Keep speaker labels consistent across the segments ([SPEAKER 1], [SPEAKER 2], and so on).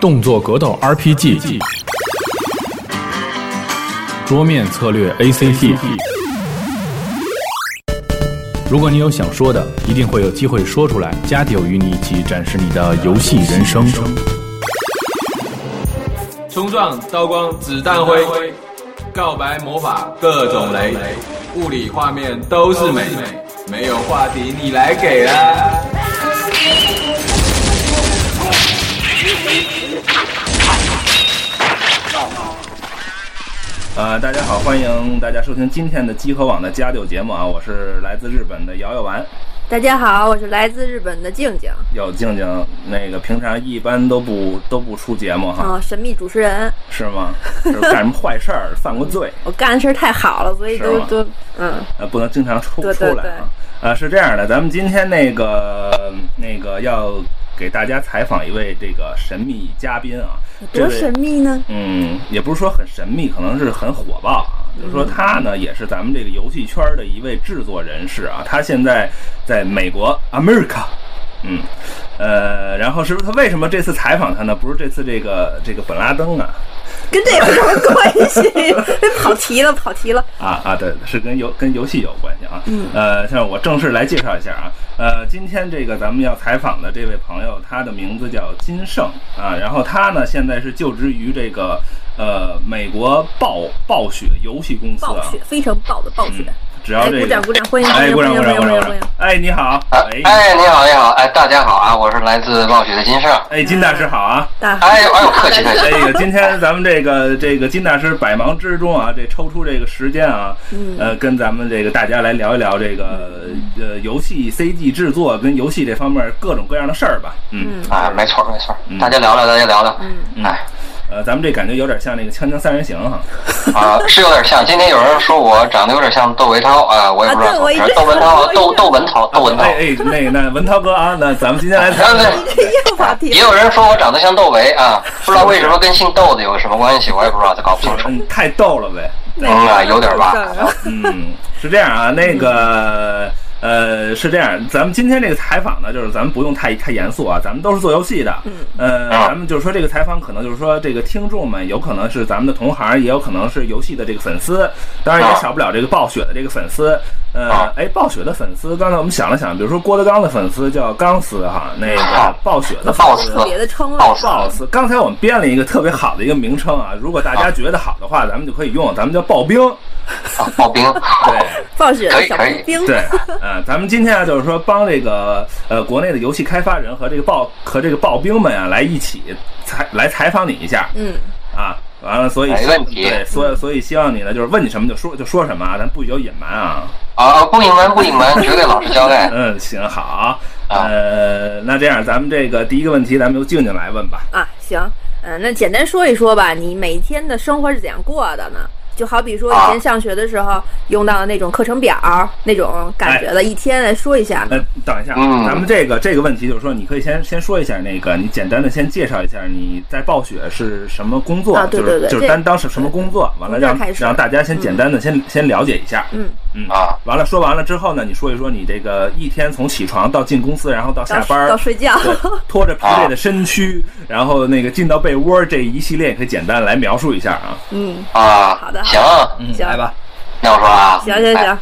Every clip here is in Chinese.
[SPEAKER 1] 动作格斗 RPG、桌面策略 ACT。如果你有想说的，一定会有机会说出来。加迪有与你一起展示你的游戏人生。
[SPEAKER 2] 冲撞、刀光、子弹灰、告白、魔法、各种雷，物理画面都是美，没有话题你来给啊啦。
[SPEAKER 3] 呃，大家好，欢迎大家收听今天的集合网的加六节目啊，我是来自日本的瑶瑶丸。
[SPEAKER 4] 大家好，我是来自日本的静
[SPEAKER 5] 啊
[SPEAKER 4] 静，
[SPEAKER 3] 有静静，那个平常一般都不都不出节目哈，
[SPEAKER 4] 啊、神秘主持人。
[SPEAKER 3] 是吗？ 是干什么坏事儿，犯过罪，
[SPEAKER 4] 我干的事儿太好了，所以
[SPEAKER 3] 是
[SPEAKER 4] 都
[SPEAKER 3] 吗
[SPEAKER 4] 都嗯，
[SPEAKER 3] 呃，不能经常出
[SPEAKER 4] 对
[SPEAKER 3] 出
[SPEAKER 4] 对
[SPEAKER 3] 来啊。呃，是这样的，咱们今天那个那个要给大家采访一位这个神秘嘉宾啊，这
[SPEAKER 4] 多
[SPEAKER 3] 位
[SPEAKER 4] 神秘呢？
[SPEAKER 3] 嗯，也不是说很神秘，可能是很火爆啊。就是说他呢，也是咱们这个游戏圈的一位制作人士啊。他现在在美国 America，嗯，呃，然后是不是他为什么这次采访他呢？不是这次这个这个本拉登啊，
[SPEAKER 4] 跟这有什么关系？ 跑题了，跑题了。
[SPEAKER 3] 啊啊，对，是跟游跟游戏有关系啊。嗯，呃，像我正式来介绍一下啊，呃，今天这个咱们要采访的这位朋友，他的名字叫金盛啊，然后他呢现在是就职于这个呃美国暴暴雪游戏公司
[SPEAKER 4] 暴
[SPEAKER 3] 啊。
[SPEAKER 4] 雪，非常暴的暴雪。
[SPEAKER 5] 嗯
[SPEAKER 3] 只要
[SPEAKER 4] 哎，
[SPEAKER 3] 这
[SPEAKER 4] 鼓
[SPEAKER 3] 个，
[SPEAKER 4] 掌，鼓掌，欢迎，欢
[SPEAKER 3] 哎，
[SPEAKER 4] 迎，
[SPEAKER 3] 鼓
[SPEAKER 4] 欢
[SPEAKER 3] 掌
[SPEAKER 4] 迎，
[SPEAKER 3] 鼓
[SPEAKER 4] 欢
[SPEAKER 3] 掌鼓
[SPEAKER 4] 迎，欢
[SPEAKER 3] 掌鼓
[SPEAKER 4] 迎，欢
[SPEAKER 3] 掌
[SPEAKER 4] 迎！。
[SPEAKER 3] 哎，你好，
[SPEAKER 5] 啊
[SPEAKER 3] 哎，
[SPEAKER 5] 哎，你好，你好，哎，大家好啊，我是来自暴雪的金盛。
[SPEAKER 3] 哎，金
[SPEAKER 4] 嗯
[SPEAKER 3] 大师好啊！
[SPEAKER 4] 大
[SPEAKER 5] 哎呦，哎呦，客气客气。
[SPEAKER 3] 这个今天咱们这个这个金大师百忙之中啊，这抽出这个时间啊，呃，跟咱们这个大家来聊一聊这个呃游戏 CG 制作跟游戏这方面各种各样的事儿吧。嗯，
[SPEAKER 5] 啊，没错没错，大家聊聊，大家聊聊。哎，
[SPEAKER 3] 呃，咱们这感觉有点像那个《锵锵三人行》哈。
[SPEAKER 5] 啊，是有点像。今天有人说我长得有点像窦唯涛啊，我也不知
[SPEAKER 4] 啊
[SPEAKER 5] 道
[SPEAKER 4] 对
[SPEAKER 5] 怎
[SPEAKER 4] 我
[SPEAKER 5] 么
[SPEAKER 4] 一
[SPEAKER 5] 回
[SPEAKER 4] 直
[SPEAKER 5] 事。窦文涛，窦窦文涛，窦啊文涛。
[SPEAKER 3] 哎哎，那那文涛哥啊，那咱们今天来
[SPEAKER 5] 然
[SPEAKER 3] 谈
[SPEAKER 5] 后呢，
[SPEAKER 4] 这又跑题
[SPEAKER 5] 也
[SPEAKER 4] 了。
[SPEAKER 5] 有人说我长得像窦唯啊，不知道为什么跟姓窦的有什么关系，我也不知道，搞不清楚。
[SPEAKER 3] 嗯，太逗了呗。
[SPEAKER 5] 嗯啊，有点吧。
[SPEAKER 3] 嗯， 是这样啊，那个。呃，是这样，咱们今天这个采访呢，就是咱们不用太太严肃啊，咱们都是做游戏的，呃，
[SPEAKER 5] 啊
[SPEAKER 3] 咱们就是说这个采访可能就是说这个听众们有可能是咱们的同行，也有可能是游戏的这个粉丝，当然也
[SPEAKER 5] 啊
[SPEAKER 3] 少不了这个暴雪的这个粉丝，呃
[SPEAKER 5] 啊，
[SPEAKER 3] 哎，暴雪的粉丝，刚才我们想了想，比如说郭德纲的粉丝叫钢丝哈，那个
[SPEAKER 5] 啊
[SPEAKER 3] 暴雪的粉
[SPEAKER 5] 暴
[SPEAKER 3] 丝
[SPEAKER 5] 死
[SPEAKER 4] 特别的称谓，
[SPEAKER 5] 暴死
[SPEAKER 3] 暴死，刚才我们编了一个特别好的一个名称啊，如果大家觉得好的话，咱们就可以用，咱们叫暴兵，
[SPEAKER 5] 啊，刨冰。
[SPEAKER 3] 对。
[SPEAKER 4] 暴雪
[SPEAKER 5] 可
[SPEAKER 4] 的
[SPEAKER 5] 以
[SPEAKER 4] 小
[SPEAKER 5] 可以
[SPEAKER 4] 步兵，
[SPEAKER 3] 对，呃，咱们今天啊，就是说帮这个呃国内的游戏开发人和这个暴和这个暴兵们啊，来一起采来采访你一下
[SPEAKER 4] 嗯，
[SPEAKER 3] 啊。完了，所以
[SPEAKER 5] 没问题嗯
[SPEAKER 3] 对，所以所以希望你呢，就是问你什么就说就说什么啊，咱不许有隐瞒啊。
[SPEAKER 5] 啊，不隐瞒不隐瞒，绝对老实交代。
[SPEAKER 3] 嗯，行，好，
[SPEAKER 5] 啊
[SPEAKER 3] 呃，那这样咱们这个第一个问题，咱们由静静来问吧。
[SPEAKER 4] 啊，行，嗯、那简单说一说吧，你每天的生活是怎样过的呢？就好比说以
[SPEAKER 5] 啊
[SPEAKER 4] 前上学的时候用到的那种课程表儿那种感觉
[SPEAKER 5] 哎
[SPEAKER 4] 的，一天来说一下呢。
[SPEAKER 3] 呃，等一下，
[SPEAKER 5] 嗯
[SPEAKER 3] 咱们这个这个问题就是说，你可以先先说一下那个，你简单的先介绍一下你在暴雪是什么工作，
[SPEAKER 4] 啊对对对
[SPEAKER 3] 就是就
[SPEAKER 4] 这
[SPEAKER 3] 是担当是什么工作，完了
[SPEAKER 4] 从这儿
[SPEAKER 3] 让
[SPEAKER 4] 开始
[SPEAKER 3] 让大家先简单的先、先了解一下，
[SPEAKER 4] 嗯，
[SPEAKER 3] 嗯
[SPEAKER 5] 啊，
[SPEAKER 3] 完了说完了之后呢，你说一说你这个一天从起床到进公司，然后到
[SPEAKER 4] 到
[SPEAKER 3] 下班
[SPEAKER 4] 到
[SPEAKER 3] 儿。
[SPEAKER 4] 睡觉，
[SPEAKER 3] 对拖着疲惫的身躯，然后那个进到被窝这一系列，也可以简单来描述一下啊。
[SPEAKER 4] 嗯，
[SPEAKER 5] 啊，
[SPEAKER 4] 好的
[SPEAKER 5] 行，
[SPEAKER 3] 嗯
[SPEAKER 4] 行
[SPEAKER 3] 来吧。
[SPEAKER 5] 那我说啊，
[SPEAKER 4] 行行
[SPEAKER 5] 哎
[SPEAKER 4] 行，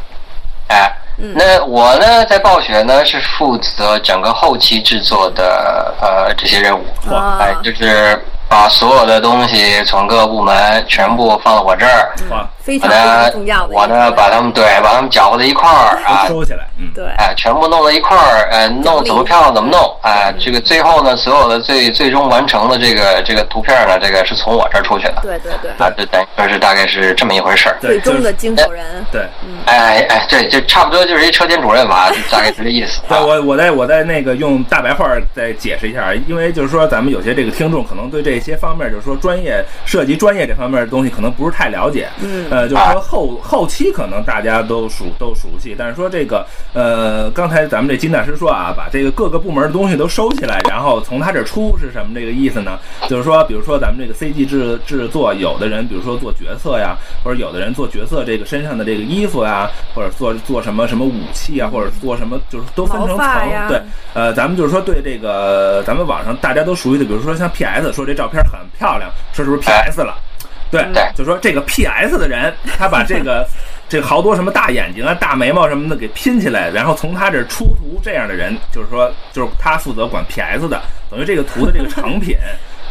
[SPEAKER 5] 哎，
[SPEAKER 4] 嗯
[SPEAKER 5] 那我呢，在暴雪呢是负责整个后期制作的呃这些任务，
[SPEAKER 4] 啊
[SPEAKER 5] 哎，就是把所有的东西从各个部门全部放到我这儿，
[SPEAKER 3] 哇，
[SPEAKER 4] 非嗯
[SPEAKER 5] 我
[SPEAKER 4] 常非常
[SPEAKER 5] 呢
[SPEAKER 4] 重要的一个
[SPEAKER 5] 我呢把他们对把他们搅和在一块儿啊
[SPEAKER 3] 都，收起来，嗯，
[SPEAKER 4] 对，
[SPEAKER 5] 哎，全部弄到一块儿，呃，弄怎么漂亮怎么弄，
[SPEAKER 4] 嗯
[SPEAKER 5] 哎，这个最后呢，所有的最最终完成的这个这个图片呢，这个是从我这儿出去的，
[SPEAKER 4] 对对对，
[SPEAKER 5] 啊，这等于说是大概是这么一回事儿。
[SPEAKER 3] 对
[SPEAKER 4] 最终
[SPEAKER 3] 就是
[SPEAKER 4] 的经手人，
[SPEAKER 3] 对。
[SPEAKER 5] 哎哎，对，就差不多就是一车间主任吧， 大概是这意思。
[SPEAKER 3] 对
[SPEAKER 5] 啊
[SPEAKER 3] 我，我再我再那个用大白话儿再解释一下，啊因为就是说咱们有些这个听众可能对这些方面，就是说专业涉及专业这方面的东西，可能不是太了解。
[SPEAKER 4] 嗯
[SPEAKER 3] 呃，就是说后后期可能大家都熟都熟悉，但是说这个呃，刚才咱们这金大师说啊，把这个各个部门的东西都收起来，然后从他这儿出是什么这个意思呢？就是说，比如说咱们这个 CG 制制作，有的人比如说做角色呀，或者有的人做角色这个身上的这个衣服呀，或者做做什么什么武器啊，或者做什么就是都分成
[SPEAKER 4] 毛发
[SPEAKER 3] 层
[SPEAKER 4] 呀
[SPEAKER 3] 对。呃，咱们就是说对这个，咱们网上大家都熟悉的，比如说像 PS，说这照片很漂亮，说是不是 PS 了？对，
[SPEAKER 5] 对
[SPEAKER 3] 就说这个 PS 的人，他把这个这个好多什么大眼睛啊、大眉毛什么的给拼起来，然后从他这儿出图，这样的人就是说，就是他负责管 PS 的，等于这个图的这个成品，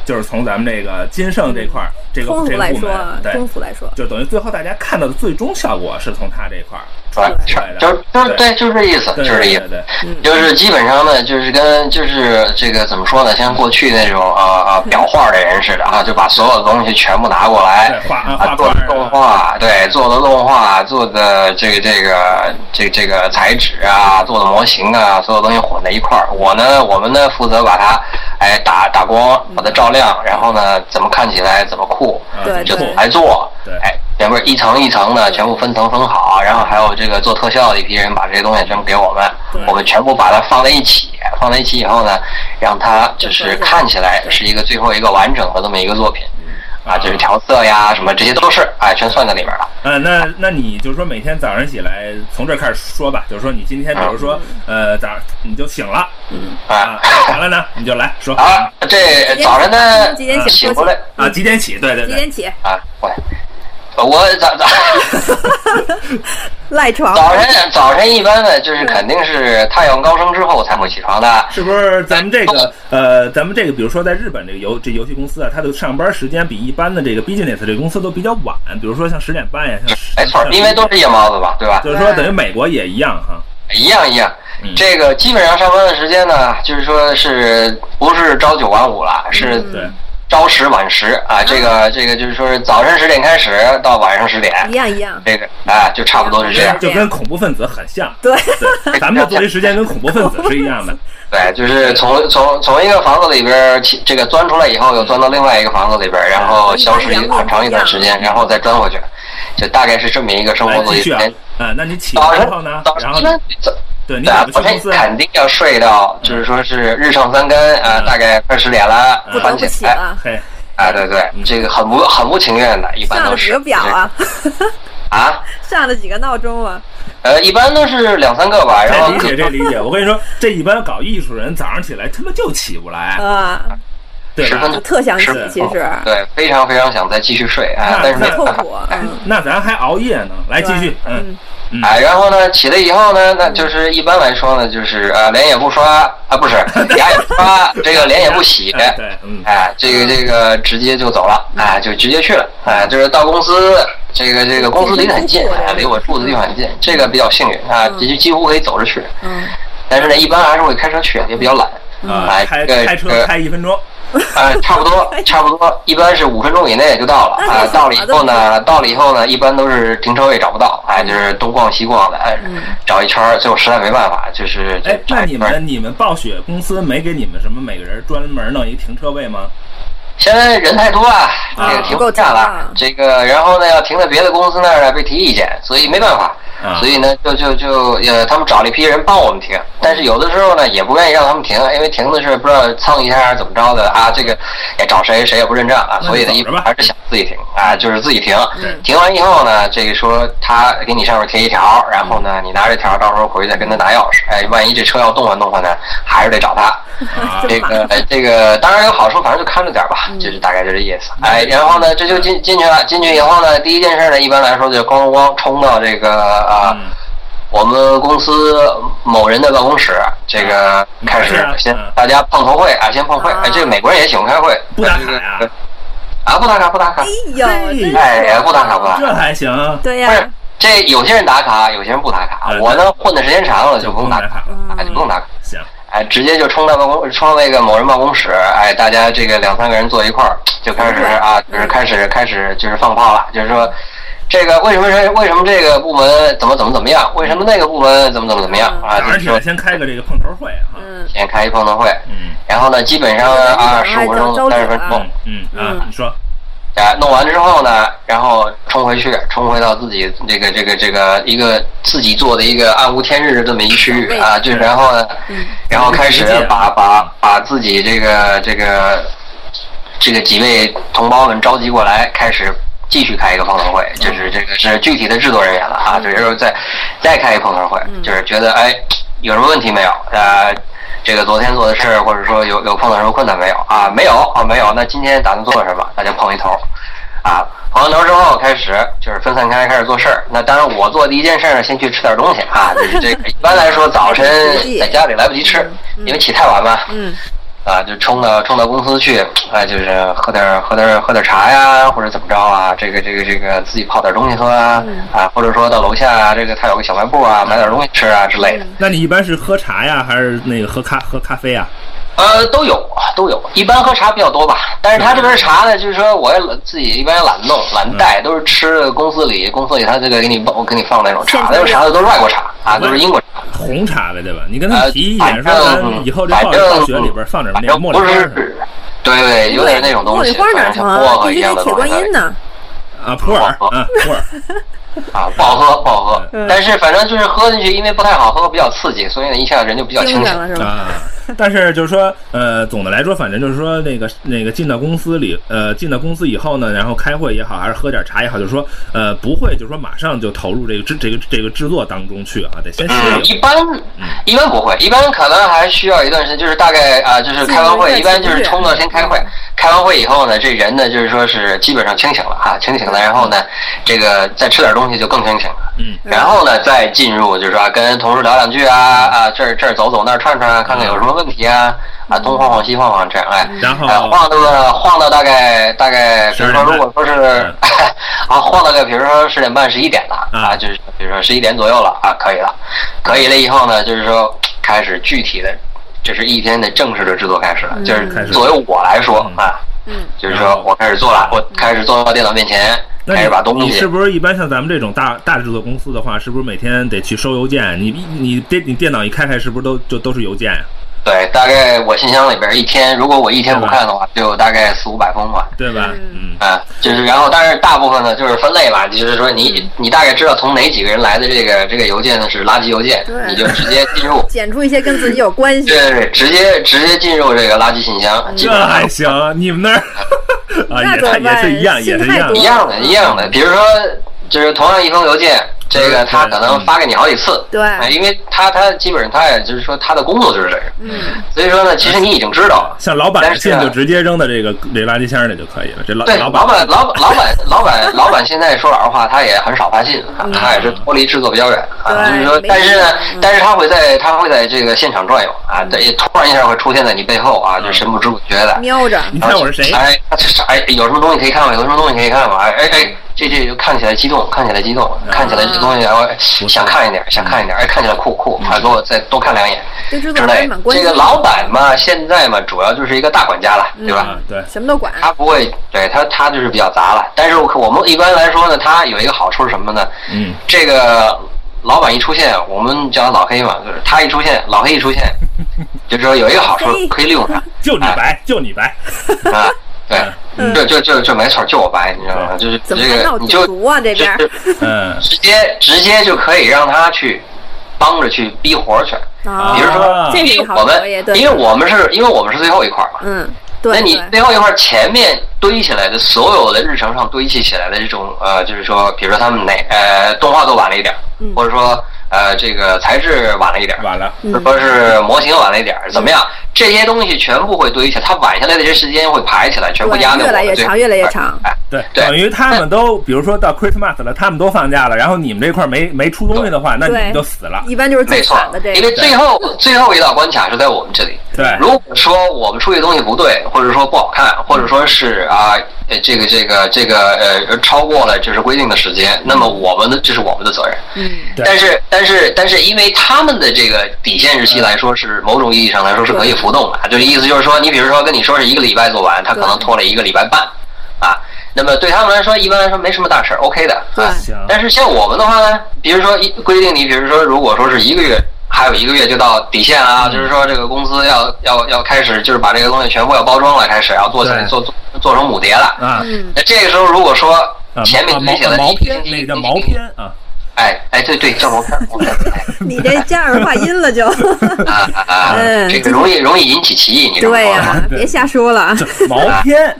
[SPEAKER 3] 就是从咱们这个金盛这块儿这个
[SPEAKER 4] 通
[SPEAKER 3] 这个
[SPEAKER 4] 俗来
[SPEAKER 3] 部
[SPEAKER 4] 说
[SPEAKER 3] 门
[SPEAKER 4] 啊，，
[SPEAKER 3] 对
[SPEAKER 4] 通，俗来说，
[SPEAKER 3] 就等于最后大家看到的最终效果是从他这块儿出
[SPEAKER 5] 啊，
[SPEAKER 3] 来
[SPEAKER 5] 是，
[SPEAKER 3] 的，
[SPEAKER 5] 就是就是
[SPEAKER 3] 对
[SPEAKER 5] 对，就是这意思，就
[SPEAKER 3] 对
[SPEAKER 5] 是这意
[SPEAKER 3] 对
[SPEAKER 5] 思
[SPEAKER 3] 对。对。
[SPEAKER 5] 就是基本上呢，就是跟就是这个怎么说呢，像过去那种啊啊裱画的人似的啊，就把所有的东西全部拿过来
[SPEAKER 3] 对画啊
[SPEAKER 5] 啊，
[SPEAKER 3] 画
[SPEAKER 5] 做的
[SPEAKER 3] 画
[SPEAKER 5] 动
[SPEAKER 3] 啊
[SPEAKER 5] 画，对，做的动画，做的这个这个这这个材质啊，做的模型啊，所有东西混在一块儿。我呢，我们呢负责把它哎打打光，把它照亮，然后呢怎么看起来怎么酷，
[SPEAKER 3] 啊
[SPEAKER 4] 哎对
[SPEAKER 5] 就
[SPEAKER 3] 怎
[SPEAKER 5] 怎
[SPEAKER 3] 么做
[SPEAKER 5] 么来做
[SPEAKER 3] 对，
[SPEAKER 5] 哎，全部一层一层的全部分层分好，然后还有这个做特效的一批人把这些东西全部给我们
[SPEAKER 4] 对，
[SPEAKER 5] 我们全部把它放在一起，放在一起以后呢，让它就是看起来是一个最后一个完整的这么一个作品，啊，就是调色呀什么这些都是，哎，全算在里面了。
[SPEAKER 3] 呃，那那你就是说每天早上起来，从这儿开始说吧，就是说你今天，比如说，呃，早上你就醒了，啊
[SPEAKER 5] 啊，
[SPEAKER 3] 完了呢，你就来说
[SPEAKER 5] 啊，这早晨呢
[SPEAKER 4] 几点
[SPEAKER 5] 醒
[SPEAKER 4] 醒？
[SPEAKER 5] 过来
[SPEAKER 3] 啊，几点起？对对
[SPEAKER 4] 几
[SPEAKER 3] 对，
[SPEAKER 4] 点起？
[SPEAKER 5] 啊，喂，我早 早。
[SPEAKER 4] 赖床。
[SPEAKER 5] 早晨，早晨一般呢，就是肯定是太阳高升之后才会起床的。
[SPEAKER 3] 是不是咱们这个呃，咱们这个，比如说在日本这个游这游戏公司啊，它的上班时间比一般的这个 business 这个公司都比较晚，比如说像十点半呀，像
[SPEAKER 5] 哎没错，因为都是夜猫子嘛，对吧？哎
[SPEAKER 3] 就是说等于美国也一样哈，
[SPEAKER 5] 一样一样
[SPEAKER 3] 嗯，
[SPEAKER 5] 这个基本上上班的时间呢，就是说是不是朝九晚五了，是
[SPEAKER 3] 嗯对嗯
[SPEAKER 5] 朝十晚十啊。这个这个就是说是早晨十点开始到晚上十点，
[SPEAKER 3] 嗯
[SPEAKER 4] 一样一样，
[SPEAKER 5] 这个啊就差不多是这样。
[SPEAKER 3] 就跟恐怖分子很像，
[SPEAKER 4] 对，
[SPEAKER 3] 嗯对，咱们的作息时间跟恐怖分子是一样的，
[SPEAKER 5] 对，就是从从从一个房子里边儿起这个钻出来以后，又钻到另外一个房子里边
[SPEAKER 3] 嗯
[SPEAKER 5] 儿，然后消失一很长一段时间，然后再钻回去，就大概是这么一个生
[SPEAKER 3] 来
[SPEAKER 5] 活作
[SPEAKER 3] 继
[SPEAKER 5] 息
[SPEAKER 3] 续
[SPEAKER 5] 时
[SPEAKER 3] 啊
[SPEAKER 5] 间。，
[SPEAKER 3] 啊，那你起
[SPEAKER 5] 早
[SPEAKER 3] 来
[SPEAKER 5] 晨
[SPEAKER 3] 之后呢，
[SPEAKER 5] 早
[SPEAKER 3] 然
[SPEAKER 5] 晨
[SPEAKER 3] 后
[SPEAKER 5] 一般早
[SPEAKER 3] 对你
[SPEAKER 5] 对
[SPEAKER 3] 怎
[SPEAKER 5] 啊，
[SPEAKER 3] 么去
[SPEAKER 5] 昨
[SPEAKER 3] 公
[SPEAKER 5] 天
[SPEAKER 3] 司啊？
[SPEAKER 5] 肯定要睡到，就是说是日上三竿
[SPEAKER 3] 嗯
[SPEAKER 5] 啊，大概快十点了，
[SPEAKER 4] 不得
[SPEAKER 5] 翻
[SPEAKER 4] 不起
[SPEAKER 5] 起来
[SPEAKER 4] 了，
[SPEAKER 3] 嘿，
[SPEAKER 5] 啊，对对，
[SPEAKER 3] 嗯
[SPEAKER 5] 这个很不很不情愿的，一般
[SPEAKER 4] 上
[SPEAKER 5] 都
[SPEAKER 4] 了几
[SPEAKER 5] 是
[SPEAKER 4] 个表啊，
[SPEAKER 5] 啊，
[SPEAKER 4] 上了几个闹钟啊，
[SPEAKER 5] 呃，一般都是两三个吧，然
[SPEAKER 3] 这
[SPEAKER 5] 后
[SPEAKER 3] 理解这理解，我跟你说，这一般搞艺术人早上起来他妈就起不来，
[SPEAKER 4] 啊，
[SPEAKER 3] 对
[SPEAKER 5] 十
[SPEAKER 3] 吧
[SPEAKER 5] 分？
[SPEAKER 4] 我特想起，其实
[SPEAKER 5] 对非常非常想再继续睡啊，但是没
[SPEAKER 4] 很
[SPEAKER 5] 有
[SPEAKER 4] 痛
[SPEAKER 5] 办法
[SPEAKER 4] 苦，嗯，
[SPEAKER 3] 那咱还熬夜呢，来继续，嗯，
[SPEAKER 5] 啊。然后呢，起来以后呢，那就是一般来说呢，就是啊，脸也不刷 啊，不是牙也不刷，这个脸也不洗，
[SPEAKER 3] 哎 对，嗯，
[SPEAKER 5] 哎，这个这个直接就走了，哎，就直接去了，哎，就是到公司，这个这个公司离得很近，哎，离我住的地方很近，这个比较幸运啊，几几乎可以走着去，
[SPEAKER 4] 嗯，
[SPEAKER 5] 但是呢，一般还是会开车去，也比较懒，
[SPEAKER 3] 啊，
[SPEAKER 5] 哎，
[SPEAKER 3] 开
[SPEAKER 5] 这个
[SPEAKER 3] 开
[SPEAKER 5] 这
[SPEAKER 3] 车
[SPEAKER 5] 个
[SPEAKER 3] 开一分钟，
[SPEAKER 5] 啊，差不 多，差不多，一般是五分钟以内就到了。
[SPEAKER 4] 那
[SPEAKER 5] 啊，
[SPEAKER 4] 挺好嗯
[SPEAKER 5] 到了以后呢，到了以后呢，一般都是停车位找不到，哎，就是东逛西逛的，哎，找一圈儿，最后实在没办法，就是就
[SPEAKER 3] 哎，
[SPEAKER 5] 找
[SPEAKER 3] 那
[SPEAKER 5] 一
[SPEAKER 3] 你
[SPEAKER 5] 圈儿。
[SPEAKER 3] 们你们暴雪公司没给你们什么每个人专门弄一停车位吗？
[SPEAKER 5] 现在人太多了，
[SPEAKER 3] 啊
[SPEAKER 5] 这个停
[SPEAKER 4] 不够
[SPEAKER 5] 不
[SPEAKER 4] 停
[SPEAKER 5] 下
[SPEAKER 4] 啊
[SPEAKER 5] 了。这个，然后呢，要停在别的公司那儿呢，被提意见，所以没办法。
[SPEAKER 3] 啊嗯
[SPEAKER 5] 所以呢，就就就呃，他们找了一批人帮我们停，但是有的时候呢，也不愿意让他们停，因为停的是不知道蹭一下还是怎么着的啊，这个也找谁谁也不认账啊，
[SPEAKER 3] 那
[SPEAKER 5] 所以呢，
[SPEAKER 3] 你
[SPEAKER 5] 一
[SPEAKER 3] 走着吧嗯
[SPEAKER 5] 还是想自己停啊，就是自己停
[SPEAKER 3] 对。
[SPEAKER 5] 停完以后呢，这个说他给你上面贴一条，
[SPEAKER 3] 嗯
[SPEAKER 5] 然后呢，你拿这条到时候回去跟他拿钥匙，哎，万一这车要动换动换呢，还是得找他。
[SPEAKER 3] 啊，
[SPEAKER 5] 这个呃这个当然有好处，反正就看着点儿吧，就是大概就这意思。哎，然后呢，这就进进去了。进去以后呢，第一件事呢，一般来说就咣咣咣冲到这个啊、
[SPEAKER 3] 嗯
[SPEAKER 5] 我们公司某人的办公室，这个开始
[SPEAKER 3] 嗯
[SPEAKER 5] 先
[SPEAKER 3] 嗯
[SPEAKER 5] 大家碰头会啊，先碰会。
[SPEAKER 4] 啊
[SPEAKER 5] 哎，这个美国人也喜欢开会，
[SPEAKER 3] 不打卡呀
[SPEAKER 5] 这个啊，不打卡，不打卡
[SPEAKER 4] 哎。呦，真是
[SPEAKER 5] 哎呀，不打卡，不打卡。
[SPEAKER 3] 这还行，
[SPEAKER 4] 对
[SPEAKER 5] 不是
[SPEAKER 4] 呀，，
[SPEAKER 5] 这有些人打卡，有些人不打卡
[SPEAKER 3] 啊。
[SPEAKER 5] 我呢，混的时间长了
[SPEAKER 3] 就
[SPEAKER 5] 就不
[SPEAKER 3] 不用
[SPEAKER 5] 用打
[SPEAKER 3] 打
[SPEAKER 5] 卡，
[SPEAKER 3] 卡，
[SPEAKER 5] 啊，就不用打卡。
[SPEAKER 3] 行，
[SPEAKER 5] 哎，直接就冲到办公，冲到那个某人办公室，哎，大家这个两三个人坐一块儿，就开始啊，
[SPEAKER 4] 嗯
[SPEAKER 5] 就是开始开始就是放炮了，就是说，这个为什么是为什么这个部门怎么怎么怎么样，为什么那个部门怎么怎么怎么样啊？
[SPEAKER 3] 早
[SPEAKER 5] 就
[SPEAKER 3] 上
[SPEAKER 5] 是
[SPEAKER 3] 起
[SPEAKER 5] 说
[SPEAKER 3] 来先开个这个碰头会哈，
[SPEAKER 4] 嗯，
[SPEAKER 5] 先开一碰头会，
[SPEAKER 3] 嗯
[SPEAKER 5] 然后呢，基本上啊
[SPEAKER 4] 嗯
[SPEAKER 5] 十五分钟
[SPEAKER 4] 朝九
[SPEAKER 5] 三十分
[SPEAKER 4] 晚五
[SPEAKER 5] 钟
[SPEAKER 3] 嗯，嗯啊，你说，
[SPEAKER 5] 啊，弄完之后呢，然后冲回去，冲回到自己这个这个这个一个自己做的一个暗无天日的这么一区域啊，
[SPEAKER 4] 嗯
[SPEAKER 5] 就然后呢，然后开始把把把自己这个这个这个几位同胞们召集过来，开始继续开一个碰头会，就是这个是具体的制作人员了啊，就是说再再开一碰头会，就是觉得哎有什么问题没有？呃，这个昨天做的事儿，或者说有有碰到什么困难没有啊？没有啊，没有。那今天打算做什么？大家碰一头，啊，碰完头之后开始就是分散开，开始做事儿。那当然，我做第一件事儿先去吃点东西啊，就是这个。一般来说，早晨在家里来不及吃，因为起太晚嘛。
[SPEAKER 4] 嗯，
[SPEAKER 5] 啊，就冲到冲到公司去，啊，就是喝点喝点喝点茶呀，或者怎么着啊，这个这个这个自己泡点东西喝啊，
[SPEAKER 4] 嗯
[SPEAKER 5] 啊，或者说到楼下啊，这个他有个小卖部啊，买点东西吃啊之类
[SPEAKER 4] 嗯
[SPEAKER 5] 的。
[SPEAKER 3] 那你一般是喝茶呀，还是那个喝咖喝咖啡啊？
[SPEAKER 5] 呃，都有都有，一般喝茶比较多吧。但是他这边茶
[SPEAKER 4] 嗯
[SPEAKER 5] 呢，就是说我也懒自己一般懒弄懒带，都是吃的公司里公司里他这个给你我给你放那种茶，那种茶都是外国茶啊，
[SPEAKER 4] 嗯
[SPEAKER 5] 都是英国茶。
[SPEAKER 3] 红茶呗，对吧？你跟他们提一
[SPEAKER 5] 呃
[SPEAKER 3] 点，说
[SPEAKER 5] 反
[SPEAKER 3] 咱
[SPEAKER 5] 正
[SPEAKER 3] 以后这
[SPEAKER 5] 反
[SPEAKER 3] 放
[SPEAKER 5] 正
[SPEAKER 3] 放学里边放点
[SPEAKER 5] 反
[SPEAKER 3] 那个
[SPEAKER 5] 正
[SPEAKER 3] 茉莉
[SPEAKER 5] 不
[SPEAKER 3] 花
[SPEAKER 5] 是
[SPEAKER 3] 什么，
[SPEAKER 5] 对对，有点那种东
[SPEAKER 4] 茉
[SPEAKER 5] 西，
[SPEAKER 4] 莉花
[SPEAKER 5] 反
[SPEAKER 4] 哪
[SPEAKER 5] 正
[SPEAKER 4] 成啊
[SPEAKER 5] 像薄？荷
[SPEAKER 4] 必
[SPEAKER 5] 一
[SPEAKER 4] 须
[SPEAKER 5] 样
[SPEAKER 4] 得
[SPEAKER 5] 的
[SPEAKER 4] 铁
[SPEAKER 5] 东
[SPEAKER 4] 观
[SPEAKER 5] 西
[SPEAKER 4] 音呢。
[SPEAKER 3] 啊，普洱
[SPEAKER 5] 哦
[SPEAKER 3] 啊，普洱，
[SPEAKER 5] 啊，不好喝，不好喝。但是反正就是喝进去，因为不太好喝，比较刺激，所以呢一下人就比较
[SPEAKER 4] 精
[SPEAKER 5] 清
[SPEAKER 4] 神
[SPEAKER 5] 醒。
[SPEAKER 4] 了是吧？
[SPEAKER 3] 啊，但是就是说，呃，总的来说，反正就是说，那个那个进到公司里，呃，进到公司以后呢，然后开会也好，还是喝点茶也好，就是说，呃，不会就是说马上就投入这个制这个这个制作当中去啊，得先适
[SPEAKER 5] 嗯，一
[SPEAKER 3] 应。
[SPEAKER 5] 般一般不会，一般可能还需要一段时间，就是大概啊、就是开完会，一般就是冲到先开会，开完会以后呢，这人呢就是说是基本上清醒了啊，清醒了，然后呢，这个再吃点东西就更清醒了。
[SPEAKER 3] 嗯，
[SPEAKER 5] 然后呢，再进入就是说、啊、跟同事聊两句啊啊，这儿这儿走走那儿串串啊，看看有什么问题啊啊，东晃晃西晃晃这样哎，
[SPEAKER 3] 然后
[SPEAKER 5] 啊晃到了晃到大概大概，比如说如果说
[SPEAKER 3] 嗯
[SPEAKER 5] 是 啊晃到个比如说十点半十一点了
[SPEAKER 3] 啊
[SPEAKER 5] 啊，就是比如说十一点左右了啊，可以了，可以了以后呢，就是说开始具体的，就是一天的正式的制作开始了，就
[SPEAKER 3] 开
[SPEAKER 5] 是
[SPEAKER 3] 始
[SPEAKER 5] 作为我来说
[SPEAKER 3] 嗯
[SPEAKER 5] 啊，
[SPEAKER 4] 嗯，
[SPEAKER 5] 就是
[SPEAKER 3] 然
[SPEAKER 5] 说
[SPEAKER 3] 后嗯
[SPEAKER 5] 我开始做了，我开始坐到电脑面前，
[SPEAKER 3] 那
[SPEAKER 5] 开始把东
[SPEAKER 3] 你你
[SPEAKER 5] 西
[SPEAKER 3] 是不是一般像咱们这种大大制作公司的话，是不是每天得去收邮件？你你电你电脑一开开，是不是都就都是邮件呀、
[SPEAKER 5] 对，大概我信箱里边一天，如果我一天不
[SPEAKER 3] 对吧
[SPEAKER 5] 看的话，就有大概四五百封吧。
[SPEAKER 3] 对吧？
[SPEAKER 4] 嗯
[SPEAKER 3] 嗯，
[SPEAKER 5] 啊，就是然后，但是大部分呢就是分类吧，就是说
[SPEAKER 4] 嗯
[SPEAKER 5] 你你大概知道从哪几个人来的这个这个邮件呢是垃圾邮件
[SPEAKER 4] 对，，
[SPEAKER 5] 你就直接进入
[SPEAKER 4] 捡出一些跟自己有关系。
[SPEAKER 5] 对对对，直接直接进入这个垃圾信
[SPEAKER 4] 嗯
[SPEAKER 5] 箱，基
[SPEAKER 3] 这
[SPEAKER 5] 本上
[SPEAKER 3] 还行，你们那 儿啊
[SPEAKER 4] 那
[SPEAKER 3] 也
[SPEAKER 4] 怎么
[SPEAKER 3] 太也是一样，
[SPEAKER 4] 办
[SPEAKER 3] 也是一
[SPEAKER 4] 心太
[SPEAKER 3] 样
[SPEAKER 4] 多
[SPEAKER 5] 一。样的，一样的。比如说，就是同样一封邮件，这个他可
[SPEAKER 3] 嗯
[SPEAKER 5] 能发给你好几次，
[SPEAKER 4] 对
[SPEAKER 5] 哎因为他他基本上他也就是说他的工作就是这个，
[SPEAKER 4] 嗯，
[SPEAKER 5] 所以说呢，其实你已经知道了。
[SPEAKER 3] 像老板的信
[SPEAKER 5] 但是
[SPEAKER 3] 就
[SPEAKER 5] 啊
[SPEAKER 3] 直接扔到这个这垃圾箱里就可以了。这老
[SPEAKER 5] 对，
[SPEAKER 3] 老
[SPEAKER 5] 老
[SPEAKER 3] 板
[SPEAKER 5] 板，老板，老板，老板，老板，现在说老实话，他也很少发信，啊他也是脱离制作比较远啊。
[SPEAKER 4] 嗯对
[SPEAKER 5] 就是说，
[SPEAKER 4] 没
[SPEAKER 5] 但是呢
[SPEAKER 4] 事嗯，
[SPEAKER 5] 但是他会在他会在这个现场转悠啊，对，突然一下会出现在你背后啊，就神不知不觉的。
[SPEAKER 4] 瞄着，
[SPEAKER 3] 嗯你
[SPEAKER 5] 然
[SPEAKER 3] 猜
[SPEAKER 5] 后
[SPEAKER 3] 我是谁？
[SPEAKER 5] 哎，他这是哎，有什么东西可以看吗？有什么东西可以看吗？哎哎哎，这这就看起来激动，看起来激动，
[SPEAKER 3] 嗯
[SPEAKER 5] 看起来这东西，哎我哎想看一点，想看一点，哎，看起来酷酷，
[SPEAKER 3] 嗯
[SPEAKER 5] 啊，给我再多看两眼
[SPEAKER 4] 对制
[SPEAKER 5] 之
[SPEAKER 4] 作人还
[SPEAKER 5] 类
[SPEAKER 4] 蛮
[SPEAKER 5] 的。
[SPEAKER 4] 关
[SPEAKER 5] 这
[SPEAKER 4] 心的。
[SPEAKER 5] 个老板嘛，现在嘛，主要就是一个大管家了，对
[SPEAKER 4] 嗯
[SPEAKER 5] 吧？
[SPEAKER 3] 啊，对，
[SPEAKER 4] 什么都管。
[SPEAKER 5] 他不会，对他他就是比较杂了。但是我我们一般来说呢，他有一个好处是什么呢？
[SPEAKER 3] 嗯，
[SPEAKER 5] 这个老板一出现，我们叫他老黑嘛，就是他一出现，老黑一出现，就是说有一个好处
[SPEAKER 4] 老黑
[SPEAKER 5] 可以利用他
[SPEAKER 3] 就你白，就你 白，
[SPEAKER 5] 啊，对，
[SPEAKER 4] 嗯
[SPEAKER 5] 就就就就没错，就我白，你知道吗？就是
[SPEAKER 4] 怎么
[SPEAKER 5] 这
[SPEAKER 4] 还
[SPEAKER 5] 个
[SPEAKER 4] 闹
[SPEAKER 5] 你就
[SPEAKER 4] 赌徒啊？这
[SPEAKER 5] 就
[SPEAKER 4] 边儿
[SPEAKER 5] 是
[SPEAKER 3] 嗯，
[SPEAKER 5] 直接直接就可以让他去帮着去逼活去，
[SPEAKER 4] 啊
[SPEAKER 5] 比如说
[SPEAKER 4] 这是一个
[SPEAKER 5] 我
[SPEAKER 4] 好
[SPEAKER 5] 们
[SPEAKER 4] 主意，对，
[SPEAKER 5] 因为我们是因为我们是最后一块嘛，
[SPEAKER 4] 嗯，
[SPEAKER 5] 那
[SPEAKER 4] 对
[SPEAKER 5] 你
[SPEAKER 4] 对，
[SPEAKER 5] 最后一块前面堆起来的所有的日程上堆砌起来的这种呃，就是说，比如说他们哪呃动画做晚了一点儿，
[SPEAKER 4] 嗯
[SPEAKER 5] 或者说呃这个材质晚了一点儿，
[SPEAKER 3] 晚了，
[SPEAKER 5] 或者说是模型晚了一点儿，
[SPEAKER 4] 嗯
[SPEAKER 5] 怎么样？这些东西全部会堆起来，它晚下来的这时间会排起来，全部
[SPEAKER 4] 对
[SPEAKER 5] 压在
[SPEAKER 4] 越
[SPEAKER 5] 我
[SPEAKER 4] 来
[SPEAKER 5] 们
[SPEAKER 4] 越
[SPEAKER 5] 最
[SPEAKER 4] 长
[SPEAKER 5] 后
[SPEAKER 4] 越来越
[SPEAKER 5] 一块
[SPEAKER 4] 长
[SPEAKER 5] 哎
[SPEAKER 3] 对，
[SPEAKER 5] 对哎
[SPEAKER 3] 等于他们都，比如说到 Christmas 了，他们都放假了，然后你们这块没没出东西的话，那你
[SPEAKER 4] 对
[SPEAKER 3] 们就死了。
[SPEAKER 4] 一般就是
[SPEAKER 5] 啊没
[SPEAKER 4] 最
[SPEAKER 5] 错
[SPEAKER 4] 惨的，这
[SPEAKER 5] 因
[SPEAKER 4] 个，
[SPEAKER 5] 为最后最后一道关卡是在我们这里。
[SPEAKER 3] 对
[SPEAKER 5] 如果说我们出去东西不对，或者说不好看，或者说是啊，呃，这个这个这个呃，超过了就是规定的时间，那么我们的这是我们的责任。
[SPEAKER 4] 嗯，
[SPEAKER 3] 对
[SPEAKER 5] 但是但是但是，因为他们的这个底线日期来说，是某种意义上来说是可以浮动的，就是意思就是说，你比如说跟你说是一个礼拜做完，他可能
[SPEAKER 4] 对
[SPEAKER 5] 拖了一个礼拜半，啊，那么对他们来说，一般来说没什么大事儿，OK 的，
[SPEAKER 4] 对
[SPEAKER 5] 啊
[SPEAKER 3] 行
[SPEAKER 5] 但是像我们的话呢，比如说一规定你，比如说如果说是一个月。还有一个月就到底线了
[SPEAKER 3] 嗯
[SPEAKER 5] 啊，就是说这个公司要要要开始就是把这个东西全部要包装了，开始要做起来
[SPEAKER 3] 对
[SPEAKER 5] 做做做成母碟了。
[SPEAKER 3] 啊
[SPEAKER 4] 嗯，
[SPEAKER 5] 那这个时候如果说
[SPEAKER 3] 啊
[SPEAKER 5] 前面
[SPEAKER 3] 啊
[SPEAKER 5] 自己写
[SPEAKER 3] 毛
[SPEAKER 5] 的
[SPEAKER 3] 毛
[SPEAKER 5] 第一个
[SPEAKER 3] 片
[SPEAKER 5] 星期
[SPEAKER 3] 那个叫毛，片啊，
[SPEAKER 5] 哎哎对对叫毛片毛片，哎
[SPEAKER 4] 你这加上化音 了就，
[SPEAKER 5] 啊啊啊
[SPEAKER 4] 嗯，
[SPEAKER 5] 这个容易容易引起歧义，你知道
[SPEAKER 4] 对呀、
[SPEAKER 5] 吗？
[SPEAKER 4] 别瞎说了啊。
[SPEAKER 3] 这 毛片，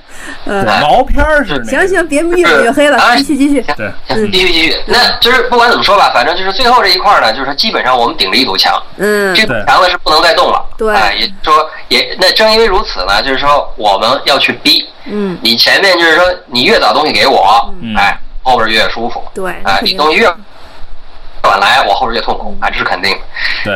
[SPEAKER 3] 对毛片儿是那
[SPEAKER 4] 嗯行
[SPEAKER 3] 个
[SPEAKER 4] 行，别越越黑了，
[SPEAKER 5] 哎
[SPEAKER 4] 继续继续。
[SPEAKER 3] 对
[SPEAKER 4] 嗯
[SPEAKER 5] 行，继续继续。那就是不管怎么说吧，反正就是最后这一块呢，就是说基本上我们顶着一堵墙，
[SPEAKER 4] 嗯
[SPEAKER 5] 这堵
[SPEAKER 3] 对
[SPEAKER 5] 墙呢是不能再动了。
[SPEAKER 4] 对
[SPEAKER 5] 哎，也就是说也那正因为如此呢，就是说我们要去逼
[SPEAKER 4] 嗯，
[SPEAKER 5] 你前面，就是说你越早东西给我，
[SPEAKER 3] 嗯
[SPEAKER 5] 哎，后边越舒服。
[SPEAKER 4] 对，
[SPEAKER 5] 哎，
[SPEAKER 4] 肯
[SPEAKER 5] 你
[SPEAKER 4] 定嗯
[SPEAKER 5] 东西越晚来，我后边越痛苦，啊，这是肯定的。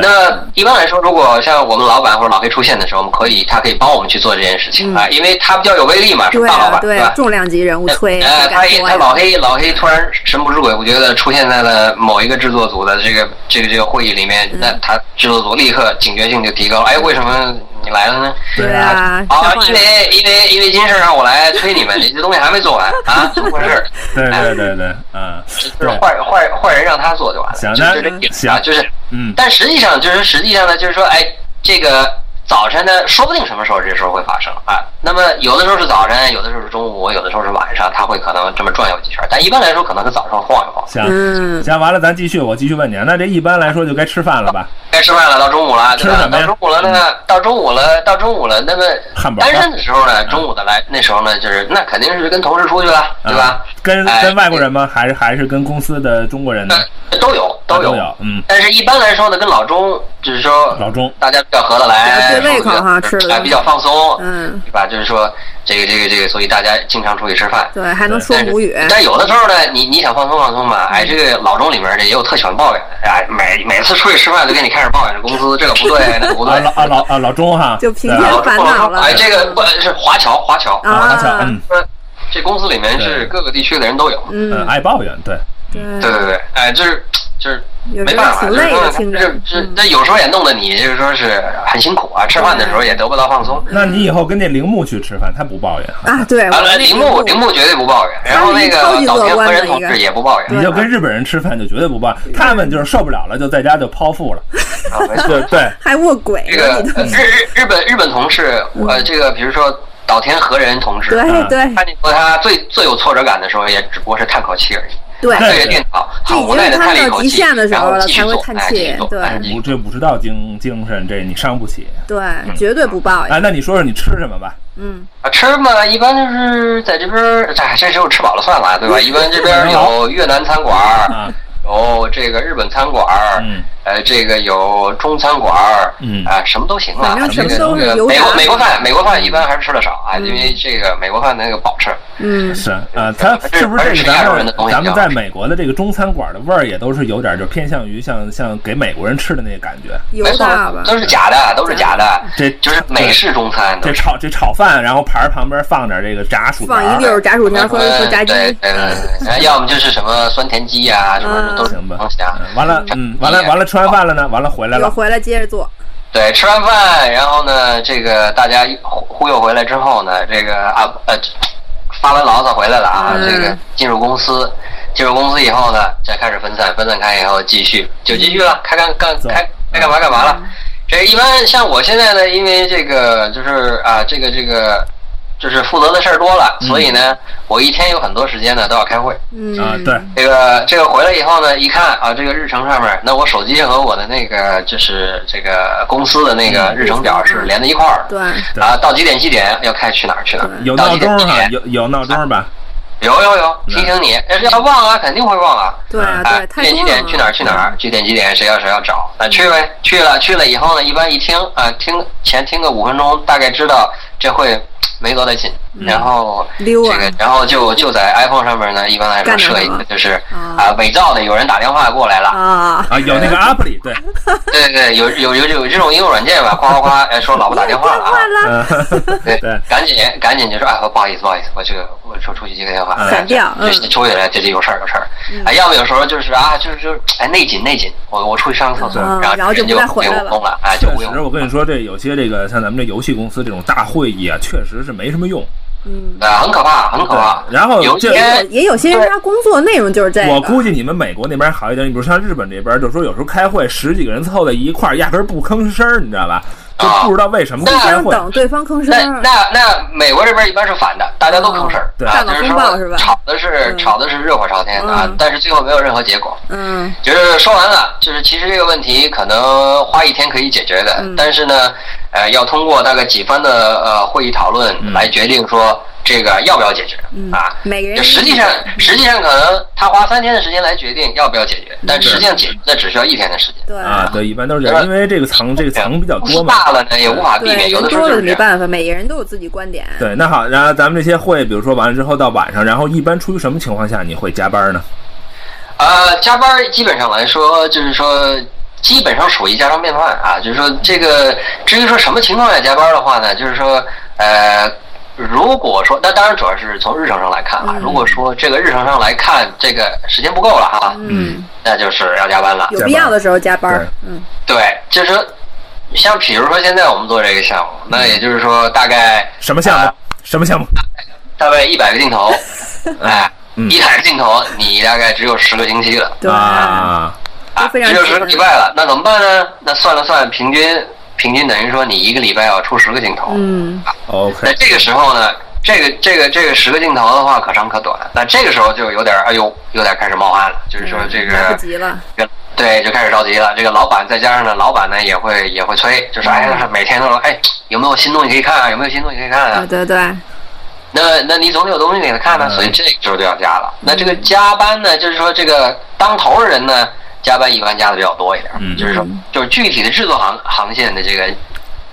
[SPEAKER 3] 对
[SPEAKER 5] 那一般来说，如果像我们老板或者老黑出现的时候，我们可以，他可以帮我们去做这件事情
[SPEAKER 4] 嗯
[SPEAKER 5] 啊，因为他比较有威力嘛，是
[SPEAKER 4] 对
[SPEAKER 5] 吧大老
[SPEAKER 4] 啊
[SPEAKER 5] 板，
[SPEAKER 4] 对
[SPEAKER 5] 吧？
[SPEAKER 4] 重量级人物催，
[SPEAKER 5] 呃，
[SPEAKER 4] 谁
[SPEAKER 5] 他
[SPEAKER 4] 敢
[SPEAKER 5] 一
[SPEAKER 4] 说
[SPEAKER 5] 他老
[SPEAKER 4] 呀？
[SPEAKER 5] 黑老黑突然神不知鬼不觉的出现在了某一个制作组的这个这个这个会议里
[SPEAKER 4] 嗯
[SPEAKER 5] 面，那他制作组立刻警觉性就提高了。哎，为什么你来了呢？
[SPEAKER 4] 对啊，吓
[SPEAKER 5] 啊，
[SPEAKER 4] 坏
[SPEAKER 5] 因
[SPEAKER 4] 了
[SPEAKER 5] 为因为因为今事让我来催你 们，你这东西还没做完啊，怎么回 事？
[SPEAKER 3] 对对对对，嗯，
[SPEAKER 5] 就是
[SPEAKER 3] 对，
[SPEAKER 5] 坏坏坏人让他做就完了，
[SPEAKER 3] 行
[SPEAKER 5] 就
[SPEAKER 3] 那
[SPEAKER 5] 就这意思
[SPEAKER 3] 行
[SPEAKER 5] 啊，就是，
[SPEAKER 3] 嗯，
[SPEAKER 5] 但实际上就是实际上呢，就是说，哎，这个早晨呢，说不定什么时候这事儿会发生啊。那么有的时候是早晨，有的时候是中午，有的时候是晚上，他会可能这么转悠几圈儿，但一般来说可能是早上晃一晃，
[SPEAKER 3] 行
[SPEAKER 4] 嗯，
[SPEAKER 3] 行，完了咱继续，我继续问你啊，那这一般来说就该吃饭了吧？
[SPEAKER 5] 该吃饭了，到中午了，对
[SPEAKER 3] 吃嗯
[SPEAKER 5] 吧？
[SPEAKER 3] 什么
[SPEAKER 5] 到
[SPEAKER 3] 呀
[SPEAKER 5] 中午了呢，到中午了，到中午了，那么
[SPEAKER 3] 汉堡包
[SPEAKER 5] 单身的时候呢，中午的来那时候呢，就是那肯定是跟同事出去了，对吧
[SPEAKER 3] 啊？，跟
[SPEAKER 5] 哎
[SPEAKER 3] 跟外国人吗？还是还是跟公司的中国人呢？
[SPEAKER 5] 那呃都有
[SPEAKER 3] 嗯
[SPEAKER 5] 都
[SPEAKER 3] 都
[SPEAKER 5] 有，
[SPEAKER 3] 有，嗯，
[SPEAKER 5] 但是一般来说呢，跟老钟就是说
[SPEAKER 3] 老钟，
[SPEAKER 5] 大家比较合得来，
[SPEAKER 4] 比较对胃口哈吃的
[SPEAKER 5] 哎比较放松，
[SPEAKER 4] 嗯
[SPEAKER 5] 对吧？就是说这个这个这个，所以大家经常出去吃饭。
[SPEAKER 4] 对，还能说
[SPEAKER 5] 但是
[SPEAKER 4] 母语，嗯
[SPEAKER 5] 但有的时候呢，你你想放松放松吧，哎，这个老钟里面这也有特喜欢抱怨的，哎，每每次出去吃饭就跟你开始抱怨这公司这个不对那个不
[SPEAKER 3] 啊
[SPEAKER 5] 对
[SPEAKER 3] 老，啊老啊老钟哈，
[SPEAKER 4] 就平
[SPEAKER 3] 对
[SPEAKER 4] 天
[SPEAKER 5] 老
[SPEAKER 4] 烦恼了
[SPEAKER 5] 哎，这个不是华侨华侨，
[SPEAKER 4] 啊
[SPEAKER 3] 啊，他想嗯
[SPEAKER 5] 说这公司里面
[SPEAKER 3] 对
[SPEAKER 5] 是各个地区的人都有，
[SPEAKER 3] 嗯
[SPEAKER 4] 嗯，
[SPEAKER 3] 爱抱怨，对，
[SPEAKER 5] 对
[SPEAKER 4] 对，
[SPEAKER 5] 对对，哎，就是就是
[SPEAKER 4] 嗯有
[SPEAKER 5] 没
[SPEAKER 4] 时
[SPEAKER 5] 办
[SPEAKER 4] 候
[SPEAKER 5] 法，
[SPEAKER 4] 挺
[SPEAKER 5] 就是
[SPEAKER 4] 累
[SPEAKER 5] 说
[SPEAKER 4] 的，听着
[SPEAKER 5] 这，这
[SPEAKER 4] 嗯
[SPEAKER 5] 那有时候也弄得你就是说是很辛苦啊，吃饭的时候也得不到放松。
[SPEAKER 3] 那你以后跟那铃木去吃饭，他不抱怨，
[SPEAKER 4] 啊，对，
[SPEAKER 5] 啊
[SPEAKER 4] 我们，那
[SPEAKER 5] 铃
[SPEAKER 4] 个
[SPEAKER 5] 木铃木绝对不抱怨，然后那
[SPEAKER 4] 他是
[SPEAKER 5] 个
[SPEAKER 4] 一个
[SPEAKER 5] 岛田和人
[SPEAKER 4] 哎超级乐观
[SPEAKER 5] 同
[SPEAKER 4] 的一
[SPEAKER 5] 志
[SPEAKER 4] 个
[SPEAKER 5] 也不抱
[SPEAKER 4] 对
[SPEAKER 5] 怨，
[SPEAKER 3] 你就跟日本人吃饭就绝对不抱怨，他们就是受不了了就在家就剖腹了，
[SPEAKER 5] 啊没 错
[SPEAKER 3] 对对，
[SPEAKER 4] 还卧轨
[SPEAKER 5] 这
[SPEAKER 4] 了，
[SPEAKER 5] 个
[SPEAKER 4] 你都
[SPEAKER 5] 呃日日日本日本同事，呃，这个比如说岛田和人同
[SPEAKER 4] 嗯
[SPEAKER 5] 志，
[SPEAKER 4] 对
[SPEAKER 3] 啊
[SPEAKER 4] 对
[SPEAKER 5] 他你说他最最有挫折感的时候，也只不过是叹口气而已。
[SPEAKER 4] 对，
[SPEAKER 5] 对着电脑很无奈的叹了一口
[SPEAKER 4] 这已经是
[SPEAKER 5] 气，
[SPEAKER 4] 他们到极限的时
[SPEAKER 5] 然
[SPEAKER 4] 候
[SPEAKER 5] 后
[SPEAKER 4] 了
[SPEAKER 5] 继续
[SPEAKER 4] 才会
[SPEAKER 5] 做，
[SPEAKER 4] 叹
[SPEAKER 5] 哎
[SPEAKER 4] 气
[SPEAKER 5] 继续做，
[SPEAKER 4] 对
[SPEAKER 5] 哎继续
[SPEAKER 3] 不
[SPEAKER 5] 做
[SPEAKER 3] 这不知道精精神，这你伤不起。
[SPEAKER 4] 对，绝对不抱怨，
[SPEAKER 3] 哎，那你说说你吃什么吧？
[SPEAKER 4] 嗯，
[SPEAKER 5] 啊，吃嘛，一般就是在这边儿，哎，这时候吃饱了算了，对吧？一般这边儿有越南餐馆儿，
[SPEAKER 3] 啊，
[SPEAKER 5] 有这个日本餐馆儿，
[SPEAKER 3] 嗯
[SPEAKER 5] 呃，这个有中餐馆儿，
[SPEAKER 3] 嗯
[SPEAKER 5] 啊，什么都行啊。
[SPEAKER 4] 反正
[SPEAKER 5] 这
[SPEAKER 4] 什
[SPEAKER 5] 个
[SPEAKER 4] 么都是
[SPEAKER 5] 这个
[SPEAKER 4] 油炸
[SPEAKER 5] 美国
[SPEAKER 4] 的
[SPEAKER 5] 美国饭，美国饭一般还是吃的少啊，因为这个美国饭那个不好吃。
[SPEAKER 4] 嗯，
[SPEAKER 3] 是啊，他是不是这个咱们咱们在美国的这个中餐馆的味儿也都是有点就偏向于像像给美国人吃的那个感觉？
[SPEAKER 4] 油
[SPEAKER 5] 没错
[SPEAKER 4] 大吧，，嗯
[SPEAKER 5] 都是假的，都是假的，
[SPEAKER 3] 这
[SPEAKER 5] 就是美式中餐都
[SPEAKER 3] 这
[SPEAKER 5] 是。
[SPEAKER 3] 炒这炒饭，然后盘儿旁边放点这个炸薯条，
[SPEAKER 4] 放一溜儿炸薯条和和
[SPEAKER 5] 嗯
[SPEAKER 4] 炸鸡，
[SPEAKER 5] 对对对 对，要么就是什么酸甜鸡呀，什么都是
[SPEAKER 3] 行吧
[SPEAKER 5] 东西啊。
[SPEAKER 3] 嗯完了，嗯，完了完了，吃完饭了呢，完了回来
[SPEAKER 4] 我
[SPEAKER 3] 了，
[SPEAKER 4] 回来接着做，
[SPEAKER 5] 对，吃完饭，然后呢，这个大家一忽忽悠回来之后呢，这个啊呃，发完牢骚回来了啊，
[SPEAKER 4] 嗯
[SPEAKER 5] 这个进入公司，进入公司以后呢，再开始分散，分散开以后继续就继续了，开干干
[SPEAKER 3] 走
[SPEAKER 5] 开该干嘛干嘛了。这一般像我现在呢，因为这个就是啊，这个这个就是负责的事儿多了，所以呢，我一天有很多时间呢都要开会。
[SPEAKER 4] 嗯，
[SPEAKER 3] 啊，对，
[SPEAKER 5] 这个这个回来以后呢，一看啊，这个日程上面，那我手机和我的那个就是这个公司的那个日程表是连在一块儿的。
[SPEAKER 4] 嗯对，
[SPEAKER 3] 对
[SPEAKER 5] 啊，到几点几点要开去哪儿去哪儿？
[SPEAKER 3] 有
[SPEAKER 5] 到
[SPEAKER 3] 闹
[SPEAKER 5] 几
[SPEAKER 3] 钟
[SPEAKER 5] 点几
[SPEAKER 3] 哈，
[SPEAKER 5] 点？
[SPEAKER 3] 有有闹钟吧？
[SPEAKER 5] 有有有，提醒你，要是要忘了肯定会忘了。
[SPEAKER 4] 对啊，
[SPEAKER 5] 啊
[SPEAKER 4] 对，，
[SPEAKER 5] 几
[SPEAKER 4] 太
[SPEAKER 5] 点
[SPEAKER 4] 多
[SPEAKER 5] 几点去哪
[SPEAKER 4] 了，嗯
[SPEAKER 5] 儿去哪儿？几点几点谁要谁要找？那去呗，去了去了以后呢，一般一听啊，听前听个五分钟，大概知道这会没多大劲，
[SPEAKER 4] 嗯
[SPEAKER 5] 然后
[SPEAKER 4] 溜
[SPEAKER 5] 这
[SPEAKER 4] 啊
[SPEAKER 5] 个，然后就就在 iPhone 上面呢，一般来说
[SPEAKER 4] 干点
[SPEAKER 5] 设一
[SPEAKER 4] 什么
[SPEAKER 5] 个就是
[SPEAKER 4] 啊
[SPEAKER 5] 啊伪造的，有人打电话过来了，
[SPEAKER 4] 啊，
[SPEAKER 3] 啊，有那个 app 里， 对，
[SPEAKER 5] 对对对，有有有有这种应用软件吧，夸夸夸，哎说老婆打 电话了
[SPEAKER 4] 换
[SPEAKER 5] 啊，
[SPEAKER 4] 了，
[SPEAKER 3] 嗯，
[SPEAKER 5] 对
[SPEAKER 3] 对，
[SPEAKER 5] 赶紧赶紧就说，哎，不好意思不好意思，我这个我出出去接个电
[SPEAKER 3] 嗯
[SPEAKER 5] 话，哎
[SPEAKER 4] 闪掉
[SPEAKER 5] 这
[SPEAKER 4] 嗯
[SPEAKER 5] 这出去了，这这有事儿有事儿，哎，要么有时候就是啊，就是就是哎内紧内紧，我我出去上个厕所，
[SPEAKER 4] 嗯
[SPEAKER 5] 然
[SPEAKER 4] 然后
[SPEAKER 5] 后
[SPEAKER 4] 就
[SPEAKER 5] 人就
[SPEAKER 4] 不再回
[SPEAKER 5] 无
[SPEAKER 4] 来了
[SPEAKER 5] 用功了，哎就
[SPEAKER 3] 确
[SPEAKER 5] 无用
[SPEAKER 3] 实，我跟你说，这有些这个像咱们这游戏公司这种大会议啊，确实是没什么用。
[SPEAKER 4] 嗯，
[SPEAKER 5] 啊，很可怕，很可怕。
[SPEAKER 3] 然后
[SPEAKER 5] 有一
[SPEAKER 3] 这
[SPEAKER 5] 天，
[SPEAKER 4] 也有些人他工作内容就是这个。
[SPEAKER 3] 我估计你们美国那边好一点，你比如像日本这边，就是说有时候开会十几个人凑在一块儿，压根儿不吭声儿，你知道吧？就
[SPEAKER 5] 啊
[SPEAKER 3] 不知道为什么不
[SPEAKER 5] 那
[SPEAKER 3] 开
[SPEAKER 4] 要
[SPEAKER 3] 会。
[SPEAKER 4] 等对方吭声
[SPEAKER 5] 那
[SPEAKER 4] 儿。
[SPEAKER 5] 那那美国这边一般是反的，大家都吭声儿，
[SPEAKER 3] 对
[SPEAKER 5] 啊，
[SPEAKER 4] 嗯大脑
[SPEAKER 5] 就是
[SPEAKER 4] 风暴是吧
[SPEAKER 5] 说吵的是
[SPEAKER 4] 嗯
[SPEAKER 5] 吵的是热火朝天啊
[SPEAKER 4] 嗯，
[SPEAKER 5] 但是最后没有任何结果。
[SPEAKER 4] 嗯
[SPEAKER 5] 就是说完了，就是其实这个问题可能花一天可以解决的，
[SPEAKER 4] 嗯
[SPEAKER 5] 但是呢，呃，要通过大概几番的呃会议讨论来决定说这个要不要解决、
[SPEAKER 4] 嗯
[SPEAKER 5] 啊。
[SPEAKER 4] 每个人嗯
[SPEAKER 5] 就实际上，实际上可能他花三天的时间来决定要不要解决，但实际上解决的只需要一天的时间。
[SPEAKER 4] 对
[SPEAKER 3] 啊，对，一般都是这样，因为这个层这个层比较
[SPEAKER 5] 公
[SPEAKER 3] 多
[SPEAKER 5] 司
[SPEAKER 3] 嘛。
[SPEAKER 5] 大了呢，也无法避
[SPEAKER 4] 对，
[SPEAKER 5] 免，有
[SPEAKER 4] 人
[SPEAKER 5] 的时
[SPEAKER 4] 多
[SPEAKER 5] 候就
[SPEAKER 4] 了
[SPEAKER 5] 是这
[SPEAKER 4] 没
[SPEAKER 5] 样。
[SPEAKER 4] 办法，每个人都有自己观点。
[SPEAKER 3] 对，那好，然后咱们这些会，比如说完了之后到晚上，然后一般出于什么情况下你会加班呢？
[SPEAKER 5] 呃，加班儿基本上来说，就是说。基本上属于家常便饭啊，就是说这个，至于说什么情况下加班儿的话呢，就是说，呃，如果说，那当然主要是从日程上来看啊，
[SPEAKER 4] 嗯
[SPEAKER 5] 如果说这个日程上来看，这个时间不够了哈，
[SPEAKER 4] 嗯，
[SPEAKER 5] 那就是要加班了。
[SPEAKER 4] 有必要的时候加班儿。嗯
[SPEAKER 5] 对，就是说像比如说现在我们做这个项目，
[SPEAKER 4] 嗯
[SPEAKER 5] 那也就是说大概
[SPEAKER 3] 什么项
[SPEAKER 5] 啊
[SPEAKER 3] 目？什么项目？
[SPEAKER 5] 大概一百个镜头， 哎，
[SPEAKER 3] 嗯
[SPEAKER 5] 一百个镜头，你大概只有十个星期了。
[SPEAKER 4] 嗯对，
[SPEAKER 3] 啊，
[SPEAKER 5] 啊，
[SPEAKER 4] 都非常
[SPEAKER 5] 只有
[SPEAKER 4] 紧
[SPEAKER 5] 十个礼拜了，那怎么办呢？那算了算，平均平均等于说你一个礼拜要出十个镜头。
[SPEAKER 4] 嗯，
[SPEAKER 5] 那
[SPEAKER 3] OK，
[SPEAKER 5] 这个时候呢，这个这个这个十个镜头的话可长可短，那这个时候就有点哎呦，有点开始冒汗了，就是说这
[SPEAKER 4] 嗯来
[SPEAKER 5] 个
[SPEAKER 4] 不。及了。
[SPEAKER 5] 这个对，就开始着急了。这个老板再加上呢，老板呢也会也会催，就是哎
[SPEAKER 4] 嗯
[SPEAKER 5] 呀，每天都说哎，有没有新东西可以看啊？有没有新东西可以看啊？
[SPEAKER 4] 啊，对对，
[SPEAKER 5] 那那你总得有东西给他看呢，
[SPEAKER 3] 嗯
[SPEAKER 5] 所以这个时候就要加了。那这个加班呢，就是说这个当头的人呢，加班一般加的比较多一点，
[SPEAKER 3] 嗯
[SPEAKER 5] 就是说就是具体的制作行行线的这个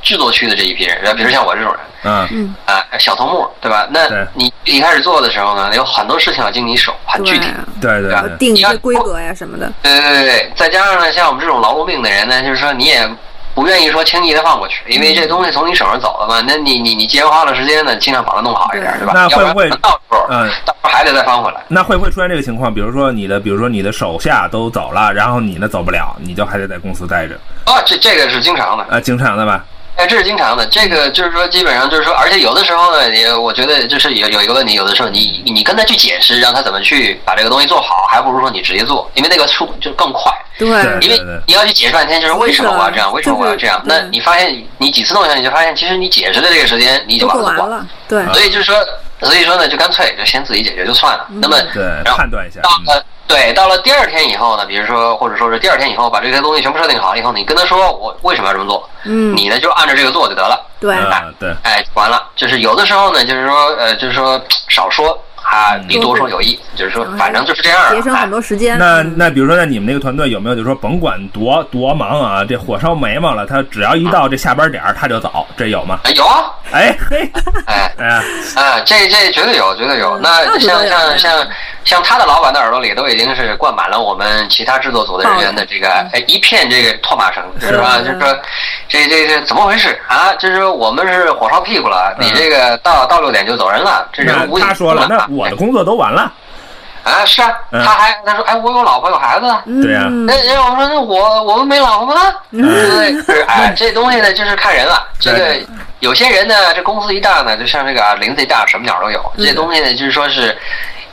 [SPEAKER 5] 制作区的这一批人，比如像我这种人
[SPEAKER 3] 嗯，
[SPEAKER 4] 嗯，
[SPEAKER 5] 啊、小头目对吧？
[SPEAKER 3] 对
[SPEAKER 5] 那你一开始做的时候呢，有很多事情要经你手，很
[SPEAKER 4] 对
[SPEAKER 5] 具体。
[SPEAKER 4] 啊，
[SPEAKER 3] 对对
[SPEAKER 4] 要
[SPEAKER 3] 对，
[SPEAKER 4] 定一些规格呀什么的。
[SPEAKER 5] 对对对对，再加上呢，像我们这种劳动病的人呢，就是说你也不愿意说轻易的放过去，因
[SPEAKER 3] 嗯
[SPEAKER 5] 为这东西从你手上走了嘛。那你你你既然花了时间呢，尽量把它弄好一点，
[SPEAKER 4] 对
[SPEAKER 5] 对吧？
[SPEAKER 3] 那
[SPEAKER 5] 要
[SPEAKER 3] 会不会
[SPEAKER 5] 然到时候、
[SPEAKER 3] 嗯
[SPEAKER 5] 到时候还得再翻回来。
[SPEAKER 3] 那会不会出现这个情况？比如说你的，比如说你的手下都走了，然后你呢走不了，你就还得在公司待着
[SPEAKER 5] 啊，这这个是经常的，
[SPEAKER 3] 啊，经常的吧？
[SPEAKER 5] 哎，这是经常的。这个就是说，基本上就是说，而且有的时候呢，也我觉得就是有有一个问题，有的时候你你跟他去解释，让他怎么去把这个东西做好，还不如说你直接做，因为那个速就更快。
[SPEAKER 4] 对
[SPEAKER 5] 因为
[SPEAKER 3] 对对
[SPEAKER 5] 你要去解释半天，就是为什么我要这样，为什么我要这样？
[SPEAKER 4] 就是
[SPEAKER 5] 那
[SPEAKER 4] 对
[SPEAKER 5] 你发现你几次弄下去，你就发现其实你解释的这个时间你就
[SPEAKER 4] 都
[SPEAKER 5] 把它
[SPEAKER 4] 过
[SPEAKER 5] 做
[SPEAKER 4] 完
[SPEAKER 5] 光。
[SPEAKER 4] 了。对，
[SPEAKER 5] 所以就是说，所以说呢，就干脆就先自己解决就算
[SPEAKER 4] 嗯
[SPEAKER 5] 了。那么，
[SPEAKER 3] 对，
[SPEAKER 5] 然后
[SPEAKER 3] 判断一下嗯
[SPEAKER 5] 到。了对，到了第二天以后呢，比如说或者说是第二天以后，把这些东西全部设定好了以后，你跟他说我为什么要这么做，
[SPEAKER 4] 嗯，
[SPEAKER 5] 你呢就按照这个做就得了。
[SPEAKER 4] 对，
[SPEAKER 3] 嗯，啊对，
[SPEAKER 5] 哎，完了，就是有的时候呢，就是说，呃，就是说少说啊，
[SPEAKER 4] 嗯
[SPEAKER 5] 比多说有益，就是说，反正就是这样
[SPEAKER 4] 节省
[SPEAKER 5] 了。哎
[SPEAKER 4] 很，多时间。
[SPEAKER 3] 那
[SPEAKER 4] 嗯
[SPEAKER 3] 那比如说，那你们那个团队有没有就说甭管多多忙啊，这火烧眉毛了，他只要一到这下班点儿他就走，这有吗？
[SPEAKER 5] 哎有啊，
[SPEAKER 3] 哎嘿，
[SPEAKER 5] 哎
[SPEAKER 3] 哎呀，
[SPEAKER 5] 啊，这这绝对有，绝对有。那
[SPEAKER 4] 嗯那不得
[SPEAKER 5] 像
[SPEAKER 4] 了呀
[SPEAKER 5] 像像像他的老板的耳朵里都已经是灌满了我们其他制作组的人员的这个哎一片这个唾骂声，是吧？
[SPEAKER 4] 嗯
[SPEAKER 5] 就是说，这这这怎么回事啊？就是说我们是火烧屁股了，你
[SPEAKER 3] 嗯
[SPEAKER 5] 这个到到六点就走人了，这是
[SPEAKER 3] 那
[SPEAKER 5] 无理
[SPEAKER 3] 他说了，
[SPEAKER 5] 不满
[SPEAKER 3] 那
[SPEAKER 5] 啊
[SPEAKER 3] 我的工作都完 了，
[SPEAKER 5] 啊是啊，
[SPEAKER 3] 嗯
[SPEAKER 5] 他还他说哎我有老婆有孩子啊。
[SPEAKER 3] 对呀
[SPEAKER 4] 嗯
[SPEAKER 5] 那那我说那我我们没老婆吗？对不对？就是哎，这东西呢就是看人了。这个
[SPEAKER 3] 对
[SPEAKER 5] 有些人呢，这公司一大呢，就像这个啊林子一大，什么鸟都有。这东西呢，就是说是。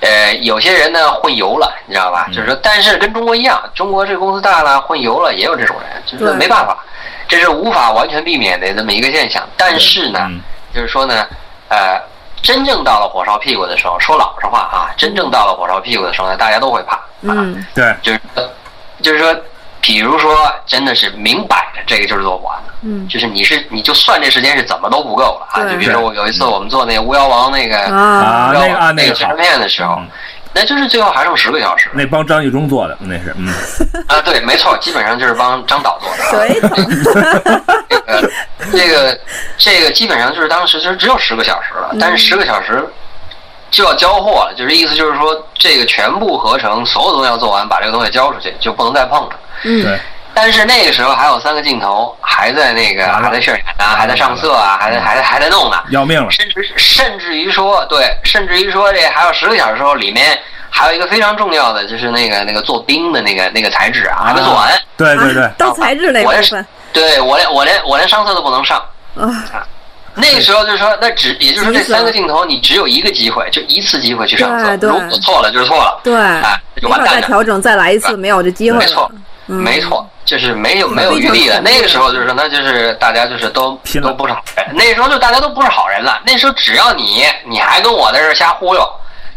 [SPEAKER 5] 呃，有些人呢混油了，你知道吧？
[SPEAKER 3] 嗯
[SPEAKER 5] 就是说，但是跟中国一样，中国这个公司大了，混油了也有这种人，就是
[SPEAKER 4] 对
[SPEAKER 5] 没办法，这是无法完全避免的这么一个现象。但是呢，
[SPEAKER 3] 嗯
[SPEAKER 5] 就是说呢，呃，真正到了火烧屁股的时候，说老实话啊，真正到了火烧屁股的时候呢，大家都会怕啊。
[SPEAKER 4] 嗯，
[SPEAKER 3] 对，
[SPEAKER 5] 就是说就是说，比如说，真的是明摆着这个就是做不完的，
[SPEAKER 4] 嗯
[SPEAKER 5] 就是你是你就算这时间是怎么都不够了啊。
[SPEAKER 4] 对
[SPEAKER 5] 就比如说我有一次我们做那个巫妖王那个
[SPEAKER 4] 啊，
[SPEAKER 3] 嗯啊，
[SPEAKER 5] 知道
[SPEAKER 3] 那个啊
[SPEAKER 5] 那
[SPEAKER 3] 那个
[SPEAKER 5] 纪
[SPEAKER 3] 好
[SPEAKER 5] 录，片的时候
[SPEAKER 3] 嗯，
[SPEAKER 5] 那就是最后还剩十个小时
[SPEAKER 3] 那帮张纪中做的那是，嗯，
[SPEAKER 5] 啊。对，没错，基本上就是帮张导做的啊。
[SPEAKER 4] 水桶
[SPEAKER 5] 这个这个这个基本上就是当时就是只有十个小时了，但是十个小时就要交货了，就是意思就是说这个全部合成，所有东西要做完，把这个东西交出去，就不能再碰了。
[SPEAKER 4] 嗯，
[SPEAKER 3] 对，
[SPEAKER 5] 但是那个时候还有三个镜头还在那个
[SPEAKER 3] 完了
[SPEAKER 5] 还在渲染啊，还在上色啊，
[SPEAKER 4] 嗯
[SPEAKER 5] 还在还在还在弄呢，
[SPEAKER 3] 要 命了，
[SPEAKER 5] 甚至甚至于说对，甚至于说这还有十个小时时候里面还有一个非常重要的就是那个那个做冰的那个那个材质啊还没做完，
[SPEAKER 3] 对对对
[SPEAKER 4] 啊，到材质那部分
[SPEAKER 5] 对我连我连我连上色都不能上
[SPEAKER 4] 啊，
[SPEAKER 5] 啊，那个时候就是说，那只也就是说这三个镜头，你只有一个机会，就一次机会去上色。
[SPEAKER 4] 对对
[SPEAKER 5] 如果错了就是错了，
[SPEAKER 4] 对，
[SPEAKER 5] 啊，就
[SPEAKER 4] 没
[SPEAKER 5] 完
[SPEAKER 4] 法
[SPEAKER 5] 蛋
[SPEAKER 4] 再
[SPEAKER 5] 了。
[SPEAKER 4] 调整，再来一次，没有这机会
[SPEAKER 5] 没错
[SPEAKER 4] 了。，嗯
[SPEAKER 5] 没错，就是没有没有
[SPEAKER 4] 非
[SPEAKER 5] 余
[SPEAKER 4] 常
[SPEAKER 5] 力了。
[SPEAKER 4] 恐怖
[SPEAKER 5] 那个时候就是说，那就是大家就是都
[SPEAKER 3] 拼了
[SPEAKER 5] 都不是好人。那时候就大家都不是好人了。那时候只要你你还跟我在这儿瞎忽悠，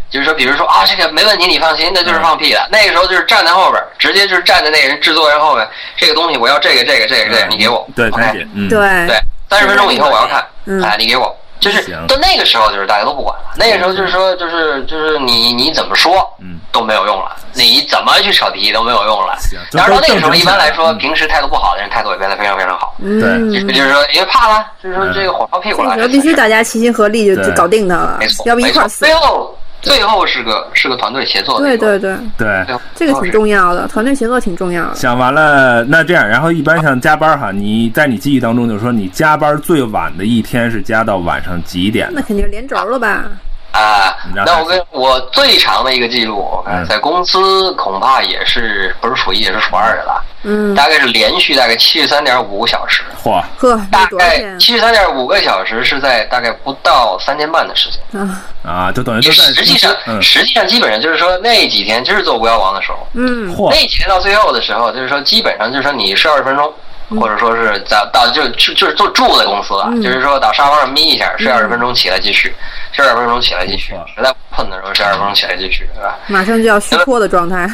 [SPEAKER 5] 就是说，比如说啊，这个没问题，你放心，那就是放
[SPEAKER 4] 嗯
[SPEAKER 5] 屁的。那个时候就是站在后边儿，直接就是站在那个人制作人后面，这个东西我要这个这个这个这个，你给我。
[SPEAKER 3] 嗯对，赶
[SPEAKER 5] OK，
[SPEAKER 3] 紧，嗯，
[SPEAKER 4] 对，
[SPEAKER 5] 对，三十分钟以后我要看，
[SPEAKER 4] 嗯
[SPEAKER 5] 哎，你给我，就是
[SPEAKER 3] 行
[SPEAKER 5] 到那个时候就是大家都不管了，那个时候就是说就是就是你你怎么说
[SPEAKER 3] 嗯
[SPEAKER 5] 都没有用了，你怎么去扯皮都没有用了
[SPEAKER 3] 行。这
[SPEAKER 5] 然后到
[SPEAKER 3] 都
[SPEAKER 5] 那个时候
[SPEAKER 3] 正
[SPEAKER 5] 一
[SPEAKER 3] 经
[SPEAKER 5] 般来
[SPEAKER 3] 起来
[SPEAKER 5] 说，
[SPEAKER 3] 嗯
[SPEAKER 5] 平时态度不好的人态度也变得非常非常好，
[SPEAKER 4] 嗯，
[SPEAKER 5] 就是就是说因为怕了，就是说
[SPEAKER 3] 嗯
[SPEAKER 5] 这个火烧屁股
[SPEAKER 4] 这
[SPEAKER 5] 了，
[SPEAKER 4] 个时候
[SPEAKER 5] 这
[SPEAKER 4] 必须
[SPEAKER 5] 事
[SPEAKER 4] 大家齐心合力就
[SPEAKER 3] 对
[SPEAKER 4] 就搞定他了
[SPEAKER 5] 没，错，
[SPEAKER 4] 要不一
[SPEAKER 5] 没
[SPEAKER 4] 块
[SPEAKER 5] 错
[SPEAKER 4] 儿死
[SPEAKER 5] 最。后最后是个是个团队协作的
[SPEAKER 4] 对
[SPEAKER 5] 一个，
[SPEAKER 4] 对对，
[SPEAKER 3] 对。
[SPEAKER 5] 最后
[SPEAKER 4] 这个挺重要的，团队协作挺重要的。
[SPEAKER 3] 想完了，那这样，然后一般像加班哈，你在你记忆当中就是说，你加班最晚的一天是加到晚上几点
[SPEAKER 4] 那
[SPEAKER 3] 呢？
[SPEAKER 4] 肯定连轴了吧？
[SPEAKER 5] 啊
[SPEAKER 3] 你让，
[SPEAKER 5] 那
[SPEAKER 3] 他
[SPEAKER 5] 我跟我最长的一个记录，我看
[SPEAKER 3] 嗯
[SPEAKER 5] 在公司恐怕也是不是数一也是数二的了，
[SPEAKER 4] 嗯，
[SPEAKER 5] 大概是连续大概七十三点五个小时，
[SPEAKER 3] 嚯，
[SPEAKER 4] 呵，
[SPEAKER 5] 大
[SPEAKER 4] 那多少
[SPEAKER 5] 概
[SPEAKER 4] 天啊
[SPEAKER 5] 七十三点五个小时是在大概不到三天半的时间。
[SPEAKER 4] 啊？
[SPEAKER 3] 啊，就等于
[SPEAKER 5] 就
[SPEAKER 3] 都在
[SPEAKER 5] 实际上，
[SPEAKER 3] 嗯，
[SPEAKER 5] 实际上基本上就是说那几天就是做巫妖王的时候，
[SPEAKER 4] 嗯，
[SPEAKER 3] 嚯
[SPEAKER 5] 那几天到最后的时候，就是说基本上就是说你睡二十分钟，或者说是到到就就就是住住在公司了，
[SPEAKER 4] 嗯
[SPEAKER 5] 就是说到沙发上眯一下，睡二十分钟起来继续，睡二十分钟起来继续
[SPEAKER 3] 哇，
[SPEAKER 5] 实在困的时候睡二十分钟起来继续，对吧？
[SPEAKER 4] 马上就要虚脱的状态。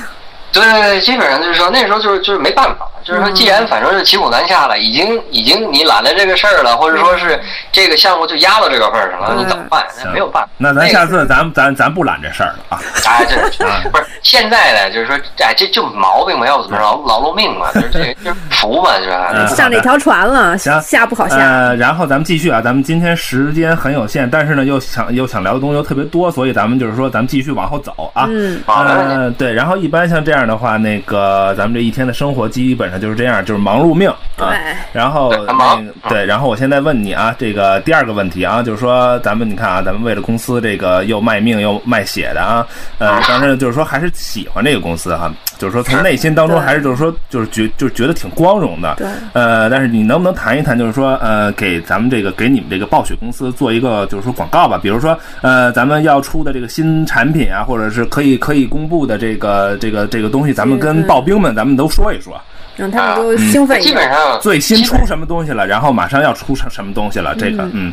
[SPEAKER 5] 对对对，基本上就是说那时候就是就是没办法，就是说既然反正是骑虎难下了，已经已经你揽了这个事儿了，或者说是这个项目就压到这个份儿上了，
[SPEAKER 4] 嗯
[SPEAKER 5] 你怎么办？那没有办法。
[SPEAKER 3] 那咱
[SPEAKER 5] 个
[SPEAKER 3] 下次咱咱咱不揽这事儿了 啊，
[SPEAKER 5] 哎，这不是现在呢，就是说哎，这就毛病嘛，要不怎么劳劳碌命嘛，就是这就是服嘛，就是吧。
[SPEAKER 3] 嗯
[SPEAKER 4] 上这条船了，
[SPEAKER 3] 行
[SPEAKER 4] 下不好下。
[SPEAKER 3] 呃，然后咱们继续啊，咱们今天时间很有限，但是呢又想又想聊的东西又特别多，所以咱们就是说咱们继续往后走啊。
[SPEAKER 4] 嗯，
[SPEAKER 5] 好没问题
[SPEAKER 3] 呃，对，然后一般像这样的话，那个咱们这一天的生活基本上就是这样，就是忙碌命
[SPEAKER 5] 嗯
[SPEAKER 3] 啊。
[SPEAKER 4] 嗯对，
[SPEAKER 3] 然后
[SPEAKER 5] 对很
[SPEAKER 3] 那
[SPEAKER 5] 忙啊
[SPEAKER 3] 个对，然后我现在问你啊，这个第二个问题啊，就是说咱们你看啊，咱们为了公司这个又卖命又卖血的啊，呃，当然就是说还是喜欢这个公司哈，就是说从内心当中
[SPEAKER 4] 对
[SPEAKER 3] 还是就是说就是觉就是觉得挺光荣的，
[SPEAKER 4] 对
[SPEAKER 3] 呃，但是你能不能谈一谈，就是说呃，给咱们这个给你们这个暴雪公司做一个就是说广告吧，比如说呃，咱们要出的这个新产品啊，或者是可以可以公布的这个这个这个东西，咱们
[SPEAKER 4] 是
[SPEAKER 3] 跟
[SPEAKER 4] 对
[SPEAKER 3] 暴兵们咱们都说一说。
[SPEAKER 4] 让他们都兴奋一
[SPEAKER 5] 啊基
[SPEAKER 4] 下。
[SPEAKER 5] 本上
[SPEAKER 3] 最新出什么东西了，然后马上要出什什么东西了，这个嗯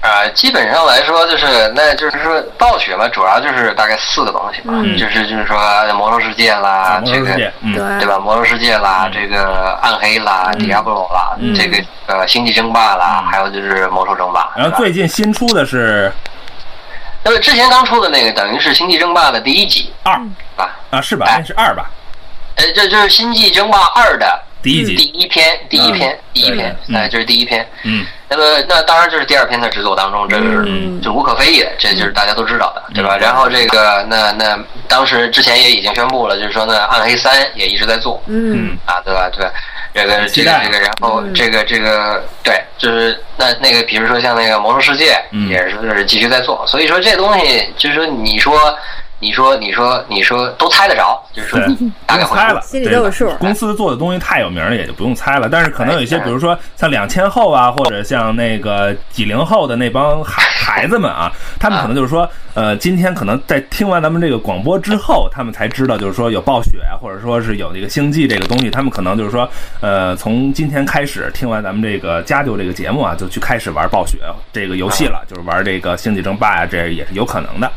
[SPEAKER 5] 啊，基本上来说就是，那就是说暴雪嘛，主要就是大概四个东西嘛，
[SPEAKER 3] 嗯
[SPEAKER 5] 就是就是说哎魔兽世界啦，
[SPEAKER 3] 魔
[SPEAKER 5] 啊这
[SPEAKER 3] 兽世
[SPEAKER 5] 个
[SPEAKER 3] 界，嗯
[SPEAKER 5] 对
[SPEAKER 4] 对，
[SPEAKER 5] 吧？魔兽世界啦，这个暗黑啦，Diablo 啦，
[SPEAKER 3] 嗯
[SPEAKER 5] 这个呃星际争霸啦，还有就是魔兽争霸。
[SPEAKER 3] 然后
[SPEAKER 5] 是吧
[SPEAKER 3] 最近新出的是
[SPEAKER 5] 那么之前刚出的那个等于是星际争霸的第一集，
[SPEAKER 3] 二
[SPEAKER 5] 是吧？
[SPEAKER 3] 啊，是吧？
[SPEAKER 5] 哎
[SPEAKER 3] 那是二吧？
[SPEAKER 5] 呃，这就是星际争霸二的
[SPEAKER 3] 第一
[SPEAKER 5] 第
[SPEAKER 3] 集，
[SPEAKER 5] 一篇，第一篇，第一篇，
[SPEAKER 3] 对
[SPEAKER 5] 哎，
[SPEAKER 3] 嗯
[SPEAKER 5] 这是第一篇。
[SPEAKER 3] 嗯
[SPEAKER 5] 那么，那当然就是第二篇的制作当中，这是
[SPEAKER 4] 嗯
[SPEAKER 5] 就无可非议的，这就是大家都知道的，对吧？
[SPEAKER 3] 嗯
[SPEAKER 5] 然后这个，那那当时之前也已经宣布了，就是说呢，《暗黑三》也一直在做，
[SPEAKER 4] 嗯，
[SPEAKER 3] 嗯，
[SPEAKER 5] 啊，对吧？对吧，这个
[SPEAKER 3] 期
[SPEAKER 5] 这个
[SPEAKER 3] 待
[SPEAKER 5] 这个，然后
[SPEAKER 4] 嗯
[SPEAKER 5] 这个这个对，就是那那个，比如说像那个《魔兽世界》
[SPEAKER 3] 嗯
[SPEAKER 5] 也是继续在做，所以说这东西就是说，你说你说你说你说都猜得着，就是说
[SPEAKER 3] 对，不
[SPEAKER 5] 大概
[SPEAKER 3] 用
[SPEAKER 5] 会
[SPEAKER 3] 猜了，
[SPEAKER 4] 心里都有数
[SPEAKER 3] 对公司做的东西太有名了，也就不用猜了。但是可能有一些，
[SPEAKER 5] 哎
[SPEAKER 3] 比如说像两千后啊，或者像那个几零后的那帮孩孩子们啊，他们可能就是说，呃，今天可能在听完咱们这个广播之后，他们才知道，就是说有暴雪啊，或者说是有这个星际这个东西，他们可能就是说，呃，从今天开始听完咱们这个家就这个节目啊，就去开始玩暴雪这个游戏了，就是玩这个星际争霸呀、啊这也是有可能的。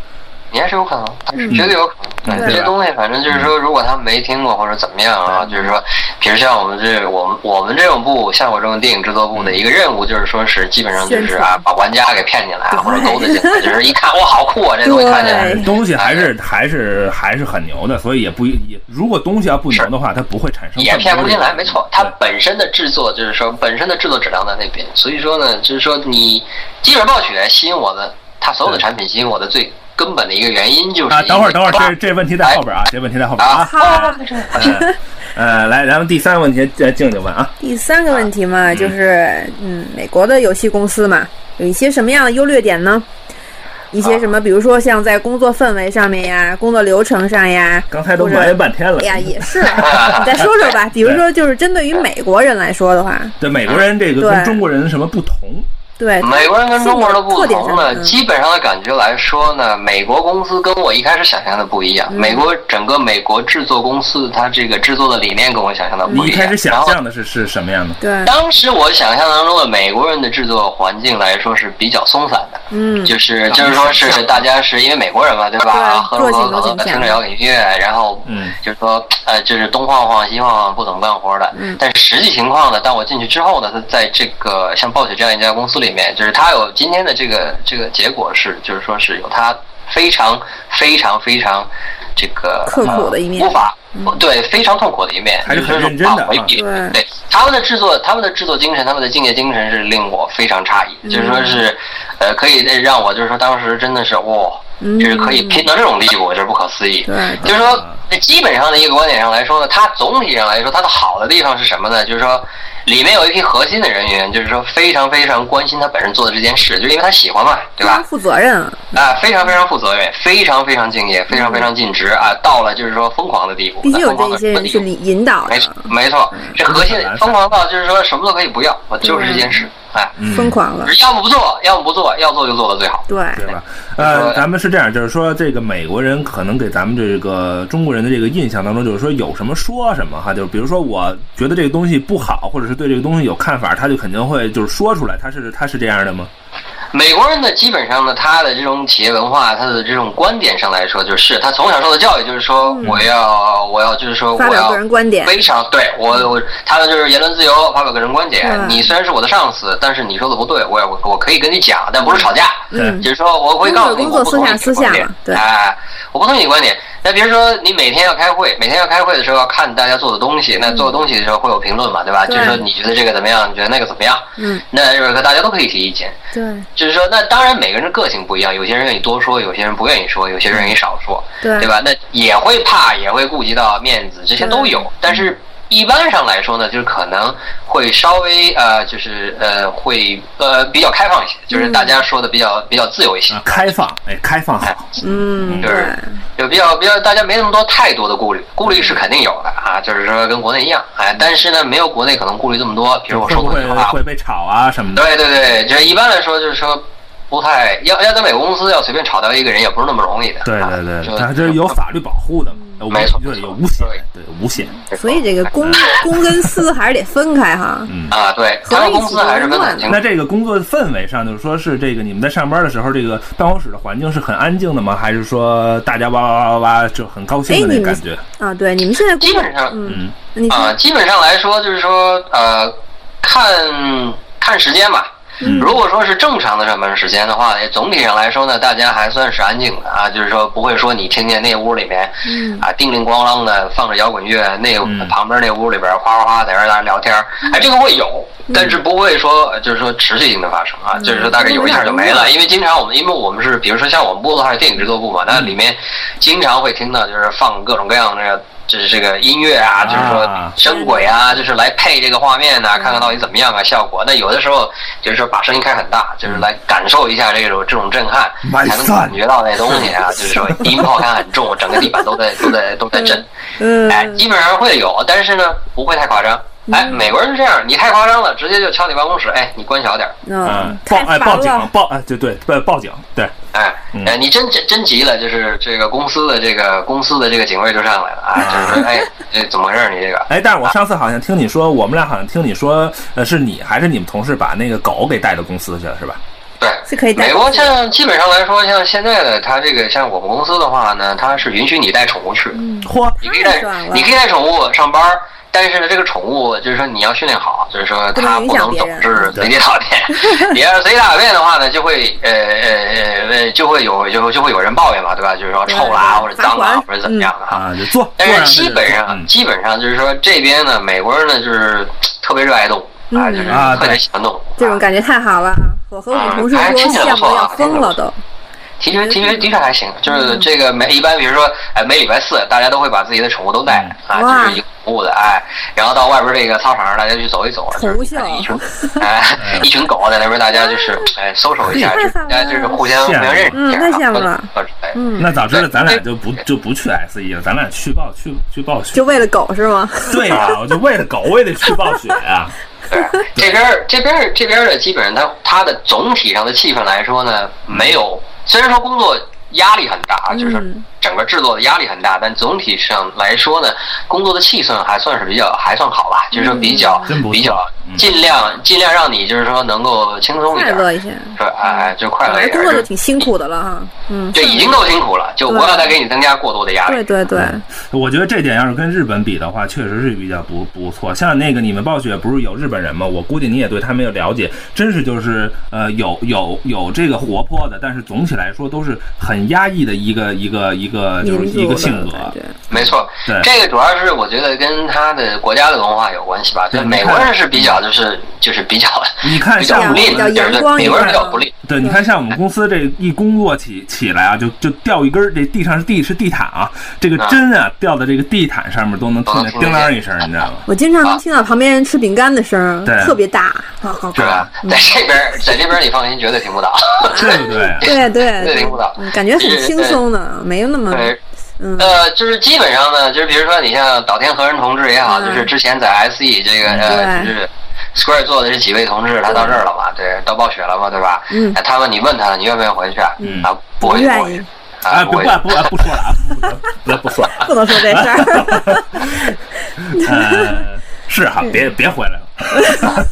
[SPEAKER 5] 你还是有可能，绝对有可能。
[SPEAKER 3] 嗯
[SPEAKER 5] 对
[SPEAKER 3] 对
[SPEAKER 5] 这
[SPEAKER 3] 吧
[SPEAKER 5] 东西反正就是说，如果他们没听过或者怎么样啊，就是说，比如像我们这我们我们这种部，像我这种电影制作
[SPEAKER 3] 嗯
[SPEAKER 5] 部的一个任务，就是说是基本上就是
[SPEAKER 4] 宣
[SPEAKER 5] 啊
[SPEAKER 4] 传，
[SPEAKER 5] 把玩家给骗进来
[SPEAKER 4] 对
[SPEAKER 5] 或者勾搭进来，就是一看哇，好酷啊，这东西看起来
[SPEAKER 4] 对。
[SPEAKER 3] 东西还是还是还是很牛的，所以也不也如果东西要不牛的话，它不会产生
[SPEAKER 5] 也
[SPEAKER 3] 这么
[SPEAKER 5] 骗
[SPEAKER 3] 多
[SPEAKER 5] 不
[SPEAKER 3] 的
[SPEAKER 5] 进来，没错，它
[SPEAKER 3] 对
[SPEAKER 5] 本身的制作就是说本身的制作质量在那边，所以说呢，就是说你基本暴雪吸引我的，它所有的
[SPEAKER 3] 对
[SPEAKER 5] 产品吸引我的最根本的一个原因就是
[SPEAKER 3] 啊，
[SPEAKER 5] 因
[SPEAKER 3] 等会儿
[SPEAKER 5] 为
[SPEAKER 3] 等会儿，
[SPEAKER 5] 它
[SPEAKER 3] 这这问题在后边啊，这问题在后边啊
[SPEAKER 5] 啊。
[SPEAKER 4] 好。
[SPEAKER 3] 嗯呃，来，咱们第三个问题，呃，静静问啊，
[SPEAKER 4] 第三个问题嘛，就是嗯，美国的游戏公司嘛，有一些什么样的优劣点呢？一
[SPEAKER 5] 啊
[SPEAKER 4] 些什么，比如说像在工作氛围上面呀，工作流程上呀，
[SPEAKER 3] 刚才都
[SPEAKER 4] 或者
[SPEAKER 3] 埋怨半天了
[SPEAKER 4] 哎。呀，也是， 你 再说说吧。比如说，就是针对于美国人来说的话，
[SPEAKER 3] 对美国人这个
[SPEAKER 4] 对
[SPEAKER 3] 跟中国人什么不同？
[SPEAKER 4] 对，
[SPEAKER 5] 美国人跟中国人的不
[SPEAKER 4] 特点
[SPEAKER 5] 同
[SPEAKER 4] 上
[SPEAKER 5] 呢，
[SPEAKER 4] 嗯
[SPEAKER 5] 基本上的感觉来说呢，美国公司跟我一开始想象的不一
[SPEAKER 4] 嗯
[SPEAKER 5] 样。美国整个美国制作公司，它这个制作的理念跟我想象的
[SPEAKER 3] 你
[SPEAKER 5] 不
[SPEAKER 3] 一
[SPEAKER 5] 一
[SPEAKER 3] 开
[SPEAKER 5] 样。
[SPEAKER 3] 始
[SPEAKER 5] 然
[SPEAKER 3] 想
[SPEAKER 5] 后
[SPEAKER 3] 象的是是什么样的？
[SPEAKER 4] 对，
[SPEAKER 5] 当时我想象当中的美国人的制作环境来说是比较松散的，
[SPEAKER 4] 嗯，
[SPEAKER 5] 就是就是说是大家是因为美国人嘛，对吧？喝着
[SPEAKER 4] 对做起
[SPEAKER 5] 可乐，
[SPEAKER 4] 都挺
[SPEAKER 5] 听
[SPEAKER 4] 像
[SPEAKER 5] 着摇滚乐，然后
[SPEAKER 3] 嗯
[SPEAKER 5] 就是说呃，就是东晃晃西晃晃，不怎么干活的。
[SPEAKER 4] 嗯
[SPEAKER 5] 但实际情况呢，当我进去之后呢，他在这个像暴雪这样一家公司里面，就是他有今天的这个这个结果是，就是说是有他非常非常非常这个呃
[SPEAKER 4] 刻苦的一面嗯
[SPEAKER 5] 无法。对，非常痛苦的一面，
[SPEAKER 3] 还是很认真的
[SPEAKER 5] 无法回避
[SPEAKER 4] 啊
[SPEAKER 5] 对他们的制作，他们的制作精神，他们的敬业精神是令我非常诧
[SPEAKER 4] 嗯
[SPEAKER 5] 异，就是说是，呃，可以让我就是说当时真的是哇、
[SPEAKER 4] 嗯
[SPEAKER 5] 就是可以拼到这种地步，这是不可思议。
[SPEAKER 4] 对
[SPEAKER 5] 就是说，基本上的一个观点上来说呢，它总体上来说，它的好的地方是什么呢？就是说，里面有一批核心的人员，就是说非常非常关心他本身做的这件事，就是因为他喜欢嘛，对
[SPEAKER 4] 非
[SPEAKER 5] 吧？
[SPEAKER 4] 常负责任啊，
[SPEAKER 5] 啊，非常非常负责任，非常非常敬业，非常非常尽职啊，到了就是说疯狂的地步，
[SPEAKER 4] 必须有
[SPEAKER 5] 疯狂
[SPEAKER 4] 这
[SPEAKER 5] 的
[SPEAKER 4] 一些人
[SPEAKER 5] 地
[SPEAKER 4] 是嗯
[SPEAKER 5] 步
[SPEAKER 4] 引引导
[SPEAKER 5] 没错
[SPEAKER 4] 的，，
[SPEAKER 5] 没错，这核心
[SPEAKER 4] 嗯
[SPEAKER 5] 疯狂到就是说什么都可以不要，我就是这件事，哎，
[SPEAKER 4] 疯狂了，
[SPEAKER 5] 要么不做，要么不做，要做就做到最好。
[SPEAKER 4] 对，
[SPEAKER 3] 对吧？
[SPEAKER 5] 对
[SPEAKER 3] 呃，咱们是这样，就是说这个美国人可能给咱们这个中国人的这个印象当中，就是说有什么说什么哈，就是比如说我觉得这个东西不好，或者是对这个东西有看法，他就肯定会就是说出来，他是他是这样的吗？
[SPEAKER 5] 美国人的基本上呢，他的这种企业文化，他的这种观点上来说，就是他从小受的教育就是说，我要我要就是说
[SPEAKER 4] 嗯发
[SPEAKER 5] 我
[SPEAKER 4] 表
[SPEAKER 5] 要
[SPEAKER 4] 个人观点，
[SPEAKER 5] 非常对我我他的就是言论自由，发表个人观点
[SPEAKER 4] 对。
[SPEAKER 5] 你虽然是我的上司，但是你说的不对，我我我可以跟你讲，但不是吵架。
[SPEAKER 4] 嗯
[SPEAKER 5] 就是说我会告诉你
[SPEAKER 4] 工作
[SPEAKER 5] 我不同意
[SPEAKER 4] 工作
[SPEAKER 5] 你的
[SPEAKER 4] 私下私下
[SPEAKER 5] 观点
[SPEAKER 4] 嘛，对
[SPEAKER 5] 哎，我不同意你的观点。那比如说你每天要开会，每天要开会的时候要看大家做的东西，那做的东西的时候会有评论嘛，对吧？
[SPEAKER 4] 嗯对
[SPEAKER 5] 就是说你觉得这个怎么样，你觉得那个怎么样，
[SPEAKER 4] 嗯，
[SPEAKER 5] 那就是说大家都可以提意见。
[SPEAKER 4] 对
[SPEAKER 5] 就是说，那当然每个人个性不一样，有些人愿意多说，有些人不愿意说，有些人愿意少说，
[SPEAKER 4] 对
[SPEAKER 5] 对吧？那也会怕，也会顾及到面子，这些都有。但是一般上来说呢，就是可能会稍微呃，就是呃，会呃比较开放一些，就是大家说的比较、比较自由一些
[SPEAKER 3] 啊，，开放，哎，开放好，
[SPEAKER 4] 嗯，
[SPEAKER 5] 就
[SPEAKER 4] 对
[SPEAKER 5] 是就比较比较大家没那么多太多的顾虑，顾
[SPEAKER 3] 嗯
[SPEAKER 5] 虑是肯定有的啊，就是说跟国内一样，哎，但是呢，没有国内可能顾虑这么多，比如我
[SPEAKER 3] 会
[SPEAKER 5] 说
[SPEAKER 3] 不
[SPEAKER 5] 错
[SPEAKER 3] 会
[SPEAKER 5] 句话，
[SPEAKER 3] 会被炒啊什么的？
[SPEAKER 5] 对对对，就是一般来说就是说不太要要在美国公司要随便炒掉一个人也不是那么容易的。
[SPEAKER 3] 对
[SPEAKER 5] 啊
[SPEAKER 3] 对对，
[SPEAKER 5] 就嗯
[SPEAKER 3] 他这有法律保护的嘛，有
[SPEAKER 5] 没错
[SPEAKER 3] 无对
[SPEAKER 5] 没错
[SPEAKER 3] 有五险
[SPEAKER 5] 对，
[SPEAKER 3] 对五险，
[SPEAKER 4] 所以这个公公跟私还是得分开哈，
[SPEAKER 3] 嗯。
[SPEAKER 5] 啊，对，他们公司还是分得很清楚
[SPEAKER 3] 那。这个工作氛围上，就是说是这个你们在上班的时候，这个办公室的环境是很安静的吗？还是说大家哇哇哇哇就很高兴的那
[SPEAKER 4] 哎你
[SPEAKER 3] 个
[SPEAKER 4] 们
[SPEAKER 3] 感觉？
[SPEAKER 4] 啊，对，你们现在工
[SPEAKER 5] 基本上
[SPEAKER 4] 嗯
[SPEAKER 3] 嗯，
[SPEAKER 4] 你
[SPEAKER 5] 啊，基本上来说就是说呃，看看时间吧。如果说是正常的上班时间的话，也总体上来说呢，大家还算是安静的啊，就是说不会说你听见那屋里面
[SPEAKER 4] 嗯
[SPEAKER 5] 啊叮铃咣啷的放着摇滚乐，那
[SPEAKER 3] 嗯
[SPEAKER 5] 旁边那屋里边哗哗哗在那儿大家聊天儿，哎，这个会有，但是不会说呃就是说持续性的发生啊，就是说大概有一下就没了，因为经常我们因为我们是比如说像我们部的话是电影制作部嘛，那里面经常会听到就是放各种各样的这个。就是这个音乐啊，就是说
[SPEAKER 3] 啊
[SPEAKER 5] 声轨啊，就是来配这个画面呐、看看到底怎么样啊，效果。那有的时候就是说把声音开很大，就是来感受一下这种这种震撼，
[SPEAKER 3] My
[SPEAKER 5] 才能
[SPEAKER 3] son
[SPEAKER 5] 感觉到那东西啊，就是说音炮感很重，整个地板都在都在都在震。
[SPEAKER 4] 嗯
[SPEAKER 5] 哎，基本上会有，但是呢不会太夸张。哎，美国人是这样，你太夸张了，直接就敲你办公室，哎，你关小点儿。
[SPEAKER 4] 嗯
[SPEAKER 3] 嗯，，
[SPEAKER 4] 太
[SPEAKER 3] 报哎
[SPEAKER 4] 烦
[SPEAKER 3] 报警
[SPEAKER 4] 了，
[SPEAKER 3] 报哎对对报报警对，
[SPEAKER 5] 哎，哎，你真真真急了，就是这个公司的这个公司的这个警卫就上来了啊，就是说，哎，这怎么回事？你这个，
[SPEAKER 3] 哎，但是我上次好像听你说，我们俩好像听你说，呃，是你还是你们同事把那个狗给带到公司去了是吧？
[SPEAKER 5] 对，
[SPEAKER 4] 是可以带
[SPEAKER 5] 美国像基本上来说，像现在的它这个像我们公司的话呢，它是允许你带宠物去，
[SPEAKER 3] 嚯，
[SPEAKER 5] 你可以带
[SPEAKER 4] 嗯太爽了
[SPEAKER 5] 你可以带宠物上班儿，但是呢，这个宠物就是说你要训练好，就是说它不能总是随地大便。你要是随地大便的话呢，就会呃呃呃就会有就会就会有人抱怨嘛，对吧？就是说臭啦
[SPEAKER 4] 对
[SPEAKER 5] 或者脏
[SPEAKER 4] 罚
[SPEAKER 5] 啦
[SPEAKER 4] 款
[SPEAKER 5] 或者怎么样的啊。
[SPEAKER 3] 啊，就坐，
[SPEAKER 5] 但
[SPEAKER 3] 坐上
[SPEAKER 5] 是
[SPEAKER 3] 去
[SPEAKER 5] 基本上
[SPEAKER 3] 嗯
[SPEAKER 5] 基本上就是说这边呢，美国人呢就是特别热爱动物啊，
[SPEAKER 4] 嗯
[SPEAKER 5] 就是
[SPEAKER 3] 啊
[SPEAKER 5] 特别
[SPEAKER 3] 对
[SPEAKER 5] 喜欢动物。
[SPEAKER 4] 这种感觉太好了，啊我和我们同事
[SPEAKER 5] 哎
[SPEAKER 4] 说
[SPEAKER 5] 听起来
[SPEAKER 4] 羡
[SPEAKER 5] 不
[SPEAKER 4] 慕
[SPEAKER 5] 错
[SPEAKER 4] 要
[SPEAKER 5] 啊
[SPEAKER 4] 疯了都，
[SPEAKER 5] 其实其实的确还行，
[SPEAKER 4] 嗯
[SPEAKER 5] 就是这个每一般，比如说哎每礼拜四，大家都会把自己的宠物都带啊，
[SPEAKER 4] 嗯哇
[SPEAKER 5] 就是一个宠物的哎，然后到外边这个操场上大家去走一走，
[SPEAKER 4] 宠物
[SPEAKER 5] 就是
[SPEAKER 4] 秀
[SPEAKER 5] 一群 哎一群狗在那边，大家就是哎搜 索一下，
[SPEAKER 4] 太
[SPEAKER 5] 就是
[SPEAKER 4] 好了
[SPEAKER 5] 大家就是互相互相认识一下，
[SPEAKER 4] 嗯太羡慕了
[SPEAKER 5] 啊，哎
[SPEAKER 4] 嗯，
[SPEAKER 3] 那早知道咱俩
[SPEAKER 5] 对
[SPEAKER 3] 就不就不去 S E 了，咱俩去暴去去暴雪
[SPEAKER 4] 就。为了狗是吗？
[SPEAKER 3] 对呀、我就为了狗我也得去暴雪啊！
[SPEAKER 5] 对，这边儿这边儿这边儿的基本上它它的总体上的气氛来说呢，没有虽然说工作压力很大，就是
[SPEAKER 4] 嗯
[SPEAKER 5] 整个制作的压力很大，但总体上来说呢，工作的气氛还算是比较还算好吧，就是说比较
[SPEAKER 4] 嗯
[SPEAKER 1] 真不错嗯
[SPEAKER 5] 比较尽量尽量让你就是说能够轻松一
[SPEAKER 4] 快
[SPEAKER 5] 点，
[SPEAKER 4] 乐一下。
[SPEAKER 5] 说哎就快乐
[SPEAKER 4] 本
[SPEAKER 5] 一
[SPEAKER 4] 来工
[SPEAKER 5] 点
[SPEAKER 4] 作就
[SPEAKER 5] 儿，
[SPEAKER 4] 挺辛苦的了哈，嗯，
[SPEAKER 5] 就已经够辛苦了，就不要再给你增加过多的压力
[SPEAKER 4] 对。对对，
[SPEAKER 3] 我觉得这点要是跟日本比的话，确实是比较不不错。像那个你们暴雪不是有日本人吗？我估计你也对他们有了解，真是就是呃有有有这个活泼的，但是总体来说都是很压抑的一个一个一个嗯就是
[SPEAKER 4] 民
[SPEAKER 3] 一
[SPEAKER 4] 族
[SPEAKER 3] 个
[SPEAKER 4] 的
[SPEAKER 3] 性格。啊
[SPEAKER 4] 感觉，
[SPEAKER 5] 没错
[SPEAKER 3] 对，
[SPEAKER 5] 这个主要是我觉得跟他的国家的文化有关系吧。
[SPEAKER 3] 对
[SPEAKER 5] 对，美国人是比较就是就是比较
[SPEAKER 3] 你看
[SPEAKER 5] 比较
[SPEAKER 3] 像
[SPEAKER 5] 不
[SPEAKER 3] 我
[SPEAKER 5] 利
[SPEAKER 4] 比较
[SPEAKER 5] 的，就是
[SPEAKER 4] 阳光一
[SPEAKER 5] 美国人比
[SPEAKER 4] 点
[SPEAKER 5] 较
[SPEAKER 4] 啊
[SPEAKER 5] 不利。
[SPEAKER 3] 对，你看像我们公司这一工作起起来啊，就就掉一根儿，这地上是地是地毯啊，这个
[SPEAKER 5] 啊
[SPEAKER 3] 针啊掉在这个地毯上面都能听见
[SPEAKER 5] 都能听
[SPEAKER 3] 叮
[SPEAKER 5] 见
[SPEAKER 3] 当一声，你知道吗？
[SPEAKER 4] 我经常
[SPEAKER 5] 啊
[SPEAKER 4] 能听到旁边人吃饼干的声儿
[SPEAKER 3] 对，
[SPEAKER 4] 特别大，好好嗯
[SPEAKER 5] 是吧？在这边儿，在这边儿你放心，绝对听不到。
[SPEAKER 3] 对啊不对？
[SPEAKER 4] 对 对
[SPEAKER 5] 对听不到
[SPEAKER 4] 嗯感觉很轻松的，没有那么
[SPEAKER 5] 对，
[SPEAKER 4] 嗯
[SPEAKER 5] 呃，就是基本上呢，就是比如说你像岛田和人同志也好，
[SPEAKER 4] 嗯
[SPEAKER 5] 就是之前在 SE 这个呃，就
[SPEAKER 4] 对
[SPEAKER 5] 是 Square 做的这几位同志，他到这儿了嘛，对，到暴雪了嘛，对吧？
[SPEAKER 4] 嗯
[SPEAKER 5] 哎他们你问他你愿不愿意回去啊？
[SPEAKER 3] 嗯
[SPEAKER 5] 啊，不回去，
[SPEAKER 4] 愿
[SPEAKER 5] 不回
[SPEAKER 4] 意
[SPEAKER 5] 去
[SPEAKER 3] 啊，
[SPEAKER 5] 啊，
[SPEAKER 3] 不
[SPEAKER 5] 回
[SPEAKER 3] 不
[SPEAKER 5] 去。
[SPEAKER 3] 不不说了啊，不不不说了啊。
[SPEAKER 4] 不能说这事儿，
[SPEAKER 3] 呃， 是哈，别别回来 了。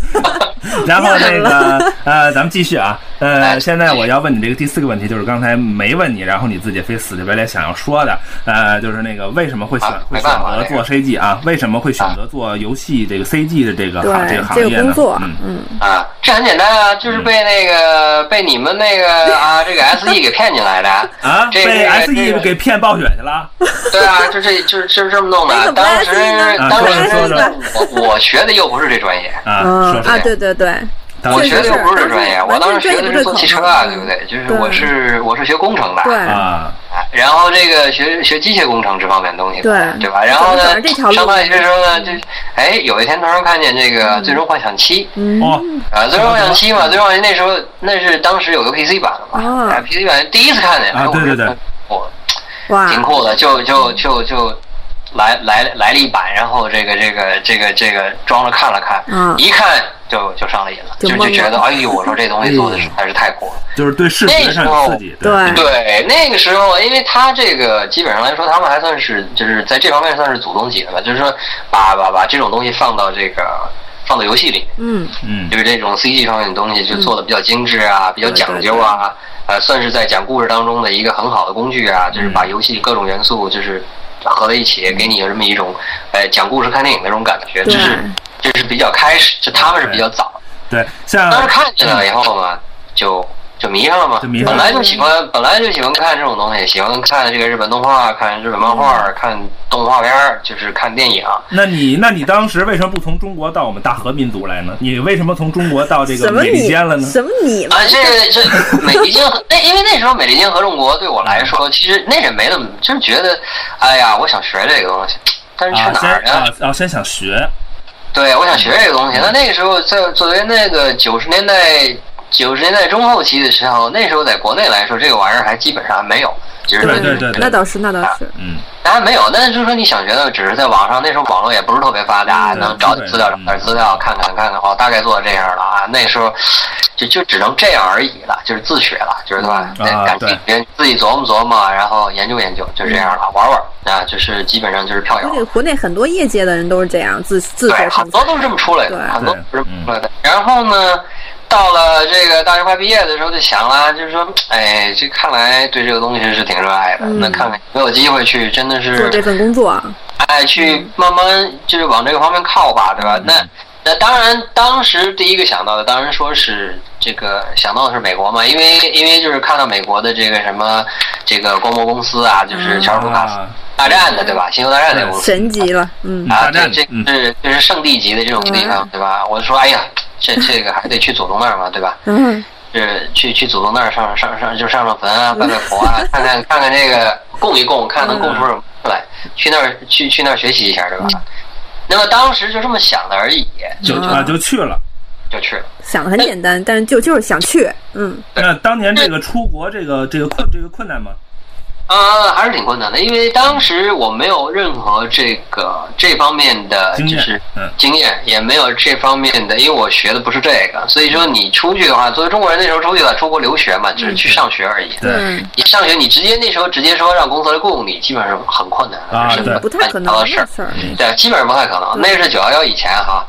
[SPEAKER 3] 然后那个呃，咱们继续啊，呃，
[SPEAKER 5] 哎
[SPEAKER 3] 现在我要问你这个第四个问题，就是刚才没问你，然后你自己非死乞白赖想要说的，呃，就是那个为什么会选
[SPEAKER 5] 啊
[SPEAKER 3] 会
[SPEAKER 5] 没
[SPEAKER 3] 选
[SPEAKER 5] 办法
[SPEAKER 3] 择做 CG 啊？为什么会选择做游戏这个 CG 的这个行这
[SPEAKER 4] 对
[SPEAKER 3] 个行
[SPEAKER 4] 这
[SPEAKER 3] 业呢
[SPEAKER 4] 个工？作
[SPEAKER 3] 嗯，，
[SPEAKER 4] 嗯，
[SPEAKER 5] 啊，这很简单啊，就是被那个、被你们那 个啊，这个 SE 给骗进来的
[SPEAKER 3] 啊，
[SPEAKER 5] 这个哎
[SPEAKER 3] 被 SE
[SPEAKER 5] 这
[SPEAKER 3] 给骗暴雪去 了。
[SPEAKER 5] 个对啊，就这就是就是这么弄
[SPEAKER 4] 你
[SPEAKER 5] 的。
[SPEAKER 4] 哎怎么
[SPEAKER 5] 当时
[SPEAKER 4] 还
[SPEAKER 3] 呢
[SPEAKER 5] 当
[SPEAKER 3] 啊
[SPEAKER 5] 时
[SPEAKER 3] 说着说着
[SPEAKER 5] 我我学的又不是这专业，
[SPEAKER 3] 啊，
[SPEAKER 4] 嗯
[SPEAKER 3] 说说
[SPEAKER 4] 啊，对对对，
[SPEAKER 3] 当
[SPEAKER 5] 我
[SPEAKER 3] 时
[SPEAKER 5] 学的又不是这专业，
[SPEAKER 4] 确实
[SPEAKER 5] 我当时学的是做汽车啊，
[SPEAKER 4] 完
[SPEAKER 5] 对
[SPEAKER 4] 全
[SPEAKER 5] 不
[SPEAKER 4] 专业
[SPEAKER 5] 对？就是
[SPEAKER 4] 对
[SPEAKER 5] 我是我是学工程的，
[SPEAKER 4] 对
[SPEAKER 3] 啊，
[SPEAKER 5] 然后这个学学机械工程这方面的东西嘛，
[SPEAKER 4] 对
[SPEAKER 5] 对吧？然后呢
[SPEAKER 4] 转到这条，路嗯
[SPEAKER 5] 上大学的时候呢，就哎有一天突然看见这个《最终幻想七》
[SPEAKER 4] 嗯，
[SPEAKER 3] 哦，
[SPEAKER 5] 啊，《最终幻想七》嘛，《最终幻想七》那时候那是当时有个 PC 版的嘛，
[SPEAKER 4] 啊
[SPEAKER 5] 哎 PC 版第一次看见，
[SPEAKER 3] 啊
[SPEAKER 5] 哎我
[SPEAKER 3] 对对
[SPEAKER 5] 说
[SPEAKER 3] 对
[SPEAKER 5] 我
[SPEAKER 4] 哇，
[SPEAKER 5] 挺酷的，就就就就来来来了一版，然后这个这个这个这个装了看了看，
[SPEAKER 4] 嗯
[SPEAKER 5] 一看就就上了瘾了，
[SPEAKER 4] 就
[SPEAKER 5] 就
[SPEAKER 4] 懵
[SPEAKER 5] 就
[SPEAKER 4] 了哎
[SPEAKER 5] 觉得哎呦，我说这东西做的实在是太酷了。
[SPEAKER 3] 就是对视觉上有刺激，
[SPEAKER 4] 那时候对
[SPEAKER 5] 对，那个时候，因为他这个基本上来说，他们还算是就是在这方面算是祖宗级的吧，就是说把把把这种东西放到这个放到游戏里，
[SPEAKER 4] 嗯，
[SPEAKER 3] 嗯
[SPEAKER 5] 就是这种 CG 方面的东西就做的比较精致啊，比较讲究啊，呃，算是在讲故事当中的一个很好的工具啊，就是把游戏各种元素就是合在一起，给你有这么一种呃讲故事看电影的那种感觉，这
[SPEAKER 4] 对
[SPEAKER 5] 是这是比较开始，就他们是比较早的。
[SPEAKER 3] 对，像
[SPEAKER 5] 当时看见了以后嘛，就就迷上了嘛。
[SPEAKER 3] 就迷上了
[SPEAKER 5] 本来就喜欢，本来就喜欢看这种东西，喜欢看这个日本动画，看日本漫画，看动画片儿，就是看电影。
[SPEAKER 3] 那你那你当时为什么不从中国到我们大和民族来呢？你为什么从中国到这
[SPEAKER 4] 什
[SPEAKER 3] 个
[SPEAKER 4] 么
[SPEAKER 3] 美利
[SPEAKER 4] 你
[SPEAKER 3] 坚了呢？
[SPEAKER 4] 什么你们
[SPEAKER 5] 啊，这个这美利坚和那，因为那时候美利坚合众国对我来说，其实那是没那么，就是觉得，哎呀，我想学这个东西，但是去
[SPEAKER 3] 啊，
[SPEAKER 5] 哪
[SPEAKER 3] 先
[SPEAKER 5] 儿呢？
[SPEAKER 3] 啊嗯啊，先想学，对
[SPEAKER 5] 对，我想学这个东西。那那个时候，在作为那个九十年代九十年代中后期的时候，那时候在国内来说，这个玩意儿还基本上还没有，就是
[SPEAKER 3] 对对对对
[SPEAKER 4] 那倒是那倒是，
[SPEAKER 3] 嗯，
[SPEAKER 5] 当然没有，那就是说你想学的，只是在网上，那时候网络也不是特别发达，
[SPEAKER 3] 嗯
[SPEAKER 5] 能找点资料，找
[SPEAKER 3] 嗯
[SPEAKER 5] 点资料看看看看，哦，大概做到这样了啊。那时候就就只能这样而已了，就是自学了，就是对吧？
[SPEAKER 3] 嗯
[SPEAKER 5] 那
[SPEAKER 3] 啊
[SPEAKER 5] 感
[SPEAKER 3] 对
[SPEAKER 5] 兴趣自己琢磨琢磨，然后研究研究，就这样了，玩玩啊，就是基本上就是票
[SPEAKER 4] 而
[SPEAKER 5] 友
[SPEAKER 4] 且。国内很多业界的人都是这样自自学
[SPEAKER 5] 哎对，
[SPEAKER 4] 成才
[SPEAKER 5] 很多，都是这么出来的
[SPEAKER 4] 对，
[SPEAKER 5] 很多都是这
[SPEAKER 3] 嗯
[SPEAKER 5] 么出来的。然后呢，到了这个大学快毕业的时候，就想了，就是说，哎，这看来对这个东西是挺热爱的。
[SPEAKER 4] 嗯
[SPEAKER 5] 那看看有没有机会去，真的是
[SPEAKER 4] 做这份工作，
[SPEAKER 5] 哎，去慢慢就是往这个方面靠吧，
[SPEAKER 3] 嗯
[SPEAKER 5] 对吧？那那当然，当时第一个想到的，当然说是这个想到的是美国嘛，因为因为就是看到美国的这个什么这个光魔公司啊，就是乔尔卢卡斯
[SPEAKER 3] 啊，
[SPEAKER 5] 大战的，对吧？星球大战那公司
[SPEAKER 4] 神级了，嗯，
[SPEAKER 5] 啊，
[SPEAKER 3] 大
[SPEAKER 5] 这
[SPEAKER 3] 战
[SPEAKER 5] 这
[SPEAKER 3] 嗯
[SPEAKER 5] 是这是圣地级的这种地方，对吧？我说，哎呀，这这个还得去祖宗那儿嘛，对吧？
[SPEAKER 4] 嗯，
[SPEAKER 5] 是去去祖宗那儿上上上就上上坟啊，拜拜佛啊，看看看看这个供一供，看能供出什么来，去那儿去去那儿学习一下，对吧？
[SPEAKER 3] 嗯
[SPEAKER 5] 那么当时就这么想的而已，
[SPEAKER 3] 就
[SPEAKER 4] 嗯
[SPEAKER 3] 啊就去了。
[SPEAKER 5] 就去了。
[SPEAKER 4] 想的很简单，但是就就是想去，嗯，
[SPEAKER 5] 对
[SPEAKER 3] 那当年这个出国这个这个困这个困难吗？
[SPEAKER 5] 呃，还是挺困难的，因为当时我没有任何这个这方面的
[SPEAKER 3] 经
[SPEAKER 5] 就
[SPEAKER 3] 验
[SPEAKER 5] 是
[SPEAKER 3] 嗯
[SPEAKER 5] 经验，也没有这方面的，因为我学的不是这个，所以说你出去的话，作为中国人那时候出去了，出国留学嘛，只是
[SPEAKER 3] 嗯
[SPEAKER 5] 去上学而已。
[SPEAKER 3] 对，
[SPEAKER 4] 嗯，
[SPEAKER 5] 你上学，你直接那时候直接说让公司来雇佣你，基本上是很困难的
[SPEAKER 3] 啊
[SPEAKER 5] 是
[SPEAKER 3] 对嗯
[SPEAKER 4] 不太可能
[SPEAKER 5] 哎的事
[SPEAKER 4] 的
[SPEAKER 5] 儿。
[SPEAKER 4] 事儿。
[SPEAKER 5] 对，基本上不太可能。那是九幺幺以前哈，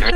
[SPEAKER 3] 对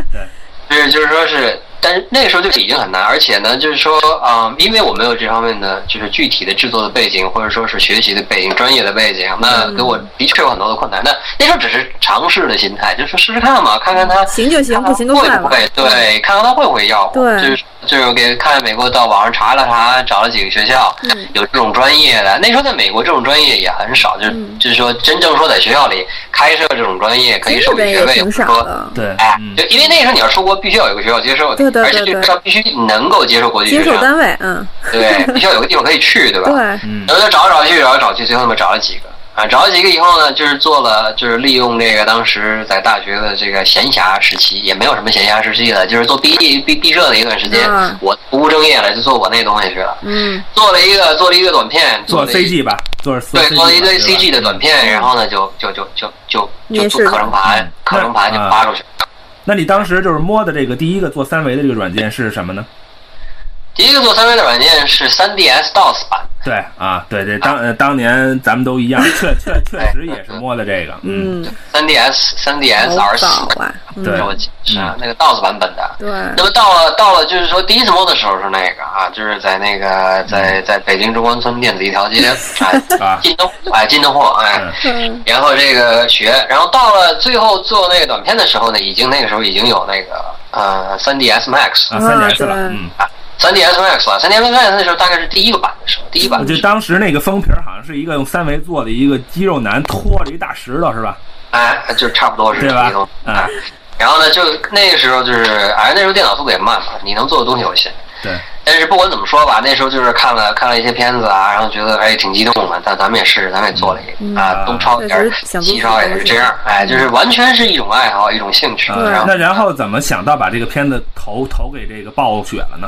[SPEAKER 3] 对，
[SPEAKER 5] 就是就是说是，但是那个时候就已经很难，而且呢，就是说，啊，因为我没有这方面的就是具体的制作的背景，或者说是学习的背景、专业的背景，那给
[SPEAKER 4] 嗯
[SPEAKER 5] 我的确有很多的困难。那那时候只是尝试的心态，就说试试看嘛，看看他
[SPEAKER 4] 行就行，
[SPEAKER 5] 看
[SPEAKER 4] 不
[SPEAKER 5] 看
[SPEAKER 4] 行就
[SPEAKER 5] 会
[SPEAKER 4] 算
[SPEAKER 5] 不
[SPEAKER 4] 了。嗯
[SPEAKER 5] 会对，看看他会不会要我。
[SPEAKER 4] 对
[SPEAKER 5] 就是就是给看美国到网上查了查，找了几个学校、
[SPEAKER 4] 嗯
[SPEAKER 5] 有这种专业的。那时候在美国这种专业也很少，就是、
[SPEAKER 4] 嗯
[SPEAKER 5] 就是说真正说在学校里开设这种专业可
[SPEAKER 4] 其
[SPEAKER 5] 以
[SPEAKER 4] 实日
[SPEAKER 5] 授予
[SPEAKER 4] 本
[SPEAKER 5] 学
[SPEAKER 4] 也
[SPEAKER 5] 位，或
[SPEAKER 4] 挺
[SPEAKER 5] 者
[SPEAKER 4] 少
[SPEAKER 5] 说
[SPEAKER 4] 的，
[SPEAKER 3] 对，
[SPEAKER 5] 哎
[SPEAKER 3] 嗯，
[SPEAKER 5] 就因为那时候你要出国，必须要有一个学校接受你，
[SPEAKER 4] 对对
[SPEAKER 5] 而且这
[SPEAKER 4] 对
[SPEAKER 5] 个
[SPEAKER 4] 对
[SPEAKER 5] 学校必须能够接受国际
[SPEAKER 4] 接
[SPEAKER 5] 学
[SPEAKER 4] 受
[SPEAKER 5] 生，
[SPEAKER 4] 单位，嗯，
[SPEAKER 5] 对， 必须要有个地方可以去，对吧？
[SPEAKER 4] 对，
[SPEAKER 3] 嗯
[SPEAKER 5] 然后就找来找去，找来找去，最后他们找了几个啊，找了几个以后呢，就是做了，就是利用这个当时在大学的这个闲暇时期，也没有什么闲暇时期了，就是做毕毕毕设的一段时间
[SPEAKER 4] 嗯，
[SPEAKER 5] 我不务正业了，就做我那东西去了，
[SPEAKER 4] 嗯，
[SPEAKER 5] 做了一个做了一个短片，
[SPEAKER 3] 做
[SPEAKER 5] 了一
[SPEAKER 3] CG 吧，做做
[SPEAKER 5] 对，做了一堆
[SPEAKER 3] CG
[SPEAKER 5] CG 的短
[SPEAKER 3] 片。
[SPEAKER 4] 嗯
[SPEAKER 5] 片，然后呢，就就就就就就
[SPEAKER 4] 也
[SPEAKER 5] 做
[SPEAKER 4] 是
[SPEAKER 5] 课程
[SPEAKER 3] 嗯
[SPEAKER 5] 盘，课程盘就
[SPEAKER 3] 那
[SPEAKER 5] 发出去。
[SPEAKER 3] 那你当时就是摸的这个第一个做三维的这个软件是什么呢？
[SPEAKER 5] 第一个做三维的软件是 3DS DOS 版，
[SPEAKER 3] 对啊，对这当呃当年咱们都一样，确确确实也是摸的这个，嗯，
[SPEAKER 4] 嗯，
[SPEAKER 5] 3DS、3DS
[SPEAKER 4] 好
[SPEAKER 5] R
[SPEAKER 4] 早
[SPEAKER 5] 4
[SPEAKER 4] 啊，嗯
[SPEAKER 3] 对
[SPEAKER 5] 我记是啊，那个 DOS 版本的。
[SPEAKER 4] 对，
[SPEAKER 5] 那么到了到了，就是说第一次摸的时候是那个啊，就是在那个在在北京中关村电子一条街
[SPEAKER 3] 嗯啊
[SPEAKER 5] 啊， 进东哎进东货哎
[SPEAKER 3] 嗯，
[SPEAKER 4] 嗯
[SPEAKER 5] 然后这个学，然后到了最后做那个短片的时候呢，已经那个时候已经有那个呃 3DS Max
[SPEAKER 3] 啊
[SPEAKER 4] 啊
[SPEAKER 3] 三 DS
[SPEAKER 4] 对
[SPEAKER 3] 了，嗯，
[SPEAKER 5] 3DS Max 啊了，3DS Max 那时候大概是第一个版的时候，第一版
[SPEAKER 3] 我
[SPEAKER 5] 的时
[SPEAKER 3] 记得
[SPEAKER 5] 候
[SPEAKER 3] 当时那个封皮儿好像是一个用三维做的一个肌肉男拖着一大石头是吧？
[SPEAKER 5] 哎，就差不多是
[SPEAKER 3] 对
[SPEAKER 5] 这
[SPEAKER 3] 吧
[SPEAKER 5] 么一种
[SPEAKER 3] 啊
[SPEAKER 5] 哎然后呢，就那个时候就是，哎，那时候电脑速度也慢嘛，你能做的东西有限。
[SPEAKER 3] 对，
[SPEAKER 5] 但是不管怎么说吧，那时候就是看了看了一些片子啊，然后觉得哎挺激动的，但咱们也试，咱们也做了一个、
[SPEAKER 4] 嗯
[SPEAKER 5] 啊，东抄一点
[SPEAKER 4] 确
[SPEAKER 5] 儿
[SPEAKER 4] 实，想做
[SPEAKER 5] 西抄也是这样，哎，就是完全是一种爱好，一种兴趣。
[SPEAKER 3] 啊
[SPEAKER 4] 对
[SPEAKER 5] 然后
[SPEAKER 3] 那然后怎么想到把这个片子投投给这个暴雪了呢？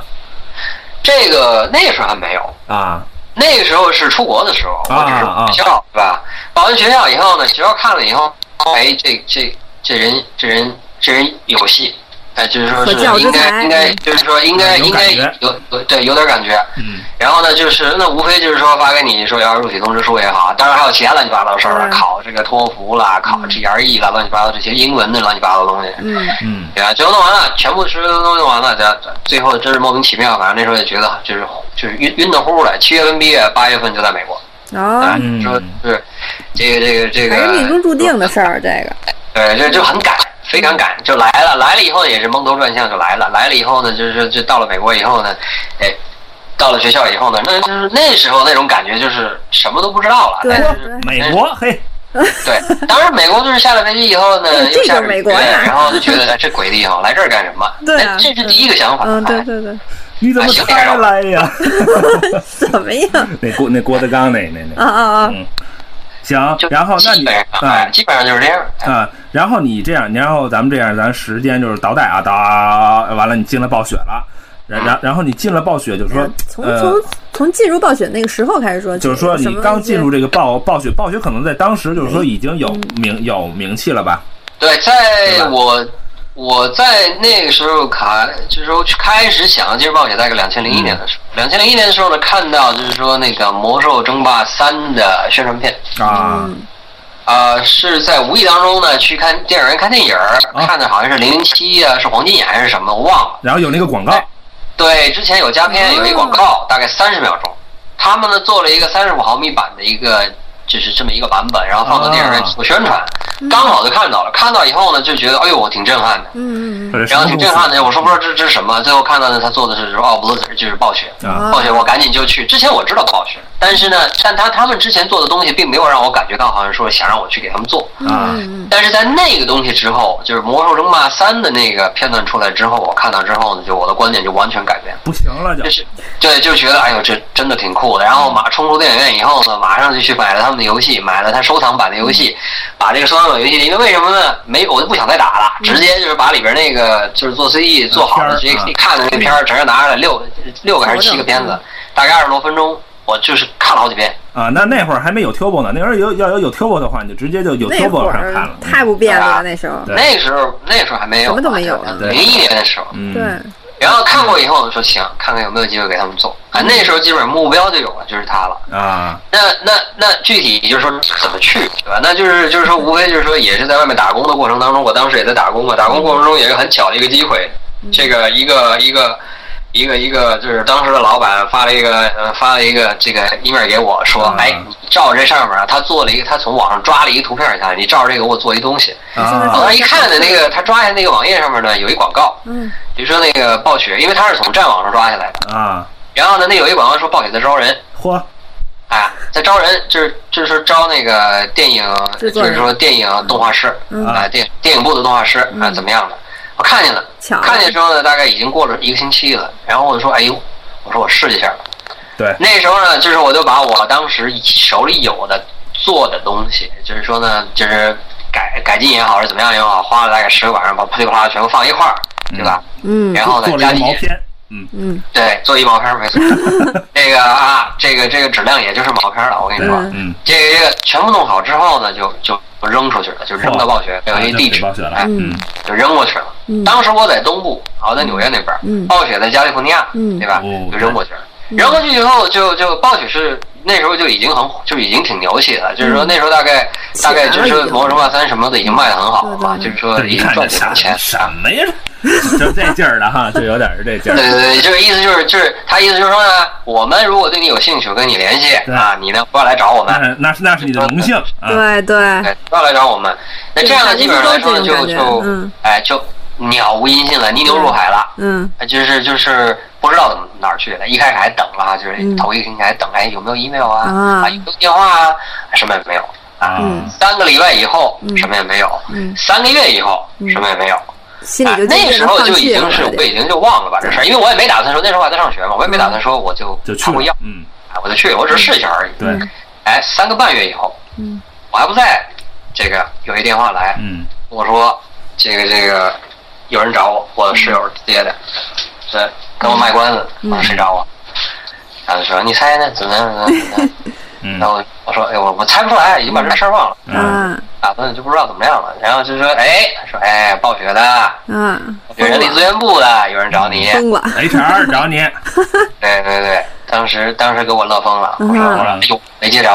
[SPEAKER 5] 这个那个时候还没有，
[SPEAKER 3] 啊，
[SPEAKER 5] 那个时候是出国的时候，
[SPEAKER 3] 啊
[SPEAKER 5] 我只是报学校，对吧？报完学校以后呢，学校看了以后，哎，这这这人这人这人有戏，哎，就是说是
[SPEAKER 4] 可教之
[SPEAKER 5] 应
[SPEAKER 4] 才
[SPEAKER 5] 该应该就是说应该
[SPEAKER 3] 嗯有
[SPEAKER 5] 应该
[SPEAKER 3] 感觉
[SPEAKER 5] 有有对有点感觉。
[SPEAKER 3] 嗯，
[SPEAKER 5] 然后呢，就是那无非就是说发给你说要入学通知书也好，当然还有其他乱七八糟的事儿啊，
[SPEAKER 4] 嗯
[SPEAKER 5] 考这个托福啦，考 GRE 啦，乱七八糟这些英文的乱七八糟的东西。
[SPEAKER 4] 嗯，
[SPEAKER 3] 嗯，
[SPEAKER 5] 对啊，最后弄完了，全部十都弄完了，这最后真是莫名其妙，反正那时候也觉得就是就是晕晕得乎的。七月份毕业，八月份就在美国，
[SPEAKER 4] 哦
[SPEAKER 5] 啊，，
[SPEAKER 3] 嗯
[SPEAKER 5] 说是这个这个这个，
[SPEAKER 4] 还是命中注定的事儿，这个，
[SPEAKER 5] 对，就就很赶，非常赶，就来了。来了以后也是蒙头转向就来了，来了以后呢，就是就到了美国以后呢，哎，到了学校以后呢，那就是那时候那种感觉就是什么都不知道了。
[SPEAKER 4] 对
[SPEAKER 5] 但是
[SPEAKER 4] 对，
[SPEAKER 3] 美国嘿，
[SPEAKER 5] 对，当时美国就是下了飞机以后呢，
[SPEAKER 4] 哎
[SPEAKER 5] 又下
[SPEAKER 4] 这就是美国呀
[SPEAKER 5] 对然后就觉得哎这鬼地方，来这儿干什么？
[SPEAKER 4] 对啊
[SPEAKER 5] 哎这是第一个想法。
[SPEAKER 4] 嗯，对
[SPEAKER 5] 哎
[SPEAKER 4] 对对，
[SPEAKER 3] 你怎么才来呀？
[SPEAKER 4] 怎么样？
[SPEAKER 3] 那郭那郭德纲那那
[SPEAKER 4] 啊
[SPEAKER 3] 那，
[SPEAKER 4] 啊啊！
[SPEAKER 3] 行
[SPEAKER 5] 就，
[SPEAKER 3] 然后那
[SPEAKER 5] 基
[SPEAKER 3] 你
[SPEAKER 5] 本上
[SPEAKER 3] 啊
[SPEAKER 5] 哎，基本上就是这样。哎
[SPEAKER 3] 啊，然后你这样，然后咱们这样，咱时间就是倒带啊，倒完了你进了暴雪了，然然然后你进了暴雪，就是说，
[SPEAKER 4] 哎从
[SPEAKER 3] 呃
[SPEAKER 4] 从，从进入暴雪那个时候开始说起，
[SPEAKER 3] 就是说
[SPEAKER 4] 什
[SPEAKER 3] 你
[SPEAKER 4] 么嗯
[SPEAKER 3] 刚进入这个暴暴雪，暴雪可能在当时就是说已经有名有名气了吧？
[SPEAKER 5] 对，
[SPEAKER 3] 对
[SPEAKER 5] 在
[SPEAKER 3] 吧
[SPEAKER 5] 我我在那个时候卡，就是说开始想要接触暴雪，大概两千零一年的时
[SPEAKER 3] 嗯
[SPEAKER 5] 候。两千零一年的时候呢，看到就是说那个《魔兽争霸三》的宣传片，
[SPEAKER 3] 啊，
[SPEAKER 4] 嗯
[SPEAKER 5] 啊、是在无意当中呢去看电影院看电影儿，
[SPEAKER 3] 啊
[SPEAKER 5] 看的好像是零零七啊，是黄金眼还是什么，我忘了。
[SPEAKER 3] 然后有那个广
[SPEAKER 5] 哎
[SPEAKER 3] 告，
[SPEAKER 5] 对，之前有加片，
[SPEAKER 3] 啊
[SPEAKER 5] 有一广告，大概三十秒钟，他们呢做了一个三十五毫米版的一个，就是这么一个版本，然后放到电影
[SPEAKER 3] 啊
[SPEAKER 5] 院做宣传，
[SPEAKER 3] 嗯
[SPEAKER 5] 刚好就看到了，看到以后呢就觉得，哎呦，我挺震撼的。
[SPEAKER 4] 嗯嗯
[SPEAKER 3] 然
[SPEAKER 5] 然后挺震撼的，我说不知道这这是什么，最后看到呢，他做的是说哦，Blizzard 就是暴雪，
[SPEAKER 3] 啊
[SPEAKER 4] 啊
[SPEAKER 5] 暴雪我赶紧就去。之前我知道暴雪，但是呢，但他他们之前做的东西并没有让我感觉到好像说想让我去给他们做。
[SPEAKER 3] 啊
[SPEAKER 4] 嗯
[SPEAKER 5] 但是在那个东西之后，就是《魔兽争霸三》的那个片段出来之后，我看到之后呢，就我的观点就完全改变了。
[SPEAKER 3] 不行了就
[SPEAKER 5] 就，是对，就觉得哎呦，这真的挺酷的。然后马冲出电影院以后呢，马上就去买了他们的游戏，买了他收藏版的游戏，
[SPEAKER 4] 嗯
[SPEAKER 5] 把这个收藏版游戏，因为为什么呢？没，我就不想再打了，直接就是把里边那个就是做 CE 做好
[SPEAKER 3] 片
[SPEAKER 5] 的
[SPEAKER 3] 儿
[SPEAKER 5] 直接
[SPEAKER 3] 啊
[SPEAKER 4] 嗯
[SPEAKER 5] 可以看的那个片儿，直接拿出来六六个还是七个片子，大概二十多分钟。我就是看了好几遍。
[SPEAKER 3] 啊，那那会儿还没有 Turbo 呢，那会儿有要有有 Turbo 的话，你就直接就有
[SPEAKER 4] 那
[SPEAKER 3] Turbo
[SPEAKER 4] 会
[SPEAKER 3] 上看
[SPEAKER 4] 儿
[SPEAKER 3] 了。
[SPEAKER 4] 太不便利
[SPEAKER 5] 啊
[SPEAKER 4] 了，那时候。
[SPEAKER 3] 对
[SPEAKER 5] 那时候那时候还没有，
[SPEAKER 4] 什么都没有啊
[SPEAKER 5] 零一年的时候。
[SPEAKER 3] 嗯，
[SPEAKER 4] 对，
[SPEAKER 5] 然后看过以后，我们说行，看看有没有机会给他们做
[SPEAKER 4] 嗯
[SPEAKER 5] 啊。那时候基本上目标就有了，就是它了。
[SPEAKER 3] 啊，
[SPEAKER 5] 那那那具体就是说怎么去，对吧？那就是就是说，无非就是说，也是在外面打工的过程当中，我当时也在打工嘛，打工过程中也是很巧的一个机会，这个一个一个一个一个就是当时的老板发了一个呃发了一个这个 email 给我说，
[SPEAKER 3] 啊
[SPEAKER 5] 哎，你照着这上面啊，他做了一个，他从网上抓了一图片下来，你照着这个给我做一东西。
[SPEAKER 4] 啊
[SPEAKER 5] 我当时一看呢，那个他抓下那个网页上面呢有一广告，
[SPEAKER 4] 嗯，
[SPEAKER 5] 比如说那个暴雪，因为他是从战网上抓下来的，
[SPEAKER 3] 啊，
[SPEAKER 5] 然后呢那有一广告说暴雪在招人。
[SPEAKER 3] 嚯，
[SPEAKER 5] 啊，在招人，就是就是招那个电影，
[SPEAKER 4] 制
[SPEAKER 5] 就
[SPEAKER 4] 作人
[SPEAKER 5] 是说电影动画师、
[SPEAKER 4] 嗯
[SPEAKER 5] 啊，电电影部的动画师啊，怎么样的？我看见了，
[SPEAKER 4] 巧
[SPEAKER 5] 看见之后呢，大概已经过了一个星期了，然后我就说，哎呦，我说我试一下吧。
[SPEAKER 3] 对，
[SPEAKER 5] 那时候呢，就是我就把我当时手里有的做的东西，就是说呢，就是改改进也好，还是怎么样也好，花了大概十个晚上把噼里啪啦全部放一块儿，对吧？
[SPEAKER 4] 嗯
[SPEAKER 5] 然后呢
[SPEAKER 3] 做，了
[SPEAKER 5] 加
[SPEAKER 3] 一个
[SPEAKER 5] 进
[SPEAKER 3] 毛
[SPEAKER 5] 去，
[SPEAKER 3] 片，嗯，
[SPEAKER 4] 嗯
[SPEAKER 5] 对，做一毛片 儿没错。这个啊，这个这个质量也就是毛片儿了，我跟你说。
[SPEAKER 4] 嗯
[SPEAKER 3] 嗯，
[SPEAKER 5] 这个这个全部弄好之后呢，就就扔出去了，就扔到暴雪有一地址
[SPEAKER 3] 啊暴雪，了，
[SPEAKER 5] 哎，
[SPEAKER 3] 嗯
[SPEAKER 5] 就扔过去了。
[SPEAKER 4] 嗯
[SPEAKER 5] 当时我在东部，啊，我在纽约那边，
[SPEAKER 4] 嗯
[SPEAKER 5] 暴雪在加利福尼亚，
[SPEAKER 4] 嗯
[SPEAKER 5] 对吧
[SPEAKER 3] 哦？
[SPEAKER 5] 就扔过去了。扔过去以后，就就暴雪是那时候就已经很就已经挺牛气了，就是说那时候大概
[SPEAKER 4] 起来
[SPEAKER 5] 大
[SPEAKER 4] 了
[SPEAKER 5] 概就是
[SPEAKER 4] 嗯已经
[SPEAKER 5] 魔兽争霸三什么的已经卖的很好了嘛，
[SPEAKER 4] 对对对
[SPEAKER 5] 就是说
[SPEAKER 3] 这
[SPEAKER 5] 已
[SPEAKER 3] 一
[SPEAKER 5] 经
[SPEAKER 3] 看
[SPEAKER 5] 赚
[SPEAKER 3] 这
[SPEAKER 5] 挺多
[SPEAKER 3] 什
[SPEAKER 5] 钱。
[SPEAKER 3] 什么 呀，就这劲儿的哈，就有点儿这劲儿
[SPEAKER 5] 对。对对，就是意思就是就是他意思就是说呢，我们如果对你有兴趣，我跟你联系
[SPEAKER 3] 对
[SPEAKER 5] 啊，你呢不要来找我们，
[SPEAKER 3] 那那是那是你的荣幸啊！
[SPEAKER 4] 对对，
[SPEAKER 5] 哎，不要来找我们。那这样呢，基本上来说呢，就
[SPEAKER 4] 对反正就是这种
[SPEAKER 5] 就
[SPEAKER 4] 感觉嗯
[SPEAKER 5] 哎就鸟无音信了，泥牛入海了，
[SPEAKER 4] 嗯
[SPEAKER 5] 哎就是就是不知道怎么哪儿去了。一开始还等了啊，就是
[SPEAKER 4] 嗯
[SPEAKER 5] 头一个星期还等，哎有没有 email 啊
[SPEAKER 4] 啊
[SPEAKER 5] 有没有电话啊，什么也没有。
[SPEAKER 3] 啊，
[SPEAKER 4] 嗯
[SPEAKER 5] 三个礼拜以后
[SPEAKER 4] 嗯
[SPEAKER 5] 什么也没有，
[SPEAKER 4] 嗯，
[SPEAKER 5] 三个月以后
[SPEAKER 4] 嗯
[SPEAKER 5] 什么也没有。
[SPEAKER 4] 心里
[SPEAKER 5] 哎
[SPEAKER 4] 就渐
[SPEAKER 5] 那
[SPEAKER 4] 渐
[SPEAKER 5] 时
[SPEAKER 4] 的
[SPEAKER 5] 候
[SPEAKER 4] 放
[SPEAKER 5] 就已
[SPEAKER 4] 弃
[SPEAKER 5] 经
[SPEAKER 4] 了嗯
[SPEAKER 5] 是
[SPEAKER 4] 有
[SPEAKER 5] 我
[SPEAKER 4] 点，
[SPEAKER 5] 已经就忘了把这事儿，因为我也没打算说那时候我还在上学嘛，我也没
[SPEAKER 4] 嗯
[SPEAKER 5] 打算说我就
[SPEAKER 3] 就去
[SPEAKER 5] 参过
[SPEAKER 3] 了
[SPEAKER 5] 样，，
[SPEAKER 3] 嗯，
[SPEAKER 5] 哎我就去，我只是试一下而已。
[SPEAKER 3] 对，
[SPEAKER 5] 哎，三个半月以后，
[SPEAKER 4] 嗯
[SPEAKER 5] 我还不在，这个有一电话来，
[SPEAKER 3] 嗯
[SPEAKER 5] 我说这个这个有人找我，我室友接的，对，跟我卖官司，我说谁找我？然后就说你猜呢？怎么样？怎么样？怎么样
[SPEAKER 3] 嗯
[SPEAKER 5] 然后我说哎呦，我我猜不出来，已经把这事儿忘了，
[SPEAKER 3] 嗯
[SPEAKER 4] 啊
[SPEAKER 5] 打算就不知道怎么样了。然后就说哎，他说哎，暴雪的，
[SPEAKER 4] 啊，
[SPEAKER 5] 有人力资源部的，有人找你，
[SPEAKER 4] 疯了，啊
[SPEAKER 3] ，HR 哎找你，
[SPEAKER 5] 对对对，当时当时给我乐疯了，我说
[SPEAKER 4] 嗯
[SPEAKER 5] 我说哎呦没接着，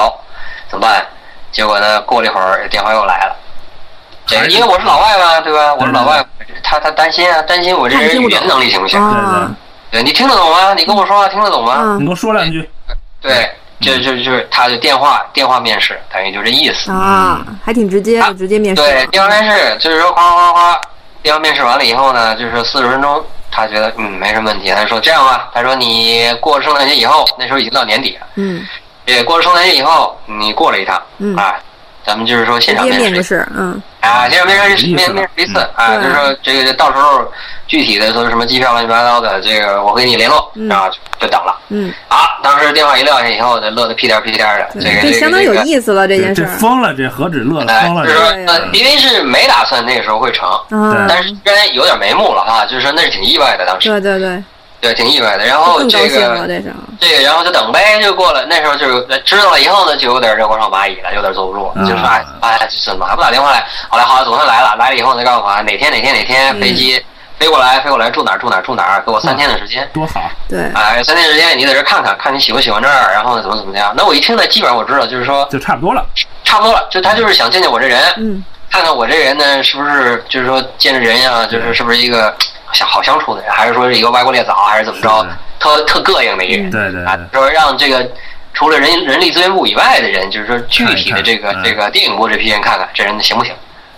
[SPEAKER 5] 怎么办？结果呢，过了一会儿电话又来了，这
[SPEAKER 3] 还
[SPEAKER 5] 个
[SPEAKER 3] 是嗯
[SPEAKER 5] 因为我是老外嘛，对吧？我是
[SPEAKER 3] 对
[SPEAKER 5] 老外，他他担心啊，担心我这
[SPEAKER 4] 看
[SPEAKER 5] 人
[SPEAKER 4] 听不
[SPEAKER 5] 语
[SPEAKER 4] 懂
[SPEAKER 5] 言能力行不行？
[SPEAKER 4] 啊
[SPEAKER 5] 对你听得懂吗？你跟我说话听得懂吗？
[SPEAKER 4] 啊
[SPEAKER 3] 你给我说两句。
[SPEAKER 5] 对，就就就是他就电话电话面试，等于就这意思。
[SPEAKER 4] 啊，还挺直接的，直接面试
[SPEAKER 5] 对，电话
[SPEAKER 4] 了，
[SPEAKER 5] 面试就是说哗哗哗，电话面试完了以后呢，就是四十分钟，他觉得嗯没什么问题，他就说这样吧，他说你过圣诞节以后，那时候已经到年底了。
[SPEAKER 4] 嗯，
[SPEAKER 5] 也过了圣诞节以后，你过来一趟，
[SPEAKER 4] 嗯
[SPEAKER 5] 啊，咱们就是说现
[SPEAKER 4] 直
[SPEAKER 5] 场
[SPEAKER 4] 接面
[SPEAKER 5] 面
[SPEAKER 4] 个
[SPEAKER 5] 试
[SPEAKER 4] 试，嗯
[SPEAKER 5] 啊，现场面试
[SPEAKER 3] 有意思
[SPEAKER 5] 面
[SPEAKER 3] 了
[SPEAKER 5] 面试一次
[SPEAKER 3] 嗯
[SPEAKER 5] 啊，
[SPEAKER 4] 对
[SPEAKER 5] 就是说这个到时候具体的都是什么机票乱七八糟的，这个我跟你联络，
[SPEAKER 4] 嗯
[SPEAKER 5] 然后就就等了。
[SPEAKER 4] 嗯，
[SPEAKER 5] 啊，当时电话一撂下以后，这乐得屁颠儿屁颠儿的，这个
[SPEAKER 4] 这
[SPEAKER 5] 这
[SPEAKER 4] 相
[SPEAKER 5] 个
[SPEAKER 4] 当有
[SPEAKER 5] 这个，
[SPEAKER 4] 意思了这件事
[SPEAKER 3] 这
[SPEAKER 4] 儿，
[SPEAKER 3] 疯了，这何止乐了，
[SPEAKER 5] 哎
[SPEAKER 3] 疯，了
[SPEAKER 5] 就是说
[SPEAKER 3] 这。
[SPEAKER 4] 对
[SPEAKER 5] 呃，因为是没打算那个时候会成，
[SPEAKER 4] 啊，
[SPEAKER 5] 但是虽然有点眉目了哈，就是说那是挺意外的，当时
[SPEAKER 4] 对对对，
[SPEAKER 5] 对，挺意外的。然
[SPEAKER 4] 更
[SPEAKER 5] 后
[SPEAKER 4] 高
[SPEAKER 5] 哦这
[SPEAKER 4] 兴了
[SPEAKER 5] 个
[SPEAKER 4] 这是，
[SPEAKER 5] 对，然后就等呗，就过了。那时候就是呃知道了以后呢，就有点热锅上蚂蚁了，有点坐不住了，
[SPEAKER 3] 嗯
[SPEAKER 5] 就说哎哎，这怎么还不打电话来？后来好像总算来了，来了以后呢，告诉我啊哪天哪天哪天飞机飞过来，飞过来住哪儿住哪儿住哪儿，给我三天的时间。
[SPEAKER 3] 多好，
[SPEAKER 4] 对，
[SPEAKER 5] 哎，三天时间你在这儿看看，看你喜不喜欢这儿，然后呢怎么怎么样？那我一听呢，基本上我知道，就是说
[SPEAKER 3] 就差不多了。
[SPEAKER 5] 差不多了，就他就是想见见我这人，
[SPEAKER 4] 嗯
[SPEAKER 5] 看看我这人呢是不是就是说见着人呀、就是是不是一个想好相处的人，还是说是一个歪瓜裂枣，还是怎么着
[SPEAKER 3] 是的，
[SPEAKER 5] 特特膈应的一个人。
[SPEAKER 3] 对对
[SPEAKER 5] 啊
[SPEAKER 3] 对，，
[SPEAKER 5] 说让这个除了人人力资源部以外的人，就是说具体的这个
[SPEAKER 3] 看一看嗯
[SPEAKER 5] 这个电影部这批人看看这人行不行，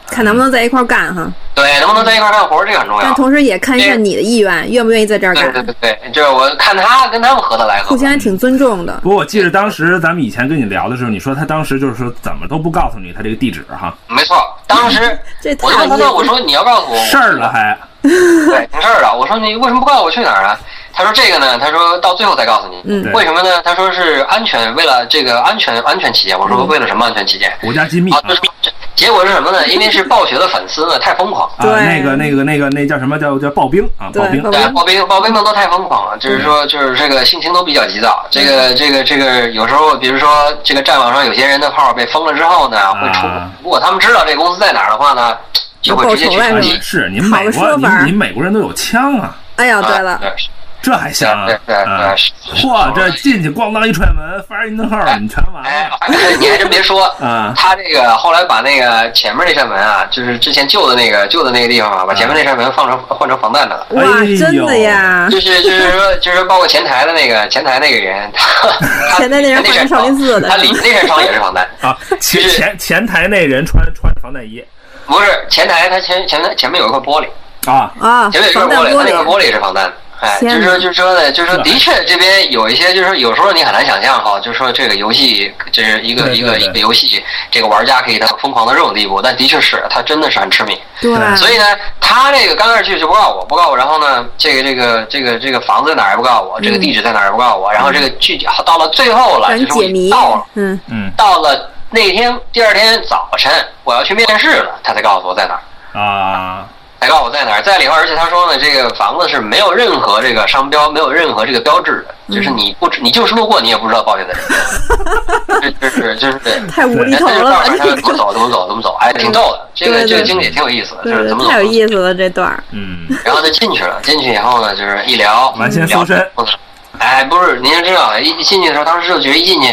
[SPEAKER 4] 看能不能在一块儿干哈，
[SPEAKER 5] 对，能不能在一块儿干活儿，这个很重
[SPEAKER 4] 但
[SPEAKER 5] 要。
[SPEAKER 4] 同时也看一下你的意愿，愿不愿意在这儿
[SPEAKER 5] 对对
[SPEAKER 4] 干，
[SPEAKER 5] 对对，就是我看他跟他们合得来合
[SPEAKER 4] 互
[SPEAKER 5] 不来，
[SPEAKER 4] 相还挺尊重的
[SPEAKER 3] 不，过我记得当时咱们以前跟你聊的时候，你说他当时就是说怎么都不告诉你他这个地址哈，
[SPEAKER 5] 没错。当 时
[SPEAKER 4] 这太
[SPEAKER 5] 我就问
[SPEAKER 4] 有意
[SPEAKER 5] 他
[SPEAKER 4] 思
[SPEAKER 5] 们，我说你要告诉我
[SPEAKER 3] 事儿了，还
[SPEAKER 5] 对，成事儿了。我说你为什么不告诉我去哪儿啊？他说这个呢，他说到最后再告诉你。
[SPEAKER 4] 嗯
[SPEAKER 3] 对
[SPEAKER 5] 为什么呢？他
[SPEAKER 4] 嗯
[SPEAKER 5] 说是安全，为了这个安全安全起见。我说为了什么安全起见？
[SPEAKER 3] 国家机密
[SPEAKER 5] 啊
[SPEAKER 3] 啊，
[SPEAKER 5] 他说这结果是什么呢？因为是暴雪的粉丝呢，太疯狂。
[SPEAKER 3] 啊，
[SPEAKER 4] 对
[SPEAKER 3] 那个那个那个那叫什么叫叫刨冰啊，
[SPEAKER 4] 对
[SPEAKER 3] 刨冰
[SPEAKER 4] 刨
[SPEAKER 5] 对，刨冰刨冰们都太疯狂了，就是
[SPEAKER 4] 嗯
[SPEAKER 5] 说，就是这个心情都比较急躁。这个这个这个，有时候比如说这个战网上有些人的号被封了之后呢，会出
[SPEAKER 3] 啊。
[SPEAKER 5] 如果他们知道这公司在哪儿的话呢，就会直接去
[SPEAKER 4] 报仇
[SPEAKER 5] 冲
[SPEAKER 4] 了
[SPEAKER 5] 击。
[SPEAKER 3] 是啊你
[SPEAKER 4] 好
[SPEAKER 3] 美
[SPEAKER 4] 个
[SPEAKER 3] 国
[SPEAKER 4] 说
[SPEAKER 3] 你
[SPEAKER 4] 法
[SPEAKER 3] 你美国人都有枪啊，
[SPEAKER 4] 哎呀，
[SPEAKER 5] 啊
[SPEAKER 4] 对了，
[SPEAKER 5] 对
[SPEAKER 3] 这还行啊
[SPEAKER 5] 对对
[SPEAKER 3] 啊
[SPEAKER 5] 对是！是
[SPEAKER 3] 嚯，这进去咣当一踹门，发人的号，你全完
[SPEAKER 5] 哎
[SPEAKER 3] 了，
[SPEAKER 5] 你还真别说，
[SPEAKER 3] 啊
[SPEAKER 5] 他这个后来把那个前面那扇门啊，就是之前旧的那个旧的那个地方啊，把前面那扇门放成换成防弹的了。
[SPEAKER 3] 哎呦
[SPEAKER 4] 哇，真的呀！
[SPEAKER 5] 就是就是说就是包括前台的那个前台那个人，他他
[SPEAKER 4] 前台那人
[SPEAKER 5] 他
[SPEAKER 4] 换成
[SPEAKER 5] 扇
[SPEAKER 4] 少林寺的
[SPEAKER 5] 他里那扇窗也是防弹。
[SPEAKER 3] 啊！前
[SPEAKER 5] 就是
[SPEAKER 3] 前前台那人穿穿着防弹衣
[SPEAKER 5] 不是前台，它前前面前面有一块玻璃，
[SPEAKER 3] 啊，
[SPEAKER 4] 啊，
[SPEAKER 5] 前面有一
[SPEAKER 4] 防
[SPEAKER 5] 块
[SPEAKER 4] 弹玻璃，
[SPEAKER 5] 玻璃，它那块玻璃也是防弹的。哎，就
[SPEAKER 4] 天
[SPEAKER 5] 是
[SPEAKER 4] 哪
[SPEAKER 5] 说，就是说呢，就是说，的确，这边有一些，就是说，有时候你很难想象哈，就是说这个游戏，这是一个
[SPEAKER 3] 对对
[SPEAKER 5] 一个
[SPEAKER 3] 对
[SPEAKER 5] 一个游戏，这个玩家可以到疯狂到这种地步，但的确是，他真的是很痴迷。
[SPEAKER 4] 对，
[SPEAKER 5] 所以呢，他这个刚开始去就不告我，不告我，然后呢，这个这个这个这个房子在哪儿也不告
[SPEAKER 4] 嗯
[SPEAKER 5] 我，这个地址在哪儿也不告我，然后这个具体到了最后了，
[SPEAKER 4] 让
[SPEAKER 5] 就
[SPEAKER 4] 你
[SPEAKER 5] 是我
[SPEAKER 4] 解谜
[SPEAKER 5] 到了，
[SPEAKER 4] 嗯，
[SPEAKER 3] 嗯
[SPEAKER 5] 到了那天第二天早晨，我要去面试了，他才告诉我在哪儿。
[SPEAKER 3] 啊，
[SPEAKER 5] 才告诉我在哪儿，在里头，而且他说呢，这个房子是没有任何这个商标，没有任何这个标志的，
[SPEAKER 4] 嗯
[SPEAKER 5] 就是你不知，你就是路过，你也不知道报警的 人，这就是就是对。
[SPEAKER 4] 太无厘
[SPEAKER 5] 哎
[SPEAKER 4] 头
[SPEAKER 5] 他就
[SPEAKER 4] 了
[SPEAKER 5] 告
[SPEAKER 4] 吧
[SPEAKER 5] 诉你
[SPEAKER 4] 这
[SPEAKER 5] 怎
[SPEAKER 4] 个，
[SPEAKER 5] 么走，怎么走，怎么走，哎，挺逗的。这个
[SPEAKER 4] 对对
[SPEAKER 5] 这个经理挺有意思的，就是
[SPEAKER 4] 对
[SPEAKER 5] 怎么
[SPEAKER 4] 对，
[SPEAKER 5] 走。
[SPEAKER 4] 太有
[SPEAKER 5] 怎么走
[SPEAKER 4] 意思了这段儿，
[SPEAKER 3] 嗯，
[SPEAKER 5] 然后就进去了，进去以后呢，就是一聊，
[SPEAKER 3] 完
[SPEAKER 4] 嗯
[SPEAKER 3] 先搜身
[SPEAKER 5] 聊。哎，不是，您知道，一一进去的时候，当时就觉得一进去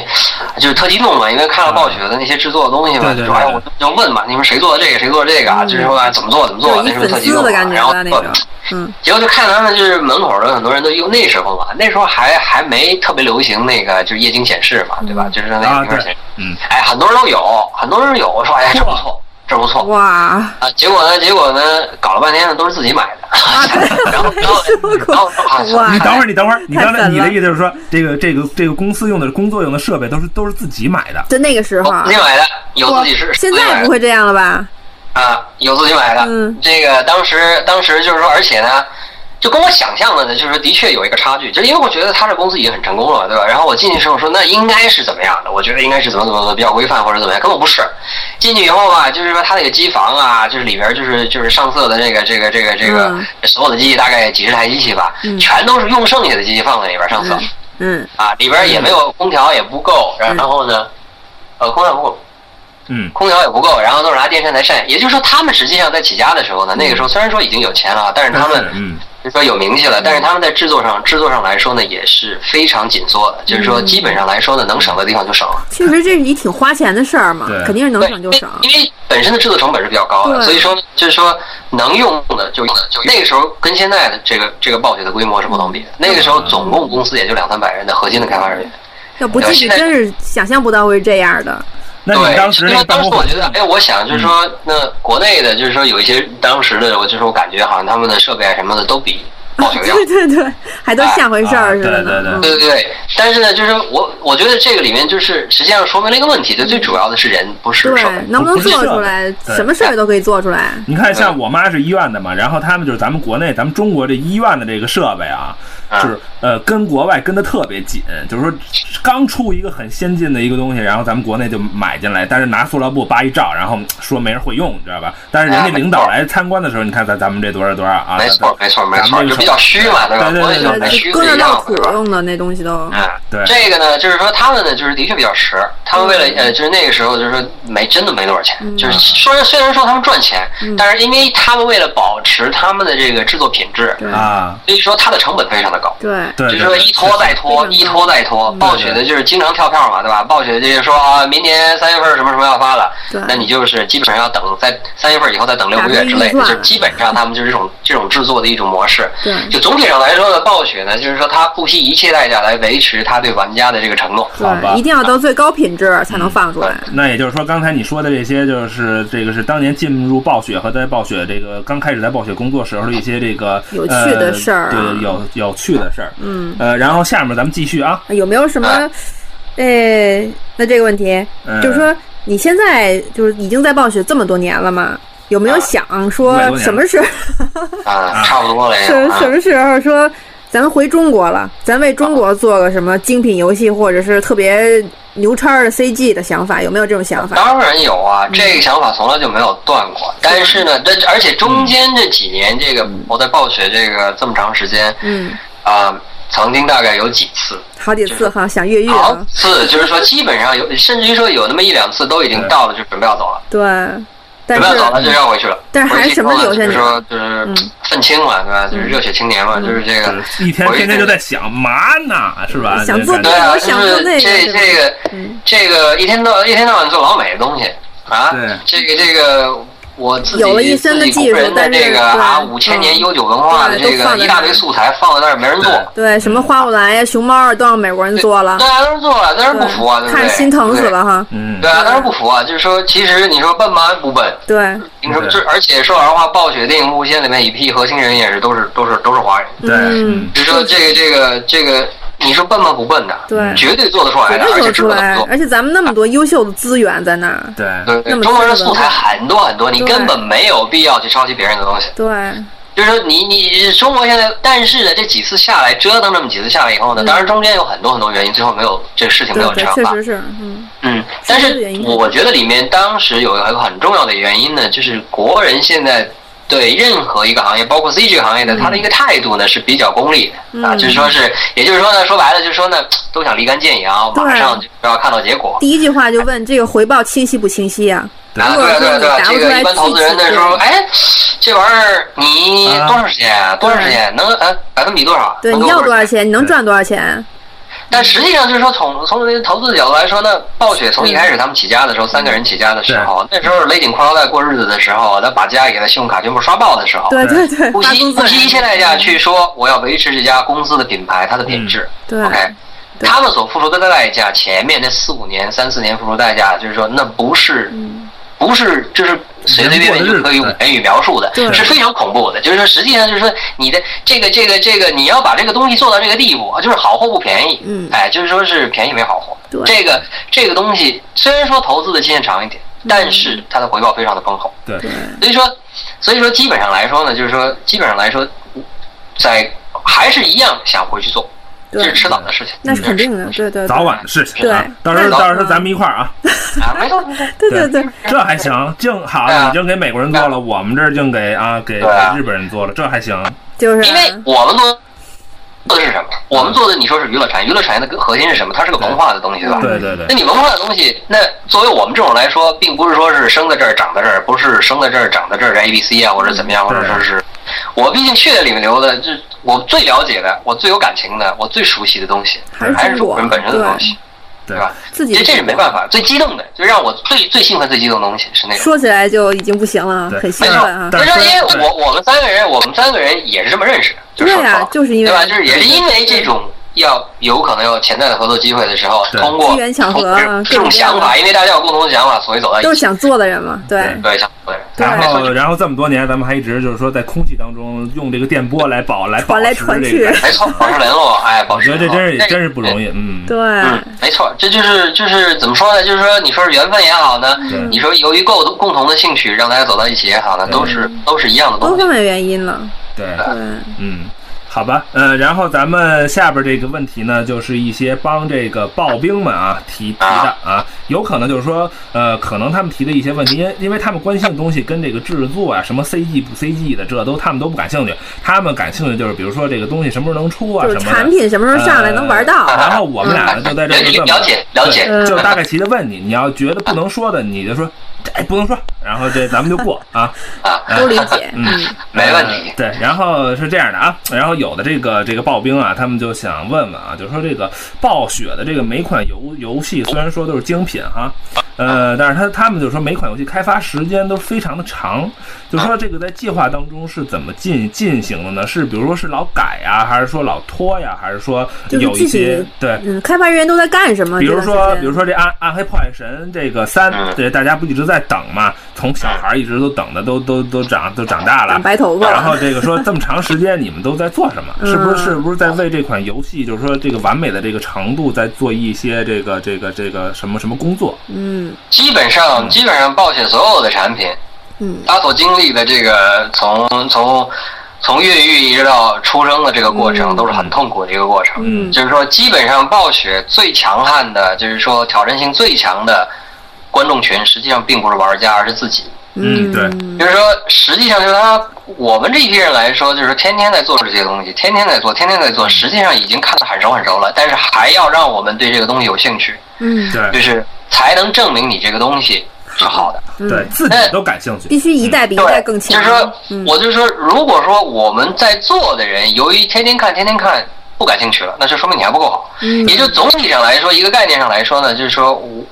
[SPEAKER 5] 就是特激动嘛，因为看了暴雪的那些制作的东西
[SPEAKER 3] 对
[SPEAKER 5] 嘛，
[SPEAKER 3] 对
[SPEAKER 5] 就说哎，
[SPEAKER 3] 对
[SPEAKER 5] 我就问嘛，你们谁做的这个，谁做的这个啊？就是说、哎怎么做怎么做，
[SPEAKER 4] 就嗯
[SPEAKER 5] 那
[SPEAKER 4] 一
[SPEAKER 5] 时候特
[SPEAKER 4] 粉
[SPEAKER 5] 激
[SPEAKER 4] 丝
[SPEAKER 5] 动
[SPEAKER 4] 的
[SPEAKER 5] 嘛。
[SPEAKER 4] 感觉
[SPEAKER 5] 然后
[SPEAKER 4] 吧那种，嗯，
[SPEAKER 5] 结果就看他们就是门口的很多人都用那时候嘛，那时候还还没特别流行那个就是液晶显示嘛，对吧？就是那
[SPEAKER 3] 啊
[SPEAKER 5] 个屏幕
[SPEAKER 3] 对
[SPEAKER 5] 显示，
[SPEAKER 3] 嗯
[SPEAKER 5] 哎，很多人都有，很多人有，说哎这不错，这不错，
[SPEAKER 4] 哇，
[SPEAKER 5] 啊，结果呢？结果呢？搞了半天呢，都是自己买的。 然后，然 后，然后，啊
[SPEAKER 4] 啊哇
[SPEAKER 3] 你等会儿，你等会儿，你刚
[SPEAKER 4] 太
[SPEAKER 3] 才
[SPEAKER 4] 狠
[SPEAKER 3] 你
[SPEAKER 4] 了
[SPEAKER 3] 的意思就是说，这个这个这个公司用的工作用的设备都是都是自己买的
[SPEAKER 4] 就那个时候啊
[SPEAKER 5] 自，己买的，哦有自己是
[SPEAKER 4] 现在不会这样了吧？
[SPEAKER 5] 啊，有自己买的。
[SPEAKER 4] 嗯
[SPEAKER 5] 这个当时当时就是说，而且呢，就跟我想象的呢，就是的确有一个差距，就是因为我觉得他这公司已经很成功了，对吧？然后我进去之后说，那应该是怎么样的？我觉得应该是怎么怎么怎么比较规范或者怎么样，根本不是。进去以后吧，就是说他那个机房啊，就是里边就是就是上色的这个这个这个这个、
[SPEAKER 4] 嗯
[SPEAKER 5] 所有的机器大概几十台机器吧，
[SPEAKER 4] 嗯
[SPEAKER 5] 全都是用剩下的机器放在里边上色。
[SPEAKER 4] 嗯，
[SPEAKER 5] 啊，里边也没有空调，也不够，然
[SPEAKER 4] 嗯
[SPEAKER 5] 然后呢，呃，空调不够，
[SPEAKER 3] 嗯，
[SPEAKER 5] 空调也不够，然后都是拿电扇来扇。也就是说，他们实际上在起家的时候呢，那
[SPEAKER 4] 嗯
[SPEAKER 5] 个时候虽然说已经有钱了，但是他们
[SPEAKER 3] 嗯
[SPEAKER 5] 就说有名气了，
[SPEAKER 4] 嗯
[SPEAKER 5] 但是他们在制作上制作上来说呢，也是非常紧缩的，就是
[SPEAKER 4] 嗯
[SPEAKER 5] 说基本上来说呢，能省的地方就省了。
[SPEAKER 4] 确实这是一挺花钱的事儿嘛
[SPEAKER 3] 对，
[SPEAKER 4] 肯定是能
[SPEAKER 5] 对，
[SPEAKER 4] 省就省。
[SPEAKER 5] 因为因为本身的制作成本是比较高的，
[SPEAKER 4] 对
[SPEAKER 5] 所以说呢就是说能用的就用的就那个时候跟现在的这个这个暴雪的规模是不能比
[SPEAKER 4] 嗯
[SPEAKER 5] 的。那个时候总共公司也就两三百人的核心的开发人员。
[SPEAKER 4] 要不进去真是想象不到会是这样的。
[SPEAKER 3] 那
[SPEAKER 5] 对，
[SPEAKER 3] 你当时
[SPEAKER 5] 因
[SPEAKER 3] 那
[SPEAKER 5] 为
[SPEAKER 3] 个办
[SPEAKER 5] 当时
[SPEAKER 3] 公
[SPEAKER 5] 我
[SPEAKER 3] 环
[SPEAKER 5] 觉
[SPEAKER 3] 境
[SPEAKER 5] 得，哎，我想
[SPEAKER 3] 嗯
[SPEAKER 5] 就是说，那国内的，就是说有一些当时的，我就是我感觉好像他们的设备啊什么的都比 暴雪要
[SPEAKER 4] 啊
[SPEAKER 5] 哎
[SPEAKER 4] 对对对，还都像回事儿似的
[SPEAKER 3] 哎啊
[SPEAKER 4] 呢。
[SPEAKER 5] 对
[SPEAKER 4] 嗯
[SPEAKER 5] 对对，但是呢，就是我我觉得这个里面就是实际上说明了一个问题，就最主要的是人，不是设
[SPEAKER 4] 对，
[SPEAKER 5] 备。
[SPEAKER 4] 能不能做出来
[SPEAKER 3] 不是设，备
[SPEAKER 4] 什么事儿都可以做出来。
[SPEAKER 3] 你看，
[SPEAKER 5] 嗯
[SPEAKER 3] 像我妈是医院的嘛，然后他们就是咱们国内咱们中国这医院的这个设备啊，
[SPEAKER 5] 嗯
[SPEAKER 3] 就是呃跟国外跟的特别紧，就是说刚出一个很先进的一个东西，然后咱们国内就买进来，但是拿塑料布扒一罩，然后说没人会用，你知道吧？但是人家
[SPEAKER 5] 哎没错
[SPEAKER 3] 领导来参观的时候，你看咱咱们这多少多少啊？
[SPEAKER 5] 没错，没错，没
[SPEAKER 3] 咱
[SPEAKER 5] 错，
[SPEAKER 3] 们这
[SPEAKER 5] 就
[SPEAKER 3] 个
[SPEAKER 5] 比较虚嘛，对吧？
[SPEAKER 3] 对对对
[SPEAKER 5] 国内
[SPEAKER 3] 对
[SPEAKER 5] 就
[SPEAKER 3] 对
[SPEAKER 5] 很虚
[SPEAKER 4] 呃搁那
[SPEAKER 5] 的
[SPEAKER 4] 唠
[SPEAKER 5] 样
[SPEAKER 4] 苦
[SPEAKER 5] 子，是吧？
[SPEAKER 4] 用的那东西都，
[SPEAKER 5] 嗯，
[SPEAKER 3] 对
[SPEAKER 5] 这个呢，就是说他们呢，就是的确比较实，他们为
[SPEAKER 4] 嗯
[SPEAKER 5] 了呃，就是那个时候就是说没真的没多少钱，就是虽然虽然说他们赚钱，
[SPEAKER 4] 嗯
[SPEAKER 5] 但是因为他们为了保持他们的这个制作品质，
[SPEAKER 4] 对
[SPEAKER 3] 啊，
[SPEAKER 5] 所以说它的成本非常的高。
[SPEAKER 4] 对，
[SPEAKER 3] 对，
[SPEAKER 5] 就
[SPEAKER 3] 对
[SPEAKER 5] 是说
[SPEAKER 3] 对
[SPEAKER 5] 一拖再拖，
[SPEAKER 4] 是
[SPEAKER 5] 一拖再拖。暴雪的就是经常跳票嘛，对吧？暴雪就是说啊，明年三月份什么什么要发了
[SPEAKER 4] 对，
[SPEAKER 5] 那你就是基本上要等在三月份以后再等六个月之类
[SPEAKER 4] 嗯打个预
[SPEAKER 5] 的，
[SPEAKER 4] 算
[SPEAKER 5] 就基本上他们就是这种这种制作的一种模式。
[SPEAKER 4] 对
[SPEAKER 5] 就总体上来说呢，暴雪呢，就是说它不惜一切代价来维持它对玩家的这个承诺。
[SPEAKER 3] 好吧
[SPEAKER 4] 对，一定要到最高品质才能放出来。
[SPEAKER 5] 嗯
[SPEAKER 3] 那也就是说，刚才你说的这些，就是这个是当年进入暴雪和在暴雪这个刚开始在暴雪工作时候的一些这个
[SPEAKER 4] 有趣的事儿啊
[SPEAKER 3] 呃对，有有趣的事儿。
[SPEAKER 4] 嗯，
[SPEAKER 3] 呃，然后下面咱们继续啊，
[SPEAKER 4] 有没有什么？哎，那这个问题
[SPEAKER 3] 嗯
[SPEAKER 4] 就是说，你现在就是已经在暴雪这么多年了嘛？有没有想
[SPEAKER 5] 啊
[SPEAKER 3] 五百多
[SPEAKER 4] 说
[SPEAKER 3] 年了
[SPEAKER 4] 什么时候？
[SPEAKER 3] 啊
[SPEAKER 5] 啊，差不多了呀。
[SPEAKER 4] 什
[SPEAKER 5] 啊
[SPEAKER 4] 什么时候说咱回中国了，咱为中国做个什么精品游戏，或者是特别牛叉的 CG 的想法，有没有这种想法？
[SPEAKER 5] 当然有啊，这个想法从来就没有断过。但是呢，这而且中间这几年，这个我在暴雪这个这么长时间，
[SPEAKER 4] 嗯，
[SPEAKER 5] 啊、曾经大概有几次，
[SPEAKER 4] 好几次哈，想越狱
[SPEAKER 5] 好
[SPEAKER 4] 啊，
[SPEAKER 5] 次就是说基本上有，甚至于说有那么一两次都已经到了，就准备要走了，
[SPEAKER 4] 对，但
[SPEAKER 5] 准备要
[SPEAKER 4] 是
[SPEAKER 5] 走了就要回去了。
[SPEAKER 4] 但是还是
[SPEAKER 5] 回去
[SPEAKER 4] 什么
[SPEAKER 5] 之后
[SPEAKER 4] 留下
[SPEAKER 5] 呢就是
[SPEAKER 4] 你
[SPEAKER 5] 说就是
[SPEAKER 4] 嗯
[SPEAKER 5] 愤青嘛，对吧？就是热血青年嘛，就是这个。
[SPEAKER 3] 就是一天天天就在想嘛呢，是吧？
[SPEAKER 4] 想做
[SPEAKER 3] 这
[SPEAKER 5] 对
[SPEAKER 3] 感觉
[SPEAKER 5] 啊，
[SPEAKER 4] 我
[SPEAKER 5] 就
[SPEAKER 4] 想
[SPEAKER 5] 是
[SPEAKER 4] 到那个
[SPEAKER 5] 这
[SPEAKER 4] 是吧
[SPEAKER 5] 这个
[SPEAKER 4] 嗯
[SPEAKER 5] 这个一天到一天到晚做老美的东西啊
[SPEAKER 3] 对，
[SPEAKER 5] 这个这个。我自己
[SPEAKER 4] 有了一身的
[SPEAKER 5] 自己
[SPEAKER 4] 技术
[SPEAKER 5] 古人的
[SPEAKER 4] 但是
[SPEAKER 5] 这个啊，
[SPEAKER 4] 对
[SPEAKER 5] 五千年
[SPEAKER 4] 嗯
[SPEAKER 5] 悠久文化的
[SPEAKER 4] 对
[SPEAKER 5] 这
[SPEAKER 4] 都放
[SPEAKER 5] 个
[SPEAKER 4] 在
[SPEAKER 5] 一大
[SPEAKER 4] 那
[SPEAKER 5] 堆
[SPEAKER 4] 儿
[SPEAKER 5] 素材放在那儿没人做，
[SPEAKER 3] 对
[SPEAKER 4] 对什么花木兰呀、熊猫啊，都让美国人做了
[SPEAKER 5] 对，啊，当然做了，当然不服啊，对
[SPEAKER 4] 对
[SPEAKER 5] 不对？
[SPEAKER 4] 看着心疼死
[SPEAKER 5] 对
[SPEAKER 4] 了哈，
[SPEAKER 3] 嗯
[SPEAKER 5] 对，啊，当然不服啊！就是说，其实你说笨吗？不笨。
[SPEAKER 4] 对，
[SPEAKER 5] 你说
[SPEAKER 3] 对
[SPEAKER 5] 这，而且说老实话，暴雪电影无限里面一批核心人也是都是都是都是华人。
[SPEAKER 3] 对，
[SPEAKER 4] 嗯
[SPEAKER 5] 就是说这个这个这个，你说笨吗？不笨的，
[SPEAKER 4] 对
[SPEAKER 5] 绝对做得出来
[SPEAKER 4] 绝对
[SPEAKER 5] 的，而
[SPEAKER 4] 做
[SPEAKER 5] 且知
[SPEAKER 4] 出
[SPEAKER 5] 道怎
[SPEAKER 4] 来
[SPEAKER 5] 么，做。
[SPEAKER 4] 而且咱们那么多优秀的资源在那儿，
[SPEAKER 3] 对，
[SPEAKER 5] 对
[SPEAKER 4] 那么
[SPEAKER 5] 对，中国人的
[SPEAKER 4] 多的
[SPEAKER 5] 素材很多很多，你
[SPEAKER 4] 对
[SPEAKER 5] 根本没有必要去抄袭别人的东西。
[SPEAKER 4] 对，
[SPEAKER 5] 就是说你，你中国现在，但是呢，这几次下来折腾这么几次下来以后呢，
[SPEAKER 4] 嗯
[SPEAKER 5] 当然中间有很多很多原因，最后没有这个事情没
[SPEAKER 4] 对
[SPEAKER 5] 有
[SPEAKER 4] 对，
[SPEAKER 5] 成
[SPEAKER 4] 确
[SPEAKER 5] 吧。
[SPEAKER 4] 实是，嗯，
[SPEAKER 5] 嗯，但
[SPEAKER 4] 是
[SPEAKER 5] 是
[SPEAKER 4] 原因
[SPEAKER 5] 我觉得里面当时有一个很重要的原因呢，就是国人现在对任何一个行业，包括 CG 行业的，他的一个态度呢是比较功利的啊，
[SPEAKER 4] 嗯
[SPEAKER 5] 就是说是，也就是说呢，说白了就是说呢，都想立竿见影，啊马
[SPEAKER 4] 对
[SPEAKER 5] 上就要看到结果。
[SPEAKER 4] 第一句话就问这个回报清晰不清晰啊？
[SPEAKER 5] 啊，对啊对啊对啊，这个一般投资人的时候，哎，这玩意儿你
[SPEAKER 3] 啊
[SPEAKER 5] 多长时间啊？多长时间能呃百分比多少？
[SPEAKER 4] 对，
[SPEAKER 5] 能
[SPEAKER 4] 你
[SPEAKER 5] 给我
[SPEAKER 4] 要
[SPEAKER 5] 多
[SPEAKER 4] 多
[SPEAKER 5] 少
[SPEAKER 4] 少
[SPEAKER 5] 钱？
[SPEAKER 4] 钱？你能赚多少钱？
[SPEAKER 5] 但实际上就是说从，从这个投资的角度来说呢，暴雪从一开始他们起家的时候，三个人起家的时候，那时候勒紧裤腰带过日子的时候，他把家里的信用卡全部刷爆的时候，
[SPEAKER 4] 对
[SPEAKER 3] 对
[SPEAKER 4] 对对，
[SPEAKER 5] 不
[SPEAKER 4] 发
[SPEAKER 5] 惜
[SPEAKER 4] 工资
[SPEAKER 5] 不惜一切代价去说我要维持这家公司的品牌，它的品质。
[SPEAKER 4] 嗯对
[SPEAKER 5] OK，
[SPEAKER 4] 对
[SPEAKER 5] 他们所付出的代价，前面那四五年、三四年付出代价，就是说那不是。
[SPEAKER 4] 嗯
[SPEAKER 5] 不是，就是随随便便就可以用言语描述的
[SPEAKER 4] 对，
[SPEAKER 5] 是非常恐怖的。就是说，实际上就是说，你的这个这个这个，你要把这个东西做到这个地步，就是好货不便宜，
[SPEAKER 4] 嗯
[SPEAKER 5] 哎，就是说是便宜没好货。
[SPEAKER 4] 对
[SPEAKER 5] 这个这个东西虽然说投资的期限长一点，
[SPEAKER 4] 嗯
[SPEAKER 5] 但是它的回报非常的丰厚。
[SPEAKER 3] 对对
[SPEAKER 5] 所以说，所以说基本上来说呢，就是说基本上来说，在还是一样想回去做，这是
[SPEAKER 4] 对，
[SPEAKER 5] 迟早
[SPEAKER 3] 嗯
[SPEAKER 5] 的事情。嗯
[SPEAKER 4] 那是肯定的，对对，对
[SPEAKER 3] 早晚的事情啊
[SPEAKER 4] 对，
[SPEAKER 3] 到时候
[SPEAKER 5] 那
[SPEAKER 3] 到时候咱们一块儿啊，
[SPEAKER 5] 啊，没错没错，
[SPEAKER 4] 对 对
[SPEAKER 5] 嗯
[SPEAKER 4] 对，
[SPEAKER 3] 这还行，净好，
[SPEAKER 5] 对啊
[SPEAKER 3] 已经给美国人做了，我们这儿净给啊给
[SPEAKER 5] 对啊
[SPEAKER 3] 给日本人做了，这还行，
[SPEAKER 4] 就是
[SPEAKER 5] 因为我们做做的是什么？我们做的你说是娱乐产业，娱乐产业的核心是什么？它是个文化的东西，对吧？
[SPEAKER 3] 对对对
[SPEAKER 5] 那，你文化的东西，那作为我们这种来说，并不是说是生在这儿长在这儿，不是生在这儿长在这儿的 A B C 啊，或者怎么样，或者说是我毕竟血液里面流的，这我最了解的，我最有感情的，我最熟悉的东西，
[SPEAKER 4] 还是
[SPEAKER 5] 还是
[SPEAKER 4] 中国
[SPEAKER 5] 我们本身的
[SPEAKER 4] 对
[SPEAKER 5] 东西，
[SPEAKER 3] 对
[SPEAKER 5] 对吧？
[SPEAKER 4] 自己
[SPEAKER 5] 其实这是没办法，最激动的，就让我最最兴奋、最激动的东西是那种。
[SPEAKER 4] 说起来就已经不行了，
[SPEAKER 3] 对
[SPEAKER 4] 很兴
[SPEAKER 5] 没
[SPEAKER 4] 奋
[SPEAKER 5] 错，
[SPEAKER 4] 啊。
[SPEAKER 5] 就是因
[SPEAKER 3] 但是
[SPEAKER 5] 为我我们三个人，我们三个人也是这么认识的，就是
[SPEAKER 4] 对
[SPEAKER 5] 说实
[SPEAKER 4] 呀
[SPEAKER 5] 话，
[SPEAKER 4] 就是因为
[SPEAKER 5] 对吧？就是也是因为这种要有可能有潜在的合作机会的时候，
[SPEAKER 3] 对
[SPEAKER 5] 通过
[SPEAKER 4] 机缘巧合啊
[SPEAKER 5] 通过这
[SPEAKER 4] 各种
[SPEAKER 5] 种
[SPEAKER 4] 各样
[SPEAKER 5] 想
[SPEAKER 4] 的
[SPEAKER 5] 法，因为大家有共同的想法，所以走到一起。
[SPEAKER 4] 都是想做的人嘛，对
[SPEAKER 3] 对
[SPEAKER 5] 对，想对，
[SPEAKER 4] 对
[SPEAKER 3] 然
[SPEAKER 5] 没
[SPEAKER 3] 后，
[SPEAKER 5] 错
[SPEAKER 3] 然后这么多年，咱们还一直就是说，在空气当中用这个电波来保来保
[SPEAKER 4] 传来
[SPEAKER 3] 持
[SPEAKER 4] 传
[SPEAKER 3] 这
[SPEAKER 4] 去
[SPEAKER 3] 个，，
[SPEAKER 5] 没错，保持联络，哎，保
[SPEAKER 3] 我
[SPEAKER 5] 持
[SPEAKER 3] 觉得
[SPEAKER 5] 联
[SPEAKER 3] 这
[SPEAKER 5] 络，
[SPEAKER 3] 真是
[SPEAKER 5] 这
[SPEAKER 3] 真是不容
[SPEAKER 5] 易。
[SPEAKER 3] 易，嗯，
[SPEAKER 4] 对
[SPEAKER 5] 嗯，没错，这就是就是怎么说呢？就是说，你说是缘分也好呢，
[SPEAKER 4] 嗯
[SPEAKER 3] 对
[SPEAKER 5] 你说由于共同共同的兴趣让大家走到一起也好呢，都是都是一样的
[SPEAKER 4] 嗯都
[SPEAKER 5] 东西
[SPEAKER 4] 是。有原因了，
[SPEAKER 3] 对，
[SPEAKER 4] 对，
[SPEAKER 3] 嗯，好吧，呃，然后咱们下边这个问题呢，就是一些帮这个刨冰们啊提提的啊，有可能就是说，呃，可能他们提的一些问题，因为因为他们关心的东西跟这个制作啊，什么 CG 不 CG 的，这都他们都不感兴趣，他们感兴趣就是比如说这个东西什么时候能出啊，
[SPEAKER 4] 就
[SPEAKER 3] 什
[SPEAKER 4] 是
[SPEAKER 3] 么的
[SPEAKER 4] 产品什么时候上来能玩到，
[SPEAKER 3] 呃然后我们俩呢就在这儿就这么
[SPEAKER 5] 啊 了解了解
[SPEAKER 3] 对就
[SPEAKER 4] 嗯
[SPEAKER 3] 大概齐的问你，你要觉得不能说的，你就说这、哎、不能说，然后这咱们就过啊。
[SPEAKER 5] 啊，
[SPEAKER 4] 都理解，
[SPEAKER 3] 嗯
[SPEAKER 4] 嗯，
[SPEAKER 5] 没问题
[SPEAKER 3] 呃对，然后是这样的啊，然后有的这个这个刨冰啊，他们就想问问啊，就说这个暴雪的这个每款游游戏虽然说都是精品哈，呃，但是他他们就说每款游戏开发时间都非常的长，就说这个在计划当中是怎么进进行的呢？是比如说是老改呀，还是说老拖呀，还是说
[SPEAKER 4] 就是
[SPEAKER 3] 有一
[SPEAKER 4] 具
[SPEAKER 3] 些
[SPEAKER 4] 体
[SPEAKER 3] 对？
[SPEAKER 4] 嗯，开发人员都在干什么？
[SPEAKER 3] 比如
[SPEAKER 4] 这段
[SPEAKER 3] 说，
[SPEAKER 4] 时间
[SPEAKER 3] 比如说这暗暗黑破坏神这个三
[SPEAKER 5] 嗯，
[SPEAKER 3] 对大家不一直在等嘛？从小孩一直都等的，都都都长都长大了啊
[SPEAKER 4] 长，白头发
[SPEAKER 3] 然后
[SPEAKER 4] 了，
[SPEAKER 3] 这个说这么长时间你们都在做什么？
[SPEAKER 4] 嗯
[SPEAKER 3] 是不是是不是在为这款游戏，就是说这个完美的这个长度，在做一些这个这个这个什么什么工作？
[SPEAKER 4] 嗯
[SPEAKER 5] 基本上基本上暴雪所有的产品，
[SPEAKER 4] 嗯，
[SPEAKER 5] 他所经历的这个从从从孕育一直到出生的这个过程，都是很痛苦的一个过程。
[SPEAKER 4] 嗯
[SPEAKER 5] 就是说，基本上暴雪最强悍的，就是说挑战性最强的观众群，实际上并不是玩家，而是自己。
[SPEAKER 3] 嗯对
[SPEAKER 5] 就是说，实际上就是他我们这一批人来说，就是天天在做这些东西，天天在做，天天在
[SPEAKER 4] 嗯
[SPEAKER 5] 做，实际上已经看得很熟很熟了，但是还要让我们对这个东西有兴趣，
[SPEAKER 4] 嗯
[SPEAKER 5] 就
[SPEAKER 3] 对
[SPEAKER 5] 是才能证明你这个东西是好的。
[SPEAKER 4] 嗯
[SPEAKER 3] 对，自己都感兴趣，
[SPEAKER 4] 必须一代比一代
[SPEAKER 5] 对，
[SPEAKER 4] 更
[SPEAKER 5] 就
[SPEAKER 4] 强
[SPEAKER 5] 是说。，
[SPEAKER 4] 嗯
[SPEAKER 5] 我就说，如果说我们在座的人由于天天看、天天看不感兴趣了，那就说明你还不够好。
[SPEAKER 4] 嗯
[SPEAKER 5] 也就总体上来说，一个概念上来说呢，就是说，我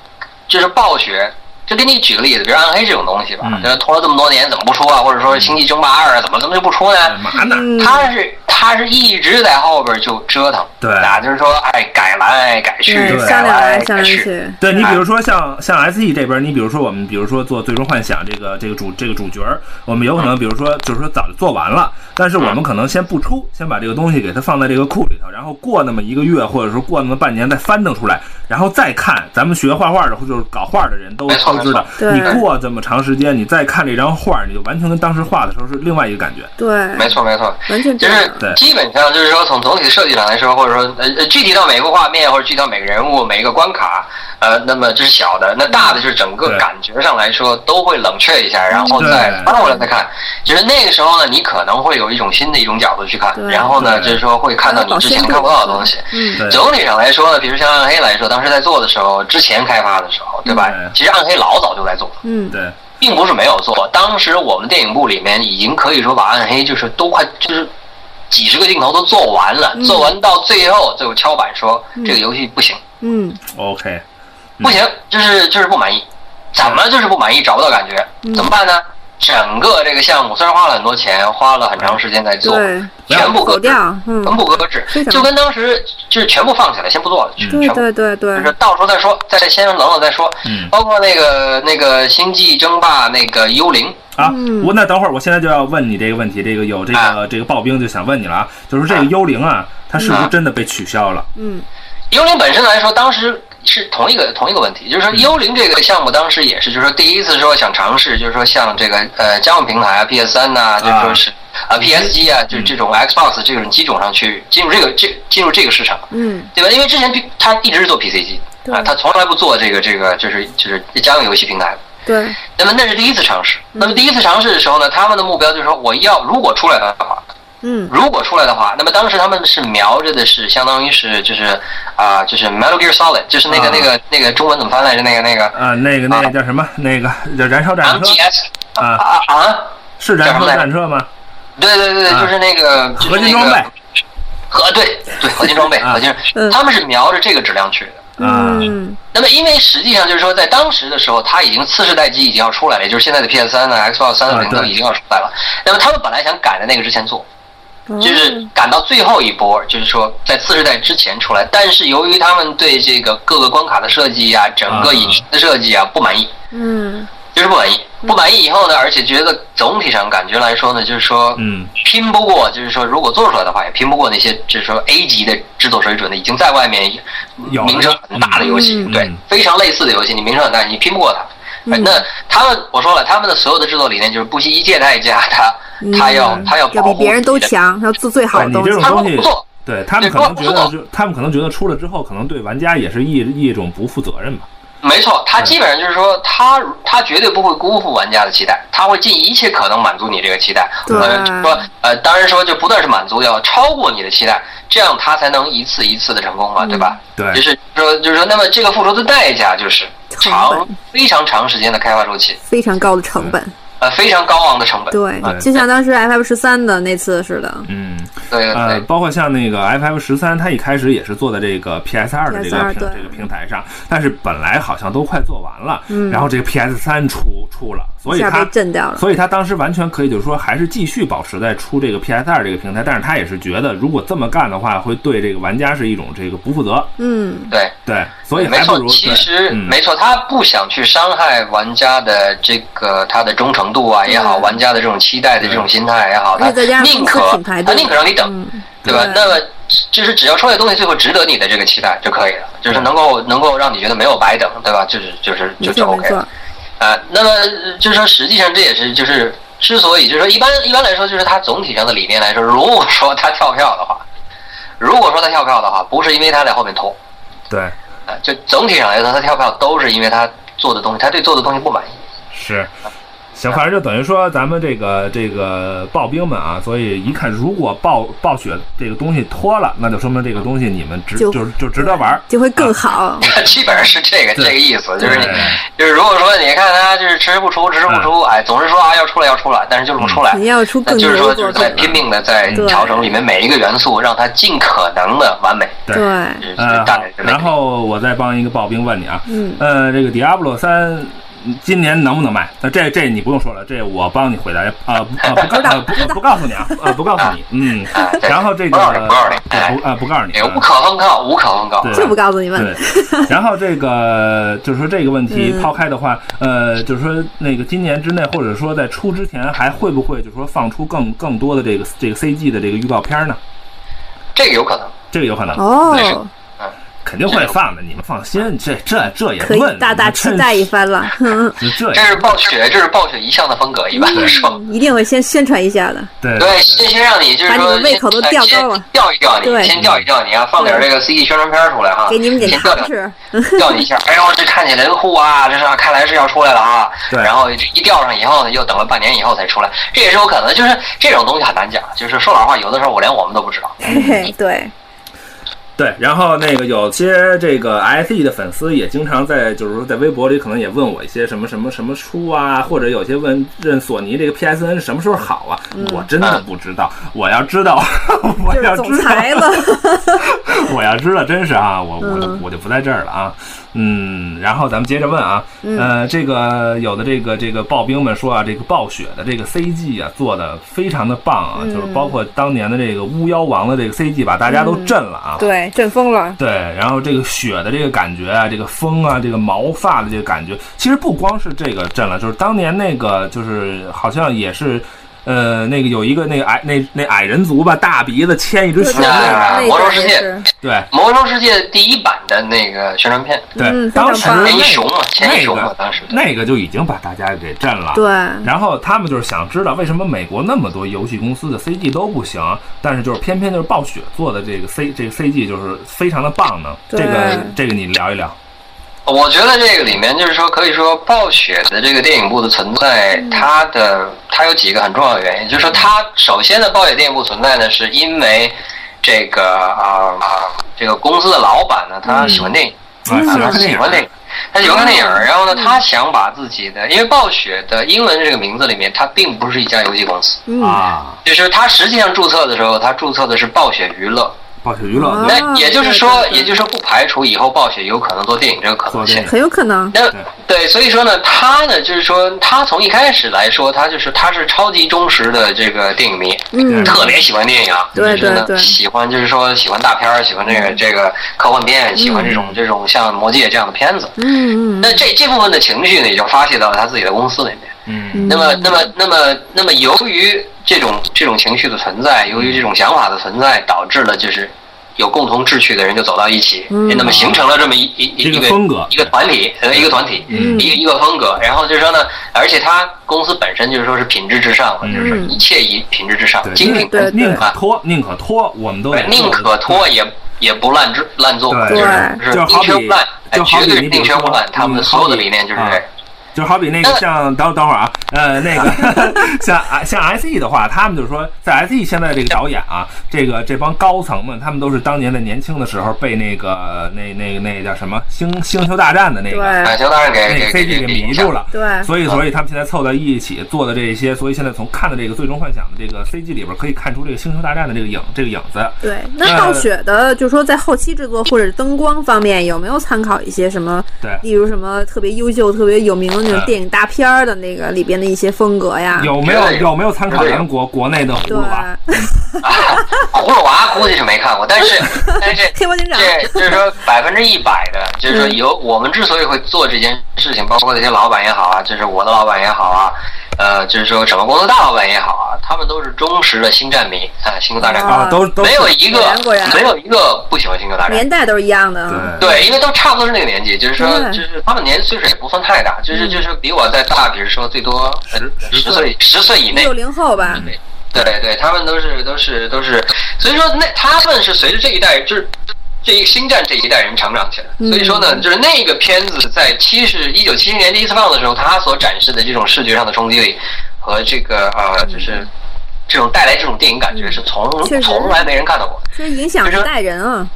[SPEAKER 5] 就是暴雪。就给你举个例子，比如暗黑这种东西吧，
[SPEAKER 1] 嗯
[SPEAKER 5] 就是拖了这么多年怎么不出啊？或者说星际争霸二啊，怎么怎么就不出呢？
[SPEAKER 3] 干嘛呢？
[SPEAKER 4] 嗯
[SPEAKER 5] 他是他是一直在后边就折腾，
[SPEAKER 3] 对
[SPEAKER 5] 啊，就是说哎改来改去，
[SPEAKER 4] 对，
[SPEAKER 5] 改
[SPEAKER 4] 嗯
[SPEAKER 5] 哎
[SPEAKER 4] 商量来商
[SPEAKER 5] 改
[SPEAKER 4] 量
[SPEAKER 5] 去，
[SPEAKER 4] 去，
[SPEAKER 3] 对你比如说像像 S E 这边，你比如说我们比如说做最终幻想这个这个主这个主角儿，我们有可能
[SPEAKER 5] 嗯
[SPEAKER 3] 比如说就是说早就做完了，但是我们可能先不出，先把这个东西给它放在这个库里头，然后过那么一个月或者说过那么半年再翻腾出来，然后再看。咱们学画画的或者就是搞画的人都
[SPEAKER 5] 没错
[SPEAKER 3] 都知道
[SPEAKER 5] 没，
[SPEAKER 4] 错
[SPEAKER 3] 你
[SPEAKER 4] 对
[SPEAKER 3] 过这么长时间，你再看这张画，你就完全跟当时画的时候是另外一个感觉。
[SPEAKER 4] 对，
[SPEAKER 5] 没错没错，
[SPEAKER 4] 完全
[SPEAKER 5] 就
[SPEAKER 4] 这
[SPEAKER 5] 是
[SPEAKER 4] 样。
[SPEAKER 3] 对
[SPEAKER 5] 基本上就是说从总体设计上来说，或者说呃呃具体到每一个画面或者具体到每个人物每一个关卡，呃，那么这是小的，那大的就是整个
[SPEAKER 3] 对
[SPEAKER 5] 感觉上来说都会冷却一下，然后
[SPEAKER 3] 对
[SPEAKER 5] 再翻过来再看。就是那个时候呢，你可能会有一种新的一种角度去看，
[SPEAKER 4] 对
[SPEAKER 5] 然后呢，
[SPEAKER 3] 对
[SPEAKER 5] 就是说会看到你之前看不到的东西。
[SPEAKER 4] 嗯，
[SPEAKER 3] 对
[SPEAKER 5] 总体上来说呢，比如像暗黑来说，当时在做的时候，之前开发的时候，对吧
[SPEAKER 3] 嗯？
[SPEAKER 5] 其实暗黑老早就在做，
[SPEAKER 4] 嗯，
[SPEAKER 3] 对
[SPEAKER 5] 并不是没有做。当时我们电影部里面已经可以说把暗黑就是都快就是几十个镜头都做完了，
[SPEAKER 4] 嗯
[SPEAKER 5] 做完到最后最后敲板说、这个游戏不行，
[SPEAKER 4] 嗯，
[SPEAKER 3] ，OK，嗯
[SPEAKER 5] 不行，就是就是不满意，怎么就是不满意，找不到感觉，
[SPEAKER 4] 嗯
[SPEAKER 5] 怎么办呢？整个这个项目虽然花了很多钱，花了很长时间在做，
[SPEAKER 4] 对，
[SPEAKER 5] 全部搁
[SPEAKER 4] 走
[SPEAKER 5] 置，
[SPEAKER 4] 掉，嗯，
[SPEAKER 5] 全部搁置
[SPEAKER 4] 非，常
[SPEAKER 5] 就跟当时就是全部放起来，先不做了，全
[SPEAKER 4] 对
[SPEAKER 5] 部
[SPEAKER 4] 对对对
[SPEAKER 5] 就是，到时候再说，再先冷冷再说。
[SPEAKER 1] 嗯
[SPEAKER 5] 包括那个那个星际争霸那个幽灵，
[SPEAKER 3] 啊，
[SPEAKER 4] 嗯
[SPEAKER 3] 我那等会儿，我现在就要问你这个问题。这个有这个
[SPEAKER 5] 啊
[SPEAKER 3] 这个刨冰就想问你了啊，就是这个幽灵啊，它是不是真的被取消了？
[SPEAKER 4] 嗯
[SPEAKER 5] 幽灵本身来说，当时是同一个同一个问题，就是说幽灵这个项目当时也是，就是说第一次说想尝试，就是说像这个呃家用平台啊，PS 三呐、就是说是啊 PSG 啊，就是这种 Xbox 这种机种上去进入这个这进入这个市场，
[SPEAKER 4] 嗯，
[SPEAKER 5] 对吧？因为之前 P- 它一直是做 PC 机
[SPEAKER 4] 对
[SPEAKER 5] 啊，它从来不做这个这个就是就是家用游戏平台的。
[SPEAKER 4] 对，
[SPEAKER 5] 那么那是第一次尝试。那么第一次尝试的时候呢，他们的目标就是说，我要如果出来的话，
[SPEAKER 4] 嗯
[SPEAKER 5] 如果出来的话，那么当时他们是瞄着的是相当于是就是啊、就是 Metal Gear Solid，就是那个、
[SPEAKER 3] 啊
[SPEAKER 5] 那个那个中文怎么翻来着？那个那个
[SPEAKER 3] 啊，那个那个叫什么？那个叫燃烧战车
[SPEAKER 5] MGS
[SPEAKER 3] 啊，
[SPEAKER 5] 啊啊！
[SPEAKER 3] 是燃烧战车吗？
[SPEAKER 5] 对对对，
[SPEAKER 3] 啊
[SPEAKER 5] 就是那个就是
[SPEAKER 3] 合金
[SPEAKER 5] 那
[SPEAKER 3] 装备
[SPEAKER 5] 个合对对合金装备
[SPEAKER 3] 啊
[SPEAKER 5] 合金
[SPEAKER 4] 嗯，
[SPEAKER 5] 他们是瞄着这个质量去的。
[SPEAKER 3] 啊，
[SPEAKER 4] 嗯
[SPEAKER 5] 那么，因为实际上就是说，在当时的时候，它已经次世代机已经要出来了，也就是现在的 PS 三呢、Xbox 三六
[SPEAKER 3] 啊
[SPEAKER 5] 零
[SPEAKER 3] 对
[SPEAKER 5] 都已经要出来了。那么，他们本来想赶在那个之前做，
[SPEAKER 4] 哦
[SPEAKER 5] 就是赶到最后一波，就是说在次世代之前出来。但是由于他们对这个各个关卡的设计啊，整
[SPEAKER 3] 啊
[SPEAKER 5] 个引擎的设计啊不满意，
[SPEAKER 4] 嗯
[SPEAKER 5] 就是不满意。不满意以后呢，而且觉得总体上感觉来说呢，就是说
[SPEAKER 3] 嗯，
[SPEAKER 5] 拼不过，就是说如果做出来的话，也拼不过那些就是说 A 级的制作水准的，已经在外面
[SPEAKER 3] 有了
[SPEAKER 5] 名声很大的游戏，
[SPEAKER 4] 嗯
[SPEAKER 5] 对、
[SPEAKER 3] 嗯
[SPEAKER 5] 非常类似的游戏，你名声很大，你拼不过它。哎
[SPEAKER 4] 嗯
[SPEAKER 5] 那他们我说了，他们的所有的制作理念就是不惜一切代价，他他要
[SPEAKER 4] 嗯
[SPEAKER 5] 他要
[SPEAKER 4] 要
[SPEAKER 5] 保护
[SPEAKER 4] 比别人都
[SPEAKER 5] 自己的
[SPEAKER 4] 强，要做最好
[SPEAKER 3] 对
[SPEAKER 4] 的
[SPEAKER 3] 啊哎你
[SPEAKER 4] 东
[SPEAKER 3] 这种
[SPEAKER 4] 西，
[SPEAKER 3] 东西
[SPEAKER 5] 他们不做，
[SPEAKER 3] 对他们
[SPEAKER 5] 对
[SPEAKER 3] 可能觉
[SPEAKER 5] 不
[SPEAKER 3] 得
[SPEAKER 5] 不
[SPEAKER 3] 是，他们可能觉得出了之后，可能对玩家也是一一种不负责任吧。
[SPEAKER 5] 没错，他基本上就是说，他他绝对不会辜负玩家的期待，他会尽一切可能满足你这个期待。
[SPEAKER 4] 对
[SPEAKER 5] 呃，就是说呃，当然说就不但是满足，要超过你的期待，这样他才能一次一次的成
[SPEAKER 4] 嗯
[SPEAKER 5] 功嘛，对吧？
[SPEAKER 3] 对
[SPEAKER 5] 就是说，就是说，那么这个付出的代价就是
[SPEAKER 4] 成
[SPEAKER 5] 长
[SPEAKER 4] 本
[SPEAKER 5] 非常长时间的开发周期，
[SPEAKER 4] 非常高的成本。
[SPEAKER 5] 呃，非常高昂的成本。
[SPEAKER 4] 对
[SPEAKER 3] 对，
[SPEAKER 4] 就像当时 F F 十三的那次似的，
[SPEAKER 3] 嗯，
[SPEAKER 5] 对对
[SPEAKER 3] 呃，
[SPEAKER 4] 哎
[SPEAKER 5] 对，
[SPEAKER 3] 包括像那个 FF 十三，它一开始也是做在这个 PS 二的这个
[SPEAKER 4] PS2
[SPEAKER 3] 平
[SPEAKER 4] 对
[SPEAKER 3] 这个平台上，但是本来好像都快做完了，
[SPEAKER 4] 嗯
[SPEAKER 3] 然后这个 PS 三出出了，所
[SPEAKER 4] 一
[SPEAKER 3] 以
[SPEAKER 4] 下
[SPEAKER 3] 它
[SPEAKER 4] 被震掉了。
[SPEAKER 3] 所以他当时完全可以就是说，还是继续保持在出这个 PS 二这个平台，但是他也是觉得，如果这么干的话，会对这个玩家是一种这个不负责。
[SPEAKER 4] 嗯
[SPEAKER 5] 对。
[SPEAKER 3] 对，所以
[SPEAKER 5] 没
[SPEAKER 3] 还不
[SPEAKER 5] 错
[SPEAKER 3] 如，
[SPEAKER 5] 其
[SPEAKER 3] 对
[SPEAKER 5] 实
[SPEAKER 3] 嗯
[SPEAKER 5] 没错，他不想去伤害玩家的这个他的忠诚度啊也好，
[SPEAKER 4] 嗯
[SPEAKER 5] 玩家的这种期待的这种心态也好，
[SPEAKER 4] 而
[SPEAKER 5] 他
[SPEAKER 4] 且再加上
[SPEAKER 5] 宁
[SPEAKER 4] 公司
[SPEAKER 5] 可
[SPEAKER 4] 品牌
[SPEAKER 5] 他
[SPEAKER 4] 对
[SPEAKER 5] 宁可让你等，
[SPEAKER 4] 嗯，
[SPEAKER 5] 对吧？
[SPEAKER 4] 对
[SPEAKER 5] 那么就是只要出来的东西最后值得你的这个期待就可以了，就是能够能够让你觉得没有白等，对吧？就是就是
[SPEAKER 4] 嗯没
[SPEAKER 5] 就就
[SPEAKER 4] 错
[SPEAKER 5] OK
[SPEAKER 4] 没
[SPEAKER 5] 了
[SPEAKER 4] 错，
[SPEAKER 5] 啊。那么就是说，实际上这也是就是之所以就是说，一般一般来说，就是它总体上的理念来说，如果说它跳票的话，如果说它跳票的话，不是因为它在后面拖，
[SPEAKER 3] 对，
[SPEAKER 5] 啊，就总体上来说，它跳票都是因为它做的东西，它对做的东西不满意。
[SPEAKER 3] 是。行，反正就等于说咱们这个这个刨冰们啊，所以一看，如果暴暴雪这个东西脱了，那就说明这个东西你们值
[SPEAKER 4] 就
[SPEAKER 3] 就是就值得玩儿。
[SPEAKER 4] 就会更好。
[SPEAKER 5] 基本上是这个这个意思，就是
[SPEAKER 3] 嗯
[SPEAKER 5] 你
[SPEAKER 3] 对嗯
[SPEAKER 5] 就是如果说你看他就是迟迟不出，迟迟不出，哎，总是说啊要出来要出来，但是就是不出来。
[SPEAKER 4] 嗯你要出
[SPEAKER 5] 那
[SPEAKER 4] 更
[SPEAKER 5] 就是
[SPEAKER 4] 牛
[SPEAKER 5] 说，
[SPEAKER 4] 的
[SPEAKER 5] 就
[SPEAKER 4] 作品
[SPEAKER 5] 是在
[SPEAKER 4] 了，
[SPEAKER 5] 拼命的在
[SPEAKER 4] 对
[SPEAKER 5] 调整里面每一个元素，让它尽可能的完美。
[SPEAKER 3] 对
[SPEAKER 4] 对，
[SPEAKER 5] 就是
[SPEAKER 3] 呃，
[SPEAKER 5] 大
[SPEAKER 3] 好
[SPEAKER 5] 概是这个
[SPEAKER 3] 然后我再帮一个刨冰问你啊，
[SPEAKER 4] 嗯，
[SPEAKER 3] 呃，这个 Diablo 三今年能不能卖？那这这你不用说了，这我帮你回答啊不 啊不告啊不不告诉你啊啊不告诉你，嗯，
[SPEAKER 5] 啊，对
[SPEAKER 3] 然后这个
[SPEAKER 5] 不告诉你，不告诉你，
[SPEAKER 3] 对
[SPEAKER 5] 哎
[SPEAKER 3] 不，啊不告诉你
[SPEAKER 5] 这个
[SPEAKER 3] 啊
[SPEAKER 5] 无可奉告，无可奉告。
[SPEAKER 3] 对
[SPEAKER 4] 就不告诉你们。
[SPEAKER 3] 对，然后这个就是说这个问题
[SPEAKER 4] 嗯
[SPEAKER 3] 抛开的话，呃，就是说那个今年之内，或者说在出之前，还会不会就是说放出更更多的这个这个 CG 的这个预告片呢？
[SPEAKER 5] 这个有可能。
[SPEAKER 3] 这个有可能，
[SPEAKER 5] 对是
[SPEAKER 4] 哦，
[SPEAKER 3] 肯定会放的，你们放心，这这这也
[SPEAKER 4] 可以
[SPEAKER 3] 问，
[SPEAKER 4] 大大期待一番 了，嗯，
[SPEAKER 3] 你们趁，这
[SPEAKER 5] 这是暴雪，这是暴雪一向的风格，一般来说。
[SPEAKER 4] 一定会先宣传一下的。
[SPEAKER 3] 对
[SPEAKER 5] 对，先先让你就是
[SPEAKER 4] 把你
[SPEAKER 5] 说
[SPEAKER 4] 们胃口都
[SPEAKER 5] 先呃
[SPEAKER 4] 吊
[SPEAKER 5] 先
[SPEAKER 4] 高了
[SPEAKER 5] 吊一吊你，
[SPEAKER 4] 对
[SPEAKER 5] 先吊一吊你啊，放点这个 CG 宣传片出来哈，
[SPEAKER 4] 给你们点
[SPEAKER 5] 先吊
[SPEAKER 4] 糖
[SPEAKER 5] 吊你
[SPEAKER 4] 吃，
[SPEAKER 5] 吊 你一下，哎呦，这看起来酷啊，这是啊看来是要出来了啊。
[SPEAKER 3] 对
[SPEAKER 5] 然后一吊上以后呢，又等了半年以后才出来，这也是有可能。就是这种东西很难讲，就是说老实话，有的时候我连我们都不知道。
[SPEAKER 4] 嘿 嘿，对，
[SPEAKER 3] 对，然后那个有些这个 SE 的粉丝也经常在，就是说在微博里可能也问我一些什么什么什么书啊，或者有些问认索尼这个 PSN 什么时候好啊，我真的不知道，我要知 道，我
[SPEAKER 4] 嗯就是
[SPEAKER 3] 要
[SPEAKER 4] 总
[SPEAKER 3] 知道，
[SPEAKER 4] 裁了，
[SPEAKER 3] 我要知道，真是啊，我我就
[SPEAKER 4] 嗯
[SPEAKER 3] 我就不在这儿了啊。嗯，然后咱们接着问啊，
[SPEAKER 4] 嗯
[SPEAKER 3] 呃，这个有的这个这个刨冰们说啊，这个暴雪的这个 CG 啊做的非常的棒啊，
[SPEAKER 4] 嗯
[SPEAKER 3] 就是包括当年的这个巫妖王的这个 CG 把大家
[SPEAKER 4] 嗯
[SPEAKER 3] 都震了啊。
[SPEAKER 4] 对，阵风了，
[SPEAKER 3] 对，然后这个雪的这个感觉啊，这个风啊，这个毛发的这个感觉，其实不光是这个震了，就是当年那个，就是好像也是，呃，那个有一个那个矮那那矮人族吧，大鼻子牵一只
[SPEAKER 4] 对
[SPEAKER 3] 雪
[SPEAKER 4] 对
[SPEAKER 3] 那
[SPEAKER 5] 啊
[SPEAKER 3] 个，
[SPEAKER 4] 对，
[SPEAKER 5] 魔
[SPEAKER 4] 那
[SPEAKER 5] 兽
[SPEAKER 4] 个
[SPEAKER 5] 世
[SPEAKER 4] 也
[SPEAKER 5] 界
[SPEAKER 4] 是，
[SPEAKER 3] 对
[SPEAKER 5] 《魔兽世界》第一版的那个宣传片，
[SPEAKER 3] 对，
[SPEAKER 4] 嗯非常
[SPEAKER 3] 当时
[SPEAKER 4] 棒
[SPEAKER 5] 前一
[SPEAKER 3] 那
[SPEAKER 5] 雄嘛，前一
[SPEAKER 3] 那
[SPEAKER 5] 雄嘛
[SPEAKER 3] 个，
[SPEAKER 5] 当时。
[SPEAKER 3] 那个就已经把大家给震了，
[SPEAKER 4] 对，
[SPEAKER 3] 然后他们就是想知道为什么美国那么多游戏公司的 CG 都不行，但是就是偏偏就是暴雪做的这个 C 这个 CG 就是非常的棒呢。这
[SPEAKER 4] 对
[SPEAKER 3] 个这个你聊一聊。
[SPEAKER 5] 我觉得这个里面就是说，可以说暴雪的这个电影部的存在，它的它有几个很重要的原因，就是说它首先的暴雪电影部存在呢，是因为这个啊、这个公司的老板呢，他喜欢电影，
[SPEAKER 3] 哎喜
[SPEAKER 4] 嗯
[SPEAKER 5] 啊，他
[SPEAKER 3] 欢看
[SPEAKER 5] 喜
[SPEAKER 3] 电影
[SPEAKER 5] 欢电影，他喜欢看电影，然后呢，他想把自己的，因为暴雪的英文这个名字里面，它并不是一家游戏公司，
[SPEAKER 4] 嗯，
[SPEAKER 3] 啊，
[SPEAKER 5] 就是它实际上注册的时候，它注册的是暴雪娱乐，
[SPEAKER 3] 暴雪娱乐
[SPEAKER 4] 啊
[SPEAKER 3] 对
[SPEAKER 5] 那也就是
[SPEAKER 4] 对
[SPEAKER 5] 说，
[SPEAKER 4] 对对
[SPEAKER 5] 也就是说不排除以后暴雪有可能做电影这个可
[SPEAKER 3] 做
[SPEAKER 5] 能
[SPEAKER 3] 电
[SPEAKER 5] 性
[SPEAKER 3] 影。
[SPEAKER 4] 很有可能，
[SPEAKER 5] 那对，所以说呢，他呢，就是说，他从一开始来说，他就是他是超级忠实的这个电影迷，
[SPEAKER 4] 嗯，
[SPEAKER 5] 特别喜欢电影，啊
[SPEAKER 4] 对
[SPEAKER 5] 就是呢
[SPEAKER 4] 对对
[SPEAKER 5] 喜欢就是说喜欢大片儿，喜欢这个这个科幻片，喜欢这
[SPEAKER 4] 嗯
[SPEAKER 5] 种这种像《魔戒》这样的片子。
[SPEAKER 4] 嗯嗯
[SPEAKER 5] 那这这部分的情绪呢，也就发泄到了他自己的公司里面。
[SPEAKER 3] 嗯
[SPEAKER 4] 嗯，
[SPEAKER 5] 那么，那么，那么，那么，由于这种这种情绪的存在，由于这种想法的存在，导致了就是有共同志趣的人就走到一起，
[SPEAKER 4] 嗯
[SPEAKER 5] 那么形成了这么一一一
[SPEAKER 3] 这个
[SPEAKER 5] 一个
[SPEAKER 3] 风格
[SPEAKER 5] 一个团体，呃，一个团体，
[SPEAKER 3] 嗯
[SPEAKER 5] 一个一个风格。然后就是说呢，而且他公司本身就是说是品质至上嘛，
[SPEAKER 3] 嗯
[SPEAKER 5] 就是说一切以品质至上，
[SPEAKER 3] 对，
[SPEAKER 5] 精品
[SPEAKER 4] 对对
[SPEAKER 3] 宁可拖，宁可拖，我们都得
[SPEAKER 5] 对宁
[SPEAKER 3] 做
[SPEAKER 5] 可拖也也不滥制滥做，
[SPEAKER 3] 对
[SPEAKER 5] 就是
[SPEAKER 4] 对
[SPEAKER 5] 就是
[SPEAKER 3] 就好比
[SPEAKER 5] 宁缺毋滥，哎
[SPEAKER 3] 就好
[SPEAKER 5] 绝
[SPEAKER 3] 比你
[SPEAKER 5] 对是
[SPEAKER 3] 比
[SPEAKER 5] 宁
[SPEAKER 3] 如
[SPEAKER 5] 缺毋
[SPEAKER 3] 说
[SPEAKER 5] 滥。他们
[SPEAKER 3] 嗯
[SPEAKER 5] 的所有的
[SPEAKER 3] 好比
[SPEAKER 5] 理念就是
[SPEAKER 3] 啊
[SPEAKER 5] 这样。
[SPEAKER 3] 就好比那个像等等会儿啊，呃，那个像像 S E 的话，他们就是说，在 S E 现在这个导演啊，这个这帮高层们，他们都是当年在年轻的时候被那个那那那叫什么《星星球大战》的那个
[SPEAKER 5] 啊，
[SPEAKER 4] 对
[SPEAKER 5] 行，当然
[SPEAKER 3] 那
[SPEAKER 5] 给
[SPEAKER 3] 个
[SPEAKER 5] 给
[SPEAKER 3] CG 给迷
[SPEAKER 5] 影
[SPEAKER 3] 住
[SPEAKER 5] 响。
[SPEAKER 3] 了。
[SPEAKER 4] 对，
[SPEAKER 3] 所以，所以他们现在凑到一起做的这些，所以现在从看的这个《最终幻想》的这个 CG 里边，可以看出这个《星球大战》的这个影这个影子。
[SPEAKER 4] 对，那暴雪的，就是说在后期制作或者灯光方面，有没有参考一些什么？
[SPEAKER 3] 对
[SPEAKER 4] 例如什么特别优秀、特别有名的那
[SPEAKER 3] 嗯
[SPEAKER 4] 种电影大片儿的那个里边的一些风格呀？
[SPEAKER 3] 有没有
[SPEAKER 5] 对
[SPEAKER 3] 有没有参考咱们国国内的葫
[SPEAKER 4] 对
[SPEAKER 3] 芦，啊 娃？
[SPEAKER 5] 葫芦娃啊估计是没看过，但是但是
[SPEAKER 4] 黑猫警长，
[SPEAKER 5] 这就是说百分之一百的，就是说
[SPEAKER 4] 嗯
[SPEAKER 5] 有我们之所以会做这件事情，包括那些老板也好啊，就是我的老板也好啊，呃，就是说整个工作大老板也好啊，他们都是忠实的星战迷啊，《星球大战》
[SPEAKER 3] 啊，都都
[SPEAKER 5] 没有一个
[SPEAKER 4] 哦果然果然
[SPEAKER 5] 没有一个不喜欢《星球大战》
[SPEAKER 4] 年代都是一样的啊。
[SPEAKER 3] 对
[SPEAKER 5] 对，因为都差不多是那个年纪，就是说，
[SPEAKER 4] 对
[SPEAKER 5] 就是他们年岁数也不算太大，就是
[SPEAKER 4] 嗯
[SPEAKER 5] 就是比我再大，比如说最多呃
[SPEAKER 3] 十
[SPEAKER 5] 十岁十岁以内
[SPEAKER 4] 六，零后吧，
[SPEAKER 5] 对对对，他们都是都是都是，所以说那他们是随着这一代就是。这一星战这一代人成长起来，
[SPEAKER 4] 嗯
[SPEAKER 5] 所以说呢，就是那个片子在七十一九七零年第一次放的时候，它所展示的这种视觉上的冲击力和这个呃，就是这种带来这种电影感觉是从
[SPEAKER 4] 嗯确实
[SPEAKER 5] 从来没人看到过。
[SPEAKER 4] 其实影响一代人啊。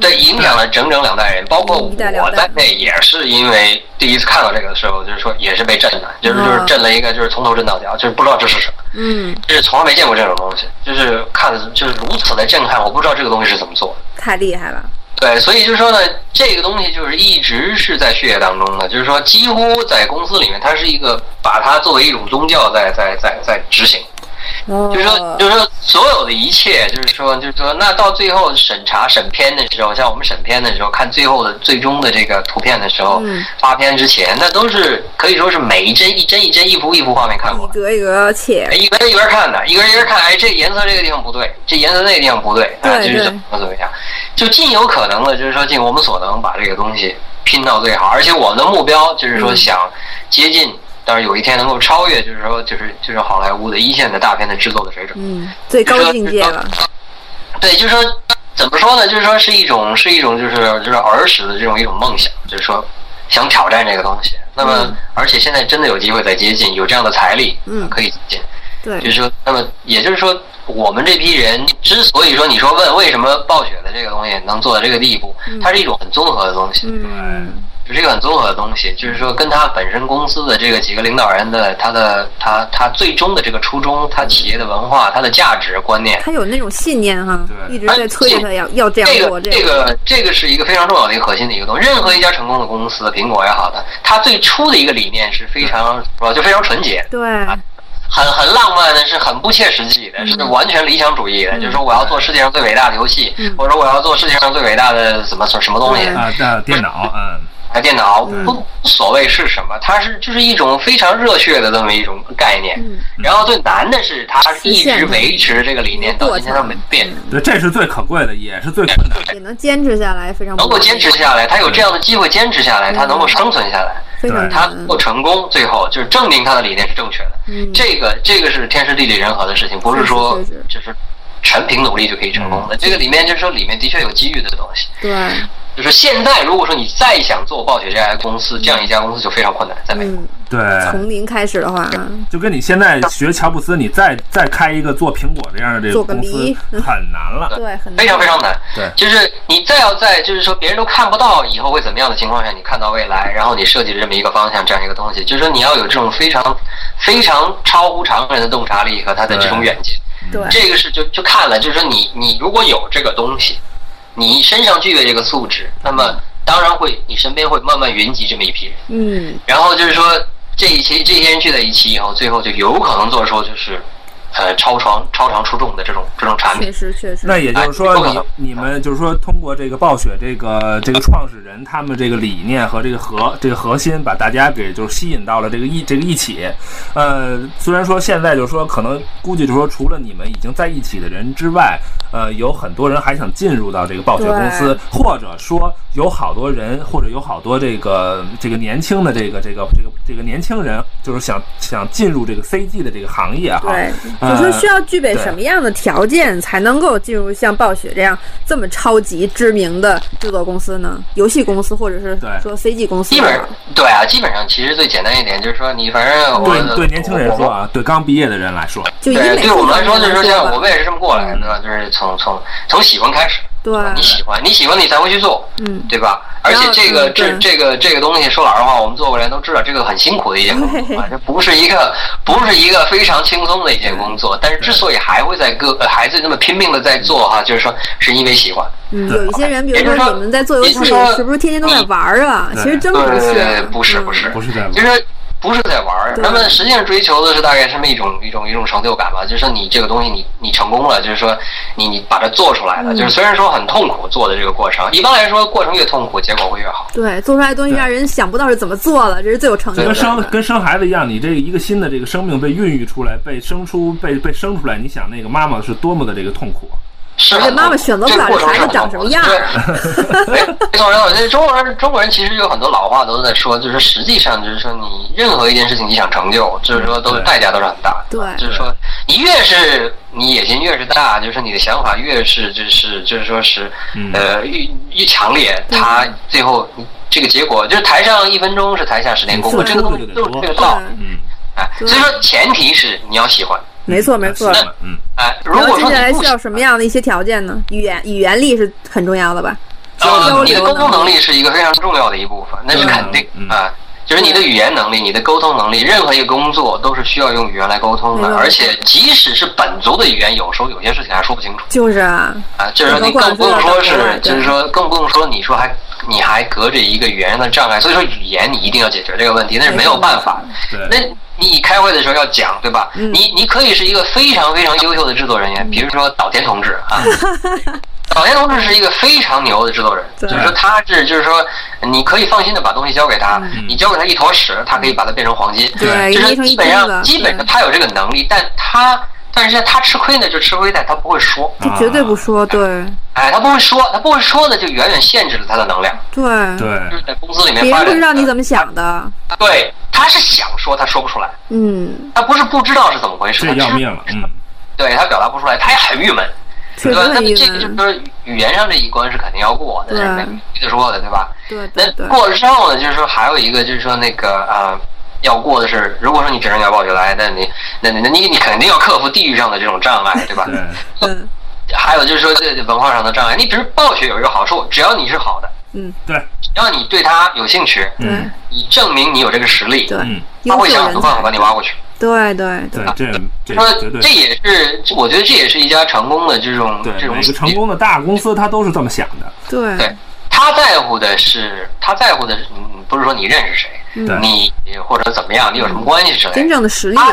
[SPEAKER 5] 对，影响了整整两代人，包括
[SPEAKER 4] 嗯一代两
[SPEAKER 5] 我
[SPEAKER 4] 代
[SPEAKER 5] 在内，也是因为第一次看到这个的时候，就是说也是被震的，就是
[SPEAKER 4] 嗯
[SPEAKER 5] 就是震了一个，就是从头震到脚，就是不知道这是什么，
[SPEAKER 4] 嗯，
[SPEAKER 5] 就是从来没见过这种东西，就是看就是如此的震撼，我不知道这个东西是怎么做的。
[SPEAKER 4] 太厉害了。
[SPEAKER 5] 对，所以就是说呢，这个东西就是一直是在血液当中的，就是说几乎在公司里面，它是一个把它作为一种宗教在在在在执行。
[SPEAKER 4] 哦
[SPEAKER 5] 就是说，就是说，所有的一切，就是说，就是说，那到最后审查审片的时候，像我们审片的时候，看最后的最终的这个图片的时候，
[SPEAKER 4] 嗯
[SPEAKER 5] 发片之前，那都是可以说是每一帧一帧一帧、一幅一幅画面看过
[SPEAKER 4] 一
[SPEAKER 5] 的。
[SPEAKER 4] 格一格切，
[SPEAKER 5] 一个人一边看的，一个人一边看，哎，这颜色这个地方不对，这颜色那个地方不对，啊，
[SPEAKER 4] 对
[SPEAKER 5] 就是
[SPEAKER 4] 对
[SPEAKER 5] 怎么怎么样，就尽有可能的，就是说尽我们所能把这个东西拼到最好，而且我们的目标就是说
[SPEAKER 4] 嗯
[SPEAKER 5] 想接近，但是有一天能够超越，就是说就是就是好莱坞的一线的大片的制作的水准。
[SPEAKER 4] 嗯，最高境界了。
[SPEAKER 5] 对，就是说怎么说呢？就是说是一种是一种就是就是儿时的这种一种梦想，就是说想挑战这个东西。那么、
[SPEAKER 4] 嗯
[SPEAKER 5] 而且现在真的有机会再接近，有这样的财力，
[SPEAKER 4] 嗯
[SPEAKER 5] 可以接近。就
[SPEAKER 4] 对，
[SPEAKER 5] 是说，那么也就是说，我们这批人之所以说你说问为什么暴雪的这个东西能做到这个地步，它是一种很综合的东西，
[SPEAKER 4] 嗯，
[SPEAKER 5] 就是一个很综合的东西，就是说跟他本身公司的这个几个领导人的他的他他最终的这个初衷，他企业的文化，他的价值观念，
[SPEAKER 4] 他有那种信念哈，
[SPEAKER 3] 对
[SPEAKER 4] 一直在催着他要要这
[SPEAKER 5] 这
[SPEAKER 4] 样
[SPEAKER 5] 个
[SPEAKER 4] 做
[SPEAKER 5] 哎这
[SPEAKER 4] 样
[SPEAKER 5] 个这个是一个非常重要的一个核心的一个东西。任何一家成功的公司，苹果也好的，它最初的一个理念是非常说就非常纯洁，
[SPEAKER 4] 做对，
[SPEAKER 5] 很很浪漫的，是很不切实际的，是完全理想主义的。就是说我要做世界上最伟大的游戏，或者说我要做世界上最伟大的什么什么什么东西，
[SPEAKER 4] 对
[SPEAKER 3] 啊，那电脑，嗯，
[SPEAKER 5] 啊，电脑不无所谓是什么，它是就是一种非常热血的这么一种概念。
[SPEAKER 4] 嗯
[SPEAKER 5] 然后对男嗯的是，他一直维持这个嗯理念到今天都没变。
[SPEAKER 3] 对，这是最可贵的，也是最困难的。
[SPEAKER 4] 也能坚持下来，非常不
[SPEAKER 5] 能够
[SPEAKER 4] 容易
[SPEAKER 5] 坚持下来，他有这样的机会坚持下来，他能够生存下来，
[SPEAKER 4] 非常
[SPEAKER 5] 他
[SPEAKER 4] 难
[SPEAKER 5] 能够成功，最后就是证明他的理念是正确的。
[SPEAKER 4] 嗯
[SPEAKER 5] 这个这个是天时地利人和的事情，不是说
[SPEAKER 4] 是是嗯是
[SPEAKER 5] 就是全凭努力就可以成功的。这个里面就是说里面的确有机遇的东西。
[SPEAKER 4] 对，
[SPEAKER 5] 就是现在如果说你再想做暴雪这家公司，这样一家公司就非常困难，在美国。
[SPEAKER 4] 嗯，
[SPEAKER 3] 对，
[SPEAKER 4] 从零开始的话，
[SPEAKER 3] 就跟你现在学乔布斯，你再再开一个做苹果这样的这个
[SPEAKER 4] 做个
[SPEAKER 3] 公司
[SPEAKER 4] 梨
[SPEAKER 3] 很难了。
[SPEAKER 4] 对，很
[SPEAKER 5] 非常非常难，
[SPEAKER 3] 对
[SPEAKER 5] 就是你再要在就是说别人都看不到以后会怎么样的情况下，你看到未来，然后你设计了这么一个方向，这样一个东西，就是说你要有这种非常非常超乎常人的洞察力和他的这种
[SPEAKER 3] 对
[SPEAKER 5] 远见，
[SPEAKER 4] 对，
[SPEAKER 5] 这个是就就看了，就是说你你如果有这个东西，你身上具备这个素质，那么当然会你身边会慢慢云集这么一批人，
[SPEAKER 4] 嗯，
[SPEAKER 5] 然后就是说这一些这些人聚在一起以后，最后就有可能做出就是呃超常超常出众的这种这种产品
[SPEAKER 4] 确。实确实，
[SPEAKER 3] 那也就是
[SPEAKER 5] 哎
[SPEAKER 3] 说
[SPEAKER 5] 不可
[SPEAKER 3] 你，
[SPEAKER 5] 能
[SPEAKER 3] 你们就是说，通过这个暴雪这个这个创始人他们这个理念和这个核这个核心，把大家给就是吸引到了这个一这个一起。呃，虽然说现在就是说，可能估计就是说，除了你们已经在一起的人之外，呃，有很多人还想进入到这个暴雪公司，或者说有好多人，或者有好多这个这个年轻的这个这个这个这个年轻人，就是想想进入这个 CG 的这个行业哈。
[SPEAKER 4] 对，
[SPEAKER 3] 呃
[SPEAKER 4] 就是需要具备什么样的条件才能够进入像暴雪这样这么超级知名的制作公司呢？游戏公司或者是
[SPEAKER 3] 对
[SPEAKER 4] 说 CG 公司
[SPEAKER 5] 基？本对啊，基本上其实最简单一点就是说，你反正我
[SPEAKER 3] 对对，年轻人说
[SPEAKER 5] 我
[SPEAKER 3] 啊，对刚毕业的人来说，
[SPEAKER 4] 就以
[SPEAKER 5] 对
[SPEAKER 4] 美
[SPEAKER 5] 对我
[SPEAKER 4] 术
[SPEAKER 5] 们
[SPEAKER 4] 方面
[SPEAKER 5] 来说就是说，像
[SPEAKER 4] 吧
[SPEAKER 5] 我们也是这嗯么过来的，对吧？就是从从从喜欢开始，
[SPEAKER 4] 对，
[SPEAKER 5] 你喜欢，你喜欢你才会去做，
[SPEAKER 4] 嗯，
[SPEAKER 5] 对吧？而且这个
[SPEAKER 4] 嗯
[SPEAKER 5] 这
[SPEAKER 4] 对
[SPEAKER 5] 这个这个东西，说老实话，我们做过人都知道，这个很辛苦的一件工 作啊，这不是一个不是一个非常轻松的一件工作。但是之所以还会在各呃还是那么拼命的在做哈，就是说是因为喜欢。
[SPEAKER 4] 嗯，有一些人，比如
[SPEAKER 5] 也哎就是说
[SPEAKER 4] 说你们在做游
[SPEAKER 5] 也
[SPEAKER 4] 戏
[SPEAKER 5] 就是说，嗯
[SPEAKER 4] 是不是天天都在玩儿啊？
[SPEAKER 3] 对
[SPEAKER 4] 其实真
[SPEAKER 5] 对
[SPEAKER 4] 不
[SPEAKER 5] 对
[SPEAKER 4] 是
[SPEAKER 5] 对，，不是
[SPEAKER 4] 嗯
[SPEAKER 5] 不是
[SPEAKER 3] 不是在玩
[SPEAKER 5] 就是不是在玩儿，
[SPEAKER 4] 对
[SPEAKER 5] 他们实际上追求的是大概是那么一种一种一种成就感吧，就是说你这个东西你你成功了，就是说你你把它做出
[SPEAKER 4] 嗯
[SPEAKER 5] 来了，就是虽然说很痛苦做的这个过程，一般来说过程越痛苦结果会越好。
[SPEAKER 4] 对，做出来的东西让人想不到是怎么做的，这是最有成就
[SPEAKER 3] 跟
[SPEAKER 4] 感
[SPEAKER 3] 生
[SPEAKER 4] 的。
[SPEAKER 3] 跟生孩子一样，你这一个新的这个生命被孕育出来，被生出被被生出来，你想那个妈妈是多么的这个痛苦啊！
[SPEAKER 5] 是
[SPEAKER 4] 而且
[SPEAKER 5] 很
[SPEAKER 4] 哎妈妈
[SPEAKER 5] 痛苦
[SPEAKER 4] 选择不
[SPEAKER 5] 这个
[SPEAKER 4] 了
[SPEAKER 5] 过
[SPEAKER 4] 这
[SPEAKER 5] 程
[SPEAKER 4] 孩
[SPEAKER 5] 是
[SPEAKER 4] 子
[SPEAKER 5] 很
[SPEAKER 4] 长什
[SPEAKER 5] 痛苦
[SPEAKER 4] 么
[SPEAKER 5] 的
[SPEAKER 4] 样
[SPEAKER 5] 对 哎没没错没错，这中国人中国人其实有很多老话都在说，就是实际上就是说你任何一件事情你想成就，就是说都是
[SPEAKER 3] 嗯对
[SPEAKER 5] 代价都是很大的。
[SPEAKER 4] 对
[SPEAKER 5] 就是说你越是你野心越是大，就是你的想法越是就是就是说是
[SPEAKER 3] 嗯
[SPEAKER 5] 呃越越强烈，它最后你这个结果就是台上一分钟是台下十年功，
[SPEAKER 3] 付
[SPEAKER 5] 这个
[SPEAKER 3] 出
[SPEAKER 5] 东
[SPEAKER 3] 的
[SPEAKER 5] 西
[SPEAKER 3] 就得
[SPEAKER 5] 都是
[SPEAKER 3] 多
[SPEAKER 5] 这个道理。
[SPEAKER 4] 对
[SPEAKER 3] 嗯
[SPEAKER 5] 哎，
[SPEAKER 4] 对
[SPEAKER 5] 所以说前提是你要喜欢。
[SPEAKER 4] 没错没错。
[SPEAKER 3] 是的嗯，
[SPEAKER 5] 哎，如
[SPEAKER 4] 然后
[SPEAKER 5] 果
[SPEAKER 4] 接
[SPEAKER 5] 说
[SPEAKER 4] 下来
[SPEAKER 5] 你不
[SPEAKER 4] 需
[SPEAKER 5] 喜
[SPEAKER 4] 要什么样的一些条件呢？语言语言力是很重要的吧？
[SPEAKER 5] 呃，你的
[SPEAKER 4] 流
[SPEAKER 5] 沟通
[SPEAKER 4] 能
[SPEAKER 5] 能力是一个非常重要的一部分，那是肯定
[SPEAKER 3] 嗯
[SPEAKER 5] 啊。就是你的语言能力、你的沟通能力，任何一个工作都是需要用语言来沟通的
[SPEAKER 4] 没错，
[SPEAKER 5] 而且即使是本族的语言，有时候有些事情还说不清楚
[SPEAKER 4] 就是啊，
[SPEAKER 5] 啊。就是说，你
[SPEAKER 4] 包括
[SPEAKER 5] 更不用
[SPEAKER 4] 这个
[SPEAKER 5] 说
[SPEAKER 4] 国外
[SPEAKER 5] 是，
[SPEAKER 4] 对
[SPEAKER 5] 就是说，更不用说你说还你还隔着一个语言上的障碍，所以说语言你一定要解决这个问题，那是哎没有办法的。那
[SPEAKER 3] 对，
[SPEAKER 5] 你开会的时候要讲，对吧？
[SPEAKER 4] 嗯
[SPEAKER 5] 你你可以是一个非常非常优秀的制作人员，比如说岛田同志啊， 岛田同志是一个非常牛的制作人，
[SPEAKER 4] 对
[SPEAKER 5] 就是说他是就是说你可以放心的把东西交给他，
[SPEAKER 4] 嗯
[SPEAKER 5] 你交给他一坨屎，他可以把它变成黄金，
[SPEAKER 4] 对
[SPEAKER 5] 就是
[SPEAKER 4] 捏成一
[SPEAKER 5] 基
[SPEAKER 4] 堆
[SPEAKER 5] 本
[SPEAKER 4] 子
[SPEAKER 5] 上基本上
[SPEAKER 4] 对
[SPEAKER 5] 他有这个能力，但他但是他吃亏呢就吃亏在他不会说，
[SPEAKER 4] 就绝对不说，对
[SPEAKER 5] 哎，他不会说，他不会说呢就远远限制了他的能量，
[SPEAKER 4] 对，
[SPEAKER 3] 对
[SPEAKER 5] 就是在公司里面
[SPEAKER 4] 别
[SPEAKER 5] 发
[SPEAKER 4] 人
[SPEAKER 5] 展，
[SPEAKER 4] 不知道你怎么想的，
[SPEAKER 5] 对，他是想说他说不出来，
[SPEAKER 4] 嗯，
[SPEAKER 5] 他不是不知道是怎么回事，
[SPEAKER 3] 这
[SPEAKER 5] 他
[SPEAKER 3] 要
[SPEAKER 5] 知
[SPEAKER 3] 命了，嗯，
[SPEAKER 5] 对他表达不出来，他也很郁闷，
[SPEAKER 4] 确实
[SPEAKER 5] 吧？那
[SPEAKER 4] 很
[SPEAKER 5] 么
[SPEAKER 4] 郁
[SPEAKER 5] 这个就是
[SPEAKER 4] 闷，
[SPEAKER 5] 说语言上这一关是肯定要过的，
[SPEAKER 4] 对
[SPEAKER 5] 那是没没得说的，对吧？
[SPEAKER 4] 对对
[SPEAKER 5] 那
[SPEAKER 4] 对，
[SPEAKER 5] 过了之后呢，就是说还有一个就是说那个呃，要过的是，如果说你只能咬抱就来，那你那那那你你肯定要克服地域上的这种障碍，对吧？
[SPEAKER 3] 对，
[SPEAKER 4] 嗯
[SPEAKER 5] 还有就是说这这文化上的障碍，你比如暴雪有一个好处，只要你是好的，
[SPEAKER 4] 嗯
[SPEAKER 3] 对，
[SPEAKER 5] 只要你对他有兴趣，
[SPEAKER 4] 对
[SPEAKER 3] 嗯
[SPEAKER 5] 你证明你有这个实力，
[SPEAKER 4] 对
[SPEAKER 3] 嗯，
[SPEAKER 5] 他
[SPEAKER 4] 优
[SPEAKER 5] 会
[SPEAKER 4] 秀
[SPEAKER 5] 想很
[SPEAKER 4] 人
[SPEAKER 5] 多办法把
[SPEAKER 4] 才，
[SPEAKER 5] 你挖过去。
[SPEAKER 4] 对对对
[SPEAKER 3] 对，这这绝
[SPEAKER 5] 说
[SPEAKER 3] 对
[SPEAKER 5] 这。也是，我觉得这也是一家成功的这种
[SPEAKER 3] 对
[SPEAKER 5] 这种
[SPEAKER 3] 每个成功的大公司，他都是这么想的。
[SPEAKER 4] 对
[SPEAKER 5] 对，他在乎的是，他在乎的是，嗯不是说你认识谁，
[SPEAKER 4] 嗯
[SPEAKER 3] 对
[SPEAKER 5] 你或者怎么样，你有什么关系之类
[SPEAKER 4] 真
[SPEAKER 5] 的。
[SPEAKER 4] 正的实力，
[SPEAKER 5] 啊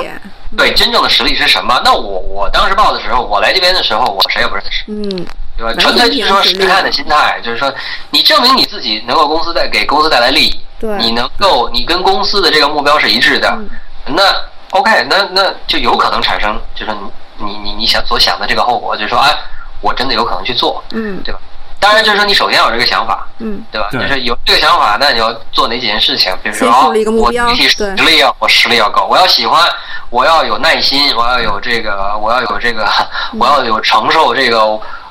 [SPEAKER 5] 对，真正的实力是什么？那我我当时报的时候，我来这边的时候，我谁也不认识，
[SPEAKER 4] 嗯，
[SPEAKER 5] 对吧？
[SPEAKER 4] 完全
[SPEAKER 5] 纯粹就是说
[SPEAKER 4] 不一样
[SPEAKER 5] 试探的心态，就是说你证明你自己能够公司带给公司带来利益，
[SPEAKER 4] 对嗯
[SPEAKER 5] 你能够你跟公司的这个目标是一致的，那 OK，那那就有可能产生就是你你你你想所想的这个后果，就是说哎，我真的有可能去做，
[SPEAKER 4] 嗯
[SPEAKER 5] 对吧？当然就是说你首先要有这个想法，
[SPEAKER 4] 嗯，
[SPEAKER 5] 对吧？
[SPEAKER 3] 对
[SPEAKER 5] 就是有这个想法，那你要做哪几件事情？比如说，
[SPEAKER 4] 先树
[SPEAKER 5] 哦
[SPEAKER 4] 立一个目标
[SPEAKER 5] 我具体实
[SPEAKER 4] 对
[SPEAKER 5] 力要，我实力要够，我要喜欢，我要有耐心，我要有这个，我要有这个，
[SPEAKER 4] 嗯
[SPEAKER 5] 我要有承受这个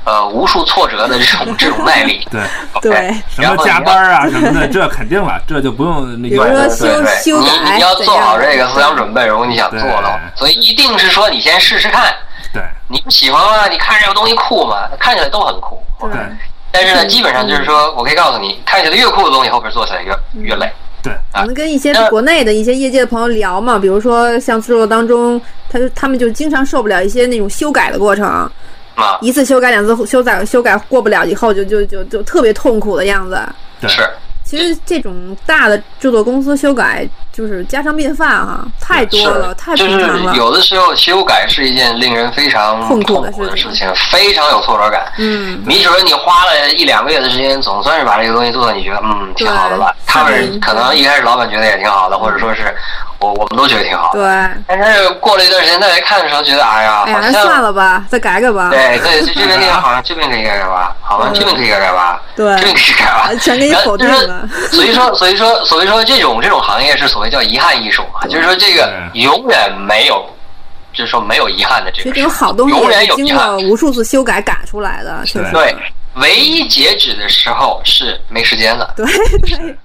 [SPEAKER 5] 呃无数挫折的这种这种耐 力。
[SPEAKER 3] 对，
[SPEAKER 5] OK，
[SPEAKER 4] 对
[SPEAKER 3] 什
[SPEAKER 5] 然
[SPEAKER 3] 么
[SPEAKER 5] 后你
[SPEAKER 3] 加
[SPEAKER 5] 要
[SPEAKER 3] 班啊什么的，这肯定了，这就不用那
[SPEAKER 4] 比如说
[SPEAKER 3] 个。
[SPEAKER 4] 修
[SPEAKER 5] 对对
[SPEAKER 4] 修改
[SPEAKER 5] 你你要做好
[SPEAKER 4] 怎样
[SPEAKER 5] 这个思想准备，如果你想做的话，
[SPEAKER 3] 对
[SPEAKER 5] 所以一定是说你先试试看，
[SPEAKER 3] 对
[SPEAKER 5] 你不喜欢吗？你看这个东西酷吗？看起来都很酷，
[SPEAKER 4] 对
[SPEAKER 3] 对
[SPEAKER 5] 但是呢，
[SPEAKER 4] 嗯
[SPEAKER 5] 基本上就是说我可以告诉你，看起来越酷的东西，后边做起来越越
[SPEAKER 4] 嗯
[SPEAKER 5] 累。
[SPEAKER 3] 对，
[SPEAKER 4] 我
[SPEAKER 5] 啊
[SPEAKER 4] 们跟一些国内的一些业界的朋友聊嘛，比如说像制作当中，他就他们就经常受不了一些那种修改的过程，
[SPEAKER 5] 啊，
[SPEAKER 4] 一次修改、两次修改、修改过不了以后就，就就就特别痛苦的样子。
[SPEAKER 3] 对
[SPEAKER 5] 是。
[SPEAKER 4] 其实这种大的制作公司修改就是家常便饭啊，太多了，太
[SPEAKER 5] 就
[SPEAKER 4] 平
[SPEAKER 5] 是
[SPEAKER 4] 常了。
[SPEAKER 5] 有的时候修改是一件令人非常
[SPEAKER 4] 痛苦
[SPEAKER 5] 苦
[SPEAKER 4] 的
[SPEAKER 5] 的
[SPEAKER 4] 事情
[SPEAKER 5] 事情，非常有挫折感。
[SPEAKER 4] 嗯，
[SPEAKER 5] 你只是你花了一两个月的时间，总算是把这个东西做到你觉得嗯挺好的了。
[SPEAKER 4] 对
[SPEAKER 5] 他
[SPEAKER 4] 嗯
[SPEAKER 5] 们可能一开始老板觉得也挺好的，或者说是我我们都觉得挺好的。
[SPEAKER 4] 对，哎
[SPEAKER 5] 但是过了一段时间再来看的时候，觉得哎呀，
[SPEAKER 4] 呀，
[SPEAKER 5] 好
[SPEAKER 4] 那
[SPEAKER 5] 像
[SPEAKER 4] 算了吧，再改改吧。
[SPEAKER 5] 对对，这这边那个好像这边可以改改吧，好
[SPEAKER 4] 嗯
[SPEAKER 5] 像这边可以改改吧，
[SPEAKER 4] 对
[SPEAKER 5] 这边可以改吧，
[SPEAKER 4] 全给你否定了
[SPEAKER 5] 然后就是所以说，所以说，所以说，这种这种行业是所谓叫遗憾艺术嘛，就是说这个永远没有，就是说没有遗憾的这
[SPEAKER 4] 其实
[SPEAKER 5] 个
[SPEAKER 4] 这
[SPEAKER 5] 事
[SPEAKER 4] 种好东西
[SPEAKER 5] 永远
[SPEAKER 4] 也是
[SPEAKER 5] 有
[SPEAKER 4] 经
[SPEAKER 5] 遗憾
[SPEAKER 4] 过。无数次修改改出来的，确实。
[SPEAKER 5] 对，唯一截止的时候是没时间了，
[SPEAKER 4] 对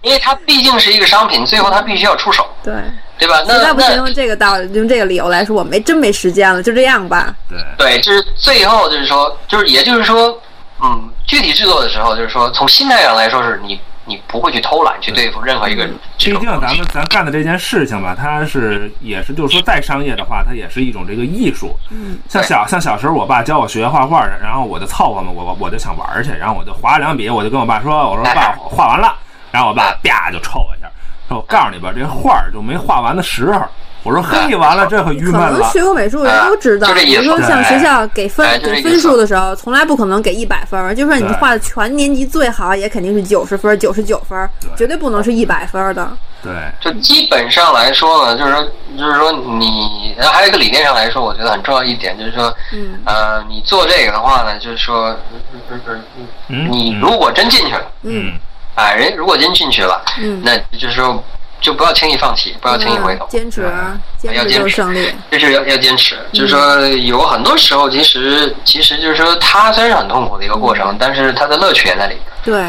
[SPEAKER 5] 因为它毕竟是一个商品，最后它必须要出手，
[SPEAKER 4] 对，
[SPEAKER 5] 对吧？
[SPEAKER 4] 实
[SPEAKER 5] 那
[SPEAKER 4] 在不行
[SPEAKER 5] 那
[SPEAKER 4] 用这个道理，用这个理由来说，我没真没时间了，就这样吧。
[SPEAKER 3] 对
[SPEAKER 5] 对，就是最后就是说，就是也就是说，嗯，具体制作的时候，就是说从心态上来说，是你你不会去偷懒去对付任何一
[SPEAKER 4] 嗯
[SPEAKER 5] 个这
[SPEAKER 3] 毕
[SPEAKER 5] 种
[SPEAKER 3] 竟咱们咱干的这件事情吧，它是也是就是说再商业的话，它也是一种这个艺术。嗯，像小像小时候我爸教我学画画，然后我就凑合嘛，我我我就想玩 儿去，然后我就划两笔，我就跟我爸说，我说爸画完了，然后我爸啪就抽我一下。说我告诉你吧，这画儿就没画完的时候。我说嘿，完了，这可郁闷
[SPEAKER 4] 可能
[SPEAKER 3] 了。
[SPEAKER 4] 学过美术的人都知道，
[SPEAKER 5] 啊就这
[SPEAKER 4] 比
[SPEAKER 5] 意思
[SPEAKER 4] 如说像学校给分
[SPEAKER 5] 哎就这
[SPEAKER 4] 给
[SPEAKER 5] 意思
[SPEAKER 4] 分数的时候，从来不可能给一百分儿，就算你
[SPEAKER 3] 对
[SPEAKER 4] 画的全年级最好，也肯定是九十分、九十九分，绝对不能是一百分的。
[SPEAKER 3] 对，
[SPEAKER 5] 就基本上来说呢，就是说，就是说你，呃然后还有一个理念上来说，我觉得很重要一点就是说，
[SPEAKER 4] 嗯
[SPEAKER 5] 呃，你做这个的话呢，就是说，
[SPEAKER 3] 嗯
[SPEAKER 5] 你如果真进去了，
[SPEAKER 3] 嗯，
[SPEAKER 5] 啊，人如果真进去了，
[SPEAKER 4] 嗯
[SPEAKER 5] 那就是说，就不要轻易放弃，不要轻易回头
[SPEAKER 4] 嗯，坚持，坚
[SPEAKER 5] 要
[SPEAKER 4] 持
[SPEAKER 5] 坚
[SPEAKER 4] 就是
[SPEAKER 5] 持啊
[SPEAKER 4] 胜利。
[SPEAKER 5] 就是要要坚持。就是说，有很多时候，其实其实就是说，它虽然是很痛苦的一个过程，但是它的乐趣也在里面
[SPEAKER 4] 对，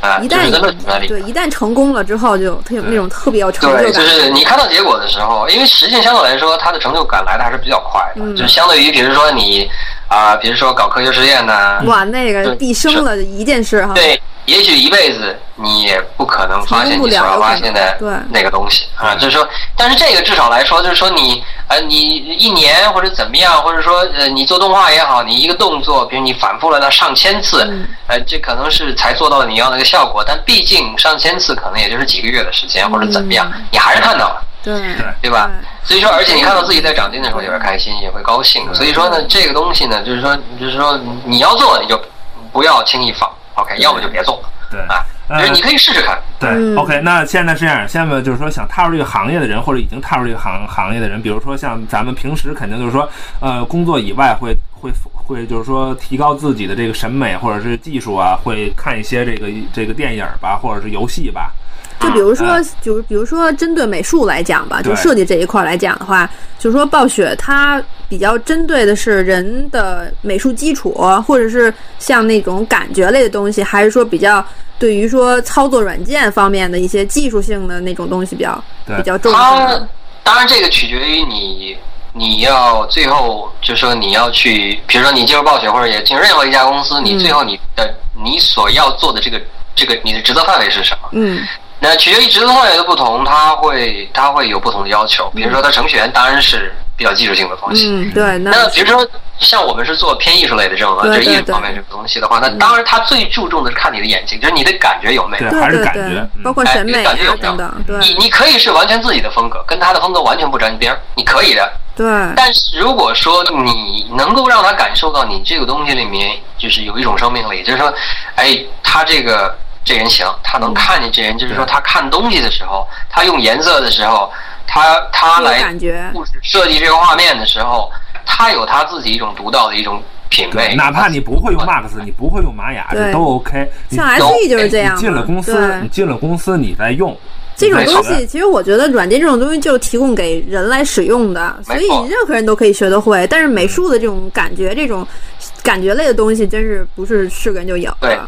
[SPEAKER 5] 啊，
[SPEAKER 4] 一
[SPEAKER 5] 就是
[SPEAKER 4] 嗯旦
[SPEAKER 5] 它乐趣在里面
[SPEAKER 4] 对一旦成功了之后，就特有那种特别有成
[SPEAKER 5] 啊对，
[SPEAKER 4] 就
[SPEAKER 5] 就
[SPEAKER 4] 感。
[SPEAKER 5] 是你看到结果的时候，因为实际相对来说，它的成就感来的还是比较快的，
[SPEAKER 4] 嗯
[SPEAKER 5] 就相对于比如说你啊、比如说搞科学实验呢、
[SPEAKER 4] 哇，那个
[SPEAKER 5] 嗯对
[SPEAKER 4] 毕生了一件事哈，
[SPEAKER 5] 对，也许一辈子你也不可能发现
[SPEAKER 4] 不
[SPEAKER 5] 你
[SPEAKER 4] 了
[SPEAKER 5] 所要发现的
[SPEAKER 4] 有可能对
[SPEAKER 5] 那个东西啊，就是说，但是这个至少来说，就是说你呃，你一年或者怎么样，或者说呃，你做动画也好，你一个动作，比如你反复了它上千次，
[SPEAKER 4] 嗯
[SPEAKER 5] 呃，这可能是才做到你要那个效果，但毕竟上千次可能也就是几个月的时间或者怎么样，你还是看到了。
[SPEAKER 4] 对
[SPEAKER 5] 对吧
[SPEAKER 4] 嗯对？
[SPEAKER 5] 所以说，而且你看到自己在长进的时候也会开心，也会高兴。所以说呢，这个东西呢，就是说，就是说你要做你就不要轻易放，OK，要么就别做
[SPEAKER 3] 对
[SPEAKER 5] 啊。
[SPEAKER 3] 呃
[SPEAKER 5] 就是你可以试试看，
[SPEAKER 3] 对、
[SPEAKER 4] 嗯
[SPEAKER 3] o k 那现在是这样，下面就是说想踏入这个行业的人，或者已经踏入这个行行业的人，比如说像咱们平时肯定就是说，呃，工作以外会会会就是说提高自己的这个审美或者是技术啊，会看一些这个这个电影吧，或者是游戏吧，
[SPEAKER 4] 就比如说
[SPEAKER 3] 嗯，
[SPEAKER 4] 就是比如说，针对美术来讲吧，
[SPEAKER 3] 对
[SPEAKER 4] 就设计这一块来讲的话，就是说暴雪它比较针对的是人的美术基础，或者是像那种感觉类的东西，还是说比较对于说操作软件方面的一些技术性的那种东西比较
[SPEAKER 3] 对
[SPEAKER 4] 比较重视
[SPEAKER 5] 它
[SPEAKER 4] 呢。
[SPEAKER 5] 当然这个取决于你，你要最后就是说你要去，比如说你进入暴雪或者也进入任何一家公司，你最后你的你所要做的这个这个你的职责范围是什么？
[SPEAKER 4] 嗯
[SPEAKER 5] 那取决于职责范围的不同，它会它会有不同的要求。比如说，它程序员当然是比较技术性的东西。
[SPEAKER 4] 嗯，对，
[SPEAKER 5] 那
[SPEAKER 4] 那
[SPEAKER 5] 比如说，像我们是做偏艺术类的这种，啊就
[SPEAKER 4] 对
[SPEAKER 5] 是艺
[SPEAKER 4] 对
[SPEAKER 5] 术
[SPEAKER 4] 对嗯
[SPEAKER 5] 方面这个东西的话，那当然它最注重的是看你的眼睛，就是你的感觉有没有
[SPEAKER 3] 对。
[SPEAKER 4] 对
[SPEAKER 3] 还是
[SPEAKER 4] 对
[SPEAKER 3] 感
[SPEAKER 4] 对
[SPEAKER 3] 觉，嗯
[SPEAKER 4] 包括
[SPEAKER 5] 哎
[SPEAKER 4] 审美
[SPEAKER 5] 感觉有
[SPEAKER 4] 啊
[SPEAKER 5] 没
[SPEAKER 4] 等
[SPEAKER 5] 有
[SPEAKER 4] 等，对
[SPEAKER 5] 你你可以是完全自己的风格，跟他的风格完全不沾边儿，你可以的。
[SPEAKER 4] 对。
[SPEAKER 5] 但是如果说你能够让他感受到你这个东西里面就是有一种生命力，就是说，哎，他这个这人行，他
[SPEAKER 4] 嗯
[SPEAKER 5] 能看见这人，就是说他看东西的时候，他用颜色的时候，他他
[SPEAKER 4] 有
[SPEAKER 5] 来
[SPEAKER 4] 感觉
[SPEAKER 5] 布置设计这个画面的时候，他有他自己一种独到的一种品味，
[SPEAKER 3] 哪怕你不会用 Max，你不会用玛雅，这
[SPEAKER 4] 对
[SPEAKER 3] 都 OK 你。
[SPEAKER 4] 像 SE 就是
[SPEAKER 5] 哎
[SPEAKER 4] 这样嘛，
[SPEAKER 3] 你进了公司，
[SPEAKER 4] 对
[SPEAKER 3] 你进了公司你再用，
[SPEAKER 4] 这种
[SPEAKER 5] 没
[SPEAKER 4] 东
[SPEAKER 3] 错
[SPEAKER 4] 西，其实我觉得软件这种东西就是提供给人来使用的，所以
[SPEAKER 5] 没错嗯
[SPEAKER 4] 任何人都可以学得会。但是美术的这种感觉，这种感觉类的东西，真是不是是个人就有
[SPEAKER 5] 对
[SPEAKER 4] 的。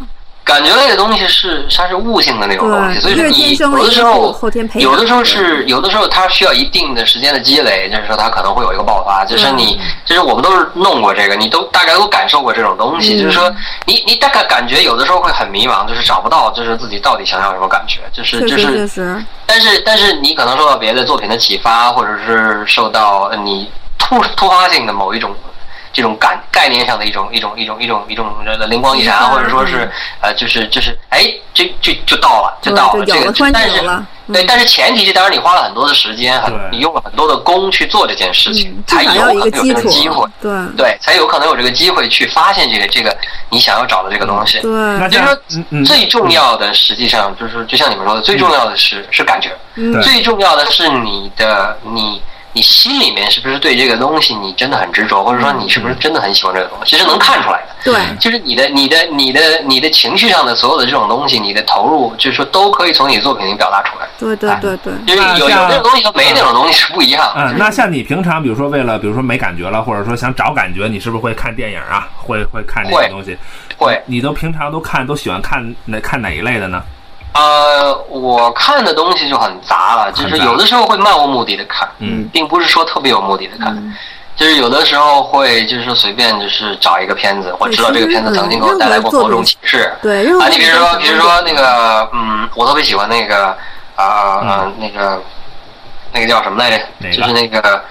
[SPEAKER 5] 感觉类的东西是它是悟性的那种东西，
[SPEAKER 4] 对
[SPEAKER 5] 所以
[SPEAKER 4] 一
[SPEAKER 5] 说
[SPEAKER 4] 个是天生
[SPEAKER 5] 你
[SPEAKER 4] 一
[SPEAKER 5] 有的时
[SPEAKER 4] 个是
[SPEAKER 5] 候
[SPEAKER 4] 后天培养
[SPEAKER 5] 有的时候是有的时候它需要一定的时间的积累，就是说它可能会有一个爆发，就是你就是我们都是弄过这个，你都大概都感受过这种东
[SPEAKER 4] 嗯
[SPEAKER 5] 西，就是说你你大概感觉有的时候会很迷茫，就是找不到就是自己到底想要什么感觉，就是
[SPEAKER 4] 确
[SPEAKER 5] 就
[SPEAKER 4] 实确
[SPEAKER 5] 是
[SPEAKER 4] 实，
[SPEAKER 5] 但是但是你可能受到别的作品的启发，或者是受到呃你突突发性的某一种这种感概念上的一种一种一种一种一种呃灵光一
[SPEAKER 4] 嗯
[SPEAKER 5] 闪，或者说是呃就是就是哎这这就到了就
[SPEAKER 4] 对
[SPEAKER 5] 到了
[SPEAKER 4] 就
[SPEAKER 5] 这
[SPEAKER 4] 有了
[SPEAKER 5] 个
[SPEAKER 4] 突然，就
[SPEAKER 5] 但是
[SPEAKER 4] 有了嗯
[SPEAKER 5] 对，但是前提是当然你花了很多的时间，很
[SPEAKER 3] 对
[SPEAKER 5] 你用了很多的功去做这件事情
[SPEAKER 4] 嗯，，至
[SPEAKER 5] 才
[SPEAKER 4] 少
[SPEAKER 5] 有
[SPEAKER 4] 要
[SPEAKER 5] 可
[SPEAKER 4] 有
[SPEAKER 5] 能
[SPEAKER 4] 一个
[SPEAKER 5] 有
[SPEAKER 4] 基
[SPEAKER 5] 这个
[SPEAKER 4] 础
[SPEAKER 5] 机会。，
[SPEAKER 4] 对
[SPEAKER 5] 对，才有可能有这个机会去发现这个这个你想要找的这个东西。
[SPEAKER 3] 那
[SPEAKER 4] 对，
[SPEAKER 5] 就是
[SPEAKER 3] 嗯嗯
[SPEAKER 5] 说，最重要的实际上就是，就像你们说的，最重要的是是感觉，
[SPEAKER 4] 嗯
[SPEAKER 3] 对
[SPEAKER 5] 最重要的是你的你你心里面是不是对这个东西你真的很执着，或
[SPEAKER 3] 嗯
[SPEAKER 5] 者说你是不是真的很喜欢这个东西，其实能看出来的。
[SPEAKER 4] 对，
[SPEAKER 5] 就是你的、你的、你的、你的情绪上的所有的这种东西，你的投入，就是说都可以从你的作品里表达出来。
[SPEAKER 4] 对对对对，
[SPEAKER 5] 就是
[SPEAKER 3] 嗯那
[SPEAKER 5] 有有
[SPEAKER 3] 像
[SPEAKER 5] 那种东西和没那种东西是不一样的。
[SPEAKER 3] 嗯，那像你平常，比如说为了，比如说没感觉了，或者说想找感觉，你是不是会看电影啊？会会看这些
[SPEAKER 5] 会
[SPEAKER 3] 东西？
[SPEAKER 5] 会
[SPEAKER 3] 你都平常都看，都喜欢看哪看哪一类的呢？
[SPEAKER 5] 呃，我看的东西就很杂了，就是
[SPEAKER 3] 很杂
[SPEAKER 5] 有的时候会漫无目的的看，
[SPEAKER 3] 嗯，
[SPEAKER 5] 并不是说特别有目的的看，就是有的时候会就是随便就是找一个片子，我
[SPEAKER 4] 对
[SPEAKER 5] 知道
[SPEAKER 4] 其
[SPEAKER 5] 这个
[SPEAKER 4] 实
[SPEAKER 5] 片子曾
[SPEAKER 4] 嗯
[SPEAKER 5] 经给我
[SPEAKER 4] 任
[SPEAKER 5] 带
[SPEAKER 4] 何
[SPEAKER 5] 来过
[SPEAKER 4] 作
[SPEAKER 5] 某种
[SPEAKER 4] 品
[SPEAKER 5] 启示，
[SPEAKER 4] 对任何
[SPEAKER 5] 啊，你
[SPEAKER 4] 作
[SPEAKER 5] 比如
[SPEAKER 4] 品
[SPEAKER 5] 说
[SPEAKER 4] 都
[SPEAKER 5] 比如
[SPEAKER 4] 是
[SPEAKER 5] 说那个嗯，我特别喜欢那个啊啊、呃那个那个叫什么来着
[SPEAKER 3] 嗯哪，个
[SPEAKER 5] 就是那个。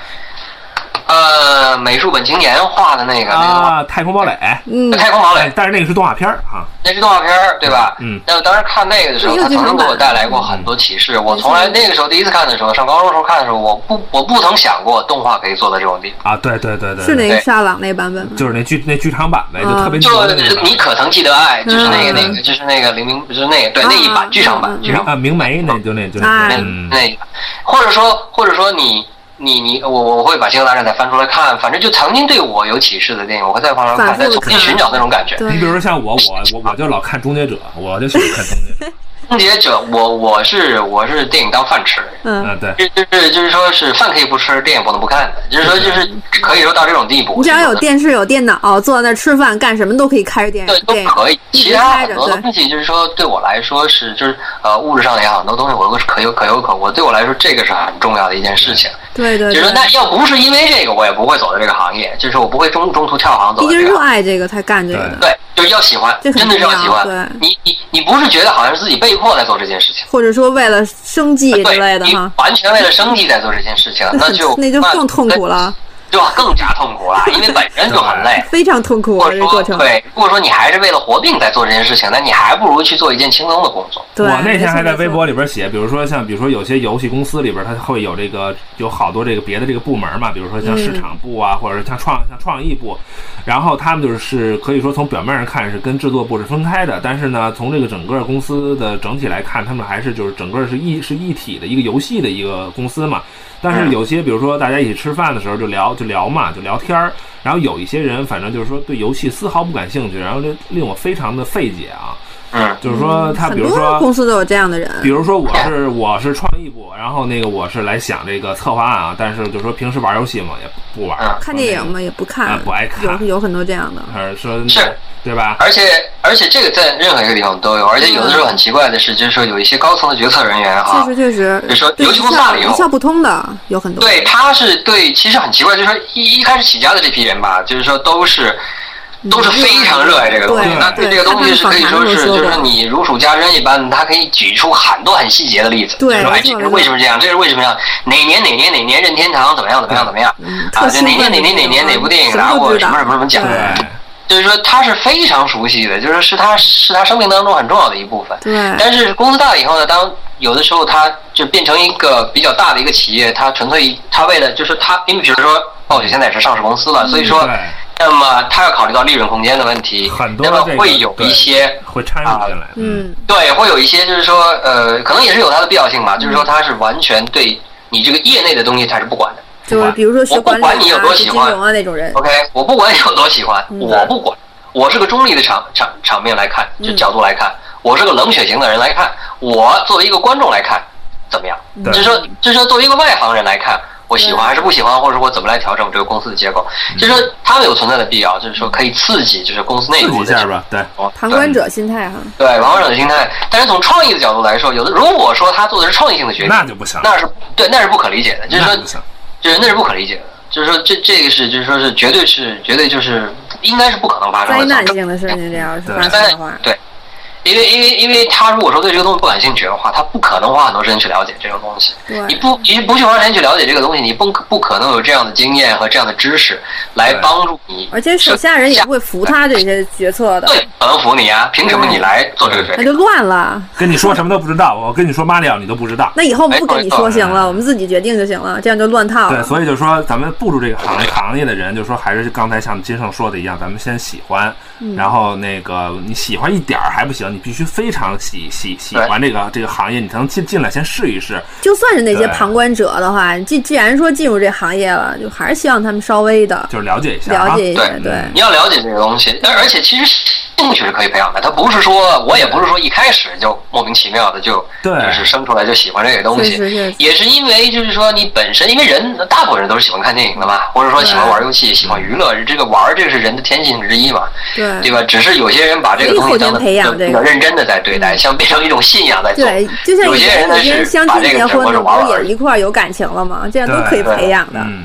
[SPEAKER 5] 呃，美术本青年画的那个那个
[SPEAKER 3] 啊，太空堡垒，
[SPEAKER 4] 嗯，
[SPEAKER 5] 太空堡
[SPEAKER 3] 哎
[SPEAKER 5] 垒，
[SPEAKER 3] 但是那个是动画片儿啊哈，
[SPEAKER 5] 那是动画片儿，对吧？
[SPEAKER 3] 嗯
[SPEAKER 5] 但我当时看那个的时候，
[SPEAKER 4] 那
[SPEAKER 5] 它
[SPEAKER 4] 个
[SPEAKER 5] 曾经给
[SPEAKER 4] 就是
[SPEAKER 5] 我带来过很多启示。我从来那个时候第一次看的时候，上高中时候看的时候，我不我不曾想过动画可以做到这种地步。
[SPEAKER 3] 啊，对对对对，
[SPEAKER 4] 是那个
[SPEAKER 5] 对
[SPEAKER 4] 沙朗那版本吗？
[SPEAKER 3] 就是那剧那剧场版呗，就
[SPEAKER 4] 啊
[SPEAKER 3] 特别
[SPEAKER 5] 就
[SPEAKER 3] 牛的那
[SPEAKER 5] 是
[SPEAKER 3] 个
[SPEAKER 5] 你可曾记得爱，就是那个
[SPEAKER 4] 嗯
[SPEAKER 5] 那个就是那个零零，就是那个对那一
[SPEAKER 4] 嗯
[SPEAKER 5] 版剧场
[SPEAKER 4] 嗯
[SPEAKER 5] 版
[SPEAKER 4] 嗯
[SPEAKER 5] 剧场版。
[SPEAKER 3] 啊，明媒那就那就那
[SPEAKER 4] 哎
[SPEAKER 5] 那
[SPEAKER 3] 嗯
[SPEAKER 5] 那一版，或者说或者说你你你我我会把《星球大战》再翻出来看，反正就曾经对我有启示的电影，我会再翻出来
[SPEAKER 4] 反
[SPEAKER 5] 看，
[SPEAKER 4] 复
[SPEAKER 5] 再重新
[SPEAKER 4] 看
[SPEAKER 5] 寻找那种感觉。
[SPEAKER 4] 对
[SPEAKER 3] 你比如说像我我我我就老看《终结者》，我就喜欢看《终结者》
[SPEAKER 5] 终结者，我我是我是电影当饭吃，
[SPEAKER 4] 嗯，
[SPEAKER 3] 啊，对。
[SPEAKER 5] 就就是就是说是饭可以不吃，电影不能不看的，就是说就是可以说到这种地步。
[SPEAKER 4] 你只要有
[SPEAKER 5] 就是
[SPEAKER 4] 电视、有电脑，坐在那儿吃饭干什么都可以开着电
[SPEAKER 5] 对都
[SPEAKER 4] 电影，
[SPEAKER 5] 可以，
[SPEAKER 4] 一
[SPEAKER 5] 其
[SPEAKER 4] 直
[SPEAKER 5] 他
[SPEAKER 4] 开
[SPEAKER 5] 很
[SPEAKER 4] 着
[SPEAKER 5] 多
[SPEAKER 4] 对。
[SPEAKER 5] 东西就是说对我来说是就是呃物质上也好，很多东西我都是可有可有可无，对我来说这个是很重要的一件事情。
[SPEAKER 4] 对对
[SPEAKER 5] 就是
[SPEAKER 4] 对
[SPEAKER 5] 说，，那要不是因为这个，我也不会走到这个行业，就是我不会中中途跳行走
[SPEAKER 4] 毕
[SPEAKER 5] 到
[SPEAKER 4] 竟
[SPEAKER 5] 这
[SPEAKER 4] 热
[SPEAKER 5] 个行业。
[SPEAKER 4] 爱这个才干这个的，
[SPEAKER 5] 对，就是要喜欢，
[SPEAKER 4] 这
[SPEAKER 5] 真
[SPEAKER 4] 很
[SPEAKER 5] 的是要喜
[SPEAKER 4] 重要
[SPEAKER 5] 欢
[SPEAKER 4] 对。
[SPEAKER 5] 你你你不是觉得好像是自己被迫在做这件事情，
[SPEAKER 4] 或者说为了生计之类
[SPEAKER 5] 对，
[SPEAKER 4] 的
[SPEAKER 5] 你
[SPEAKER 4] 哈，
[SPEAKER 5] 完全为了生计在做这件事情，
[SPEAKER 4] 那
[SPEAKER 5] 那
[SPEAKER 4] 很
[SPEAKER 5] 就
[SPEAKER 4] 那就更痛苦，了，。
[SPEAKER 5] 那就更加痛苦了，因为本身就很累
[SPEAKER 4] 非常痛苦
[SPEAKER 5] 或
[SPEAKER 4] 啊
[SPEAKER 5] 者
[SPEAKER 4] 这个过程
[SPEAKER 5] 说，。对，如果说你还是为了活命在做这件事情，那你还不如去做一件轻松的工作。
[SPEAKER 4] 对，
[SPEAKER 3] 我那天还在
[SPEAKER 4] 没错
[SPEAKER 3] 微博里边写，比如说像，比如说有些游戏公司里边，它会有这个有好多这个别的这个部门嘛，比如说像
[SPEAKER 4] 嗯
[SPEAKER 3] 市场部啊，或者是像创像创意部，然后他们就是可以说从表面上看是跟制作部是分开的，但是呢，从这个整个公司的整体来看，他们还是就是整个是一是一体的一个游戏的一个公司嘛。但
[SPEAKER 4] 嗯
[SPEAKER 3] 是有些，比如说大家一起吃饭的时候就聊就聊嘛，就聊天儿。然后有一些人，反正就是说对游戏丝毫不感兴趣，然后这令我非常的费解啊。
[SPEAKER 5] 嗯，
[SPEAKER 3] 就是说他，
[SPEAKER 4] 很
[SPEAKER 3] 比如
[SPEAKER 4] 多
[SPEAKER 3] 说
[SPEAKER 4] 公司都有这样的人，
[SPEAKER 3] 比如说我是我是创意部，然后那个我是来想这个策划案啊，但是就说平时玩游戏嘛也不玩，
[SPEAKER 5] 嗯
[SPEAKER 4] 看电影嘛也不看
[SPEAKER 3] 啊，不爱看
[SPEAKER 4] 有有很多这样的，
[SPEAKER 3] 还是说
[SPEAKER 5] 是
[SPEAKER 3] 对吧？
[SPEAKER 5] 而且而且这个在任何一个地方都有，而且有的时候很奇怪的是，就是说有一些高层的决策人员哈，
[SPEAKER 4] 嗯确实确实，
[SPEAKER 5] 你啊说
[SPEAKER 4] 对
[SPEAKER 5] 尤其
[SPEAKER 4] 一
[SPEAKER 5] 公司大
[SPEAKER 4] 窍
[SPEAKER 5] 了以
[SPEAKER 4] 一
[SPEAKER 5] 后
[SPEAKER 4] 窍不通的有很多，
[SPEAKER 5] 哦对，他是对，其实很奇怪，就是说一一开始起家的这批人吧，就是说都是。都是非常热爱这个东西
[SPEAKER 4] 嗯对，
[SPEAKER 5] 那对
[SPEAKER 4] 对
[SPEAKER 5] 这个东西是可以说
[SPEAKER 4] 他们访
[SPEAKER 5] 是，
[SPEAKER 4] 谈中说
[SPEAKER 5] 就是
[SPEAKER 4] 过
[SPEAKER 5] 说你如数家珍一般，他可以举出很多很细节的例子，
[SPEAKER 4] 对
[SPEAKER 5] 就是说
[SPEAKER 4] 没
[SPEAKER 5] 哎，
[SPEAKER 4] 错
[SPEAKER 5] 这是为什么这样，这是为什么这样，哪年哪年哪年任天堂怎么样怎么样怎么样
[SPEAKER 4] 嗯，特
[SPEAKER 5] 啊，就
[SPEAKER 4] 兴
[SPEAKER 5] 哪
[SPEAKER 4] 奋
[SPEAKER 5] 年
[SPEAKER 4] 的
[SPEAKER 5] 哪年
[SPEAKER 4] 那
[SPEAKER 5] 哪年
[SPEAKER 4] 种啊
[SPEAKER 5] 哪部电影
[SPEAKER 4] 什么
[SPEAKER 5] 拿
[SPEAKER 4] 都
[SPEAKER 5] 过
[SPEAKER 4] 知
[SPEAKER 5] 什么
[SPEAKER 4] 道
[SPEAKER 5] 什么什么奖，
[SPEAKER 4] 对
[SPEAKER 5] 就是说他是非常熟悉的，就是是他是他生命当中很重要的一部分。
[SPEAKER 3] 哎
[SPEAKER 4] 对
[SPEAKER 5] 但是公司大了以后呢，当有的时候它就变成一个比较大的一个企业，它纯粹它为了就是它，因为比如说暴雪现在也是上市公司了，所以说，
[SPEAKER 3] 嗯对，
[SPEAKER 5] 那么它要考虑到利润空间的问题，
[SPEAKER 3] 很多
[SPEAKER 5] 那么
[SPEAKER 3] 这个
[SPEAKER 5] 会有
[SPEAKER 3] 对
[SPEAKER 5] 一些。
[SPEAKER 3] 会掺入进来，
[SPEAKER 4] 嗯，
[SPEAKER 5] 对，会有一些，就是说，呃，可能也是有它的必要
[SPEAKER 3] 嗯
[SPEAKER 5] 性吧。就是说，它是完全对你这个业内的东西，它是不管的。
[SPEAKER 4] 就是比如说学管理
[SPEAKER 5] 我不管你有
[SPEAKER 4] 啊、
[SPEAKER 5] 多
[SPEAKER 4] 金
[SPEAKER 5] 喜欢
[SPEAKER 4] 融啊那种人，
[SPEAKER 5] OK，我不管你有多喜欢，
[SPEAKER 4] 嗯
[SPEAKER 5] 我不管，我是个中立的场场场面来看，就
[SPEAKER 4] 嗯
[SPEAKER 5] 角度来看，我是个冷血型的人来看，我作为一个观众来看，怎么样？
[SPEAKER 4] 嗯
[SPEAKER 3] 对
[SPEAKER 5] 就是说，就是说，作为一个外行人来看，我喜欢还是不喜欢，或者说我怎么来调整这个公司的结构，
[SPEAKER 3] 嗯
[SPEAKER 5] 就是说他们有存在的必要，就是说可以刺激，就是公司内
[SPEAKER 3] 刺激
[SPEAKER 5] 部
[SPEAKER 3] 一
[SPEAKER 5] 的
[SPEAKER 3] 下吧，对，
[SPEAKER 5] 哦
[SPEAKER 4] 旁观者心态哈，
[SPEAKER 5] 对对旁观者的心态。但是从创意的角度来说，有的如果说他做的是创意性的决定，
[SPEAKER 3] 那就不行，
[SPEAKER 5] 那是对，那是不可理解的，就是
[SPEAKER 3] 那
[SPEAKER 5] 说
[SPEAKER 3] 不行，
[SPEAKER 5] 就是那是不可理解的，就是说这这个是就是说是绝对是绝对就是应该是不可能发生
[SPEAKER 4] 灾
[SPEAKER 5] 的。
[SPEAKER 4] 难性的事情，这要是发生的话，
[SPEAKER 5] 对，因为因为因为他如果说对这个东西不感兴趣的话，他不可能花很多时间去了解这个东西。
[SPEAKER 4] 对
[SPEAKER 5] 你不你不去花时间去了解这个东西，你不不可能有这样的经验和这样的知识来
[SPEAKER 3] 对
[SPEAKER 5] 帮助你。
[SPEAKER 4] 而且手下人也不会服他这些决策的，
[SPEAKER 5] 对，不能服你啊！凭什么你来做这个决
[SPEAKER 4] 那
[SPEAKER 5] 定？
[SPEAKER 4] 就乱了。
[SPEAKER 3] 跟你说什么都不知道，我跟你说马里奥你都不知道，
[SPEAKER 4] 那以后我们不跟你说行
[SPEAKER 3] 哎
[SPEAKER 4] 了，我们自己决定就行了，这样就乱套
[SPEAKER 3] 对，
[SPEAKER 4] 了。
[SPEAKER 3] 所以就说咱们步入这个行业行业的人，就说还是刚才像金盛说的一样，咱们先喜欢，
[SPEAKER 4] 嗯
[SPEAKER 3] 然后那个你喜欢一点儿还不行，你必须非常喜喜喜欢这个这个行业，你才能进进来先试一试，
[SPEAKER 4] 就算是那些
[SPEAKER 3] 对
[SPEAKER 4] 旁观者的话，既既然说进入这行业了，就还是希望他们稍微的
[SPEAKER 3] 就是了解一下啊，
[SPEAKER 4] 了解一下，
[SPEAKER 5] 对嗯
[SPEAKER 4] 对，
[SPEAKER 5] 你要了解这个东西，而而且其实兴趣是可以培养的，他不是说我也不是说一开始就莫名其妙的就
[SPEAKER 3] 对
[SPEAKER 5] 就是生出来就喜欢这个东
[SPEAKER 4] 确实确实
[SPEAKER 5] 西，也是因为就是说你本身因为人大部分人都是喜欢看电影的嘛，或者说喜欢玩游戏、喜欢娱乐，这个玩儿这个是人的天性之一嘛，
[SPEAKER 4] 对
[SPEAKER 5] 对吧？只是有些人把这个东西
[SPEAKER 4] 嗯可以后天
[SPEAKER 5] 当得
[SPEAKER 4] 培
[SPEAKER 5] 比
[SPEAKER 4] 养
[SPEAKER 5] 较
[SPEAKER 4] 这个嗯
[SPEAKER 5] 比较认真的在对待，像变成一种信仰在做。
[SPEAKER 4] 对，就像
[SPEAKER 5] 有
[SPEAKER 4] 以
[SPEAKER 5] 些
[SPEAKER 4] 前
[SPEAKER 5] 人呢
[SPEAKER 4] 以前
[SPEAKER 5] 是
[SPEAKER 4] 相
[SPEAKER 5] 把
[SPEAKER 4] 亲
[SPEAKER 5] 这
[SPEAKER 4] 结
[SPEAKER 5] 个
[SPEAKER 4] 婚
[SPEAKER 5] 当
[SPEAKER 4] 的，
[SPEAKER 5] 成
[SPEAKER 4] 不
[SPEAKER 5] 玩
[SPEAKER 4] 是
[SPEAKER 5] 儿而
[SPEAKER 4] 也
[SPEAKER 5] 已。
[SPEAKER 4] 一块儿有感情了吗？这样都可以
[SPEAKER 3] 对
[SPEAKER 4] 培养的。
[SPEAKER 3] 嗯，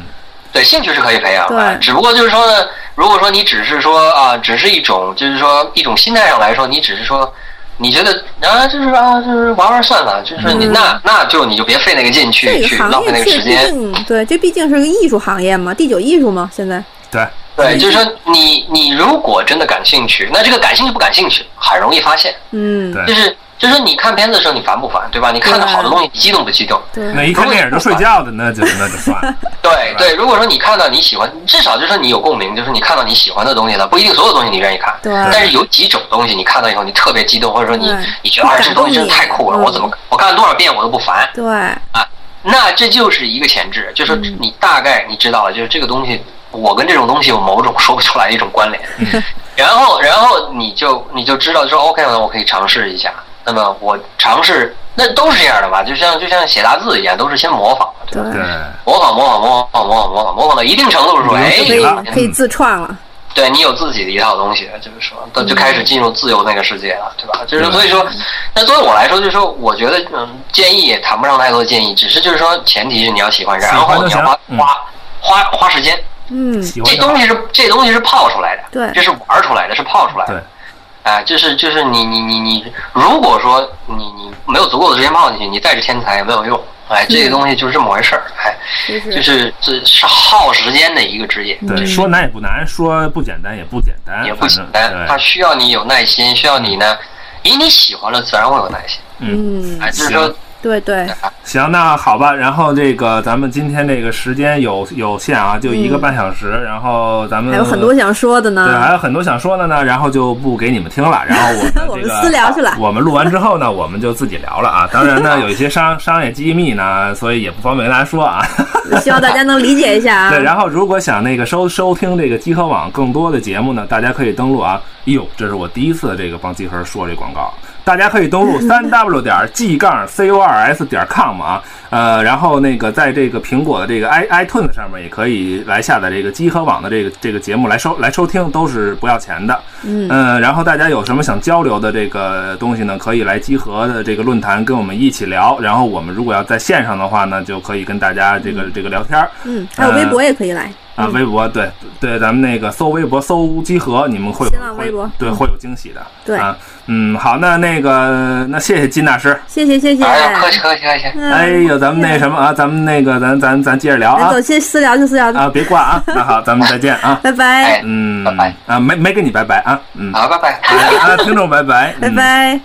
[SPEAKER 5] 对，兴趣是可以培养的
[SPEAKER 4] 对，
[SPEAKER 5] 只不过就是说呢，如果说你只是说啊，只是一种，就是说一种心态上来说，你只是说你觉得啊，就是啊，就是玩玩算法，就是你、那那就你就别费那个劲
[SPEAKER 4] 这
[SPEAKER 5] 去
[SPEAKER 4] 个
[SPEAKER 5] 去
[SPEAKER 4] 嗯行
[SPEAKER 5] 浪费
[SPEAKER 4] 业
[SPEAKER 5] 那个
[SPEAKER 4] 确
[SPEAKER 5] 时
[SPEAKER 4] 毕
[SPEAKER 5] 间。
[SPEAKER 4] 竟对，这毕竟是个艺术行业嘛，第九艺术嘛，现在
[SPEAKER 3] 对，
[SPEAKER 5] 对，就是说你你如果真的感兴趣，那这个感兴趣不感兴趣很容易发现，
[SPEAKER 4] 嗯，
[SPEAKER 3] 对
[SPEAKER 5] 就是就是说你看片子的时候你烦不烦，对吧？你看到好的东西你激动不激动？
[SPEAKER 4] 对
[SPEAKER 3] 那一看电影就睡觉的，那就那就算 了。
[SPEAKER 5] 对对，如果说你看到你喜欢，至少就是你有共鸣，就是你看到你喜欢的东西了，不一定所有东西你愿意看，
[SPEAKER 4] 对嗯
[SPEAKER 5] 但是有几种东西你看到以后你特别激动，或者说你
[SPEAKER 4] 对
[SPEAKER 5] 你觉得啊这东西真的太酷了，
[SPEAKER 4] 嗯
[SPEAKER 5] 我怎么我看了多少遍我都不烦
[SPEAKER 4] 对，
[SPEAKER 5] 啊？那这就是一个前置，就是说
[SPEAKER 4] 嗯
[SPEAKER 5] 你大概你知道了，就是这个东西，我跟这种东西有某种说不出来的一种 关联，然后然后你就你就知道说 OK 了，我可以尝试一下。那么我尝试，那都是这样的吧？就像就像写大字一样，都是先模仿嘛，对吧？
[SPEAKER 4] 对
[SPEAKER 3] 对，
[SPEAKER 5] 模仿模仿模仿模仿模仿模仿到一定程度的时候，
[SPEAKER 3] 嗯
[SPEAKER 5] 哎，
[SPEAKER 3] 就
[SPEAKER 4] 可
[SPEAKER 3] 对
[SPEAKER 4] 以
[SPEAKER 3] 了
[SPEAKER 4] 可以自创了，
[SPEAKER 5] 对你有自己的一套东西，就是说，都就开始进入自由那个世界了，对吧？就是
[SPEAKER 3] 啊
[SPEAKER 5] 说所以说，那作为我来说，就是说，我觉得嗯，建议也谈不上太多建议，只是就是说，前提是你要喜欢，然
[SPEAKER 3] 喜欢
[SPEAKER 5] 后
[SPEAKER 3] 就
[SPEAKER 5] 你
[SPEAKER 3] 行
[SPEAKER 5] 要花
[SPEAKER 3] 嗯
[SPEAKER 5] 花花花时间，
[SPEAKER 4] 嗯，
[SPEAKER 3] 喜欢
[SPEAKER 5] 这
[SPEAKER 3] 就好
[SPEAKER 5] 东西是这东西是泡出来的，
[SPEAKER 4] 对
[SPEAKER 5] 这是玩出来的，是泡出来
[SPEAKER 3] 对
[SPEAKER 5] 的。啊，就是就是你你你你，如果说你你没有足够的时间泡进去，你再是天才也没有用。哎，这个东西就是这么回事儿，哎，
[SPEAKER 4] 就是
[SPEAKER 5] 就是这是耗时间的一个职业，
[SPEAKER 4] 嗯
[SPEAKER 3] 对，说难也不难，说不简单也不简单，
[SPEAKER 5] 也不
[SPEAKER 3] 反
[SPEAKER 5] 简
[SPEAKER 3] 正
[SPEAKER 5] 单，它
[SPEAKER 3] 对，
[SPEAKER 5] 需要你有耐心，需要你呢，因为你喜欢了，自然会有耐心。
[SPEAKER 4] 嗯，
[SPEAKER 5] 哎，就是说
[SPEAKER 3] 行，
[SPEAKER 4] 对对，
[SPEAKER 3] 行，那好吧，然后这个咱们今天这个时间有有限啊，就一个半小时，然后咱们
[SPEAKER 4] 嗯还有很多想说的
[SPEAKER 3] 嗯对，还
[SPEAKER 4] 呢，
[SPEAKER 3] 有很多想说的呢，然后就不给你们听 了。然后我们
[SPEAKER 4] 我
[SPEAKER 3] 这
[SPEAKER 4] 们
[SPEAKER 3] 个
[SPEAKER 4] 私聊去了
[SPEAKER 3] 我们录完之后呢，我们就自己聊了啊。当然呢，有一些商商业机密呢，所以也不方便跟大家说啊。
[SPEAKER 4] 希望大家能理解一下 啊
[SPEAKER 3] 对，，然后如果想那个收收听这个集合网更多的节目呢，大家可以登录啊。哟，这是我第一次这个帮集合说这广告，大家可以登录三 w 点 g 杠 c o r s 点 com 啊，呃，然后那个在这个苹果的这个 i iTunes 上面也可以来下载这个集合网的这个这个节目来收来收听，都是不要钱的。
[SPEAKER 4] 嗯
[SPEAKER 3] 嗯，然后大家有什么想交流的这个东西呢，可以来集合的这个论坛跟我们一起聊。然后我们如果要在线上的话呢，就可以跟大家这个这个聊天儿。
[SPEAKER 4] 嗯，还有微博也可以来，
[SPEAKER 3] 啊，微博对对，咱们那个搜微博搜集合，你们会有
[SPEAKER 4] 新浪微博嗯
[SPEAKER 3] 会对会有惊喜的。
[SPEAKER 4] 对
[SPEAKER 3] 啊，嗯，好，那那个那谢谢金大师。
[SPEAKER 4] 谢谢谢谢，
[SPEAKER 5] 哎呀，客气客气客气。
[SPEAKER 4] 嗯
[SPEAKER 3] 哎呦，咱们那什么啊，咱们那个咱咱咱接着聊
[SPEAKER 4] 咱
[SPEAKER 3] 啊
[SPEAKER 4] 走，先私聊就私聊，
[SPEAKER 3] 啊，别挂啊。那 好，咱们再见啊。
[SPEAKER 4] 拜拜
[SPEAKER 5] 哎
[SPEAKER 3] 嗯，
[SPEAKER 5] 拜拜
[SPEAKER 3] 啊，没没跟你拜拜啊，嗯
[SPEAKER 5] 好，拜拜。
[SPEAKER 3] 啊，听众拜拜，
[SPEAKER 4] 拜
[SPEAKER 3] 嗯
[SPEAKER 4] 拜。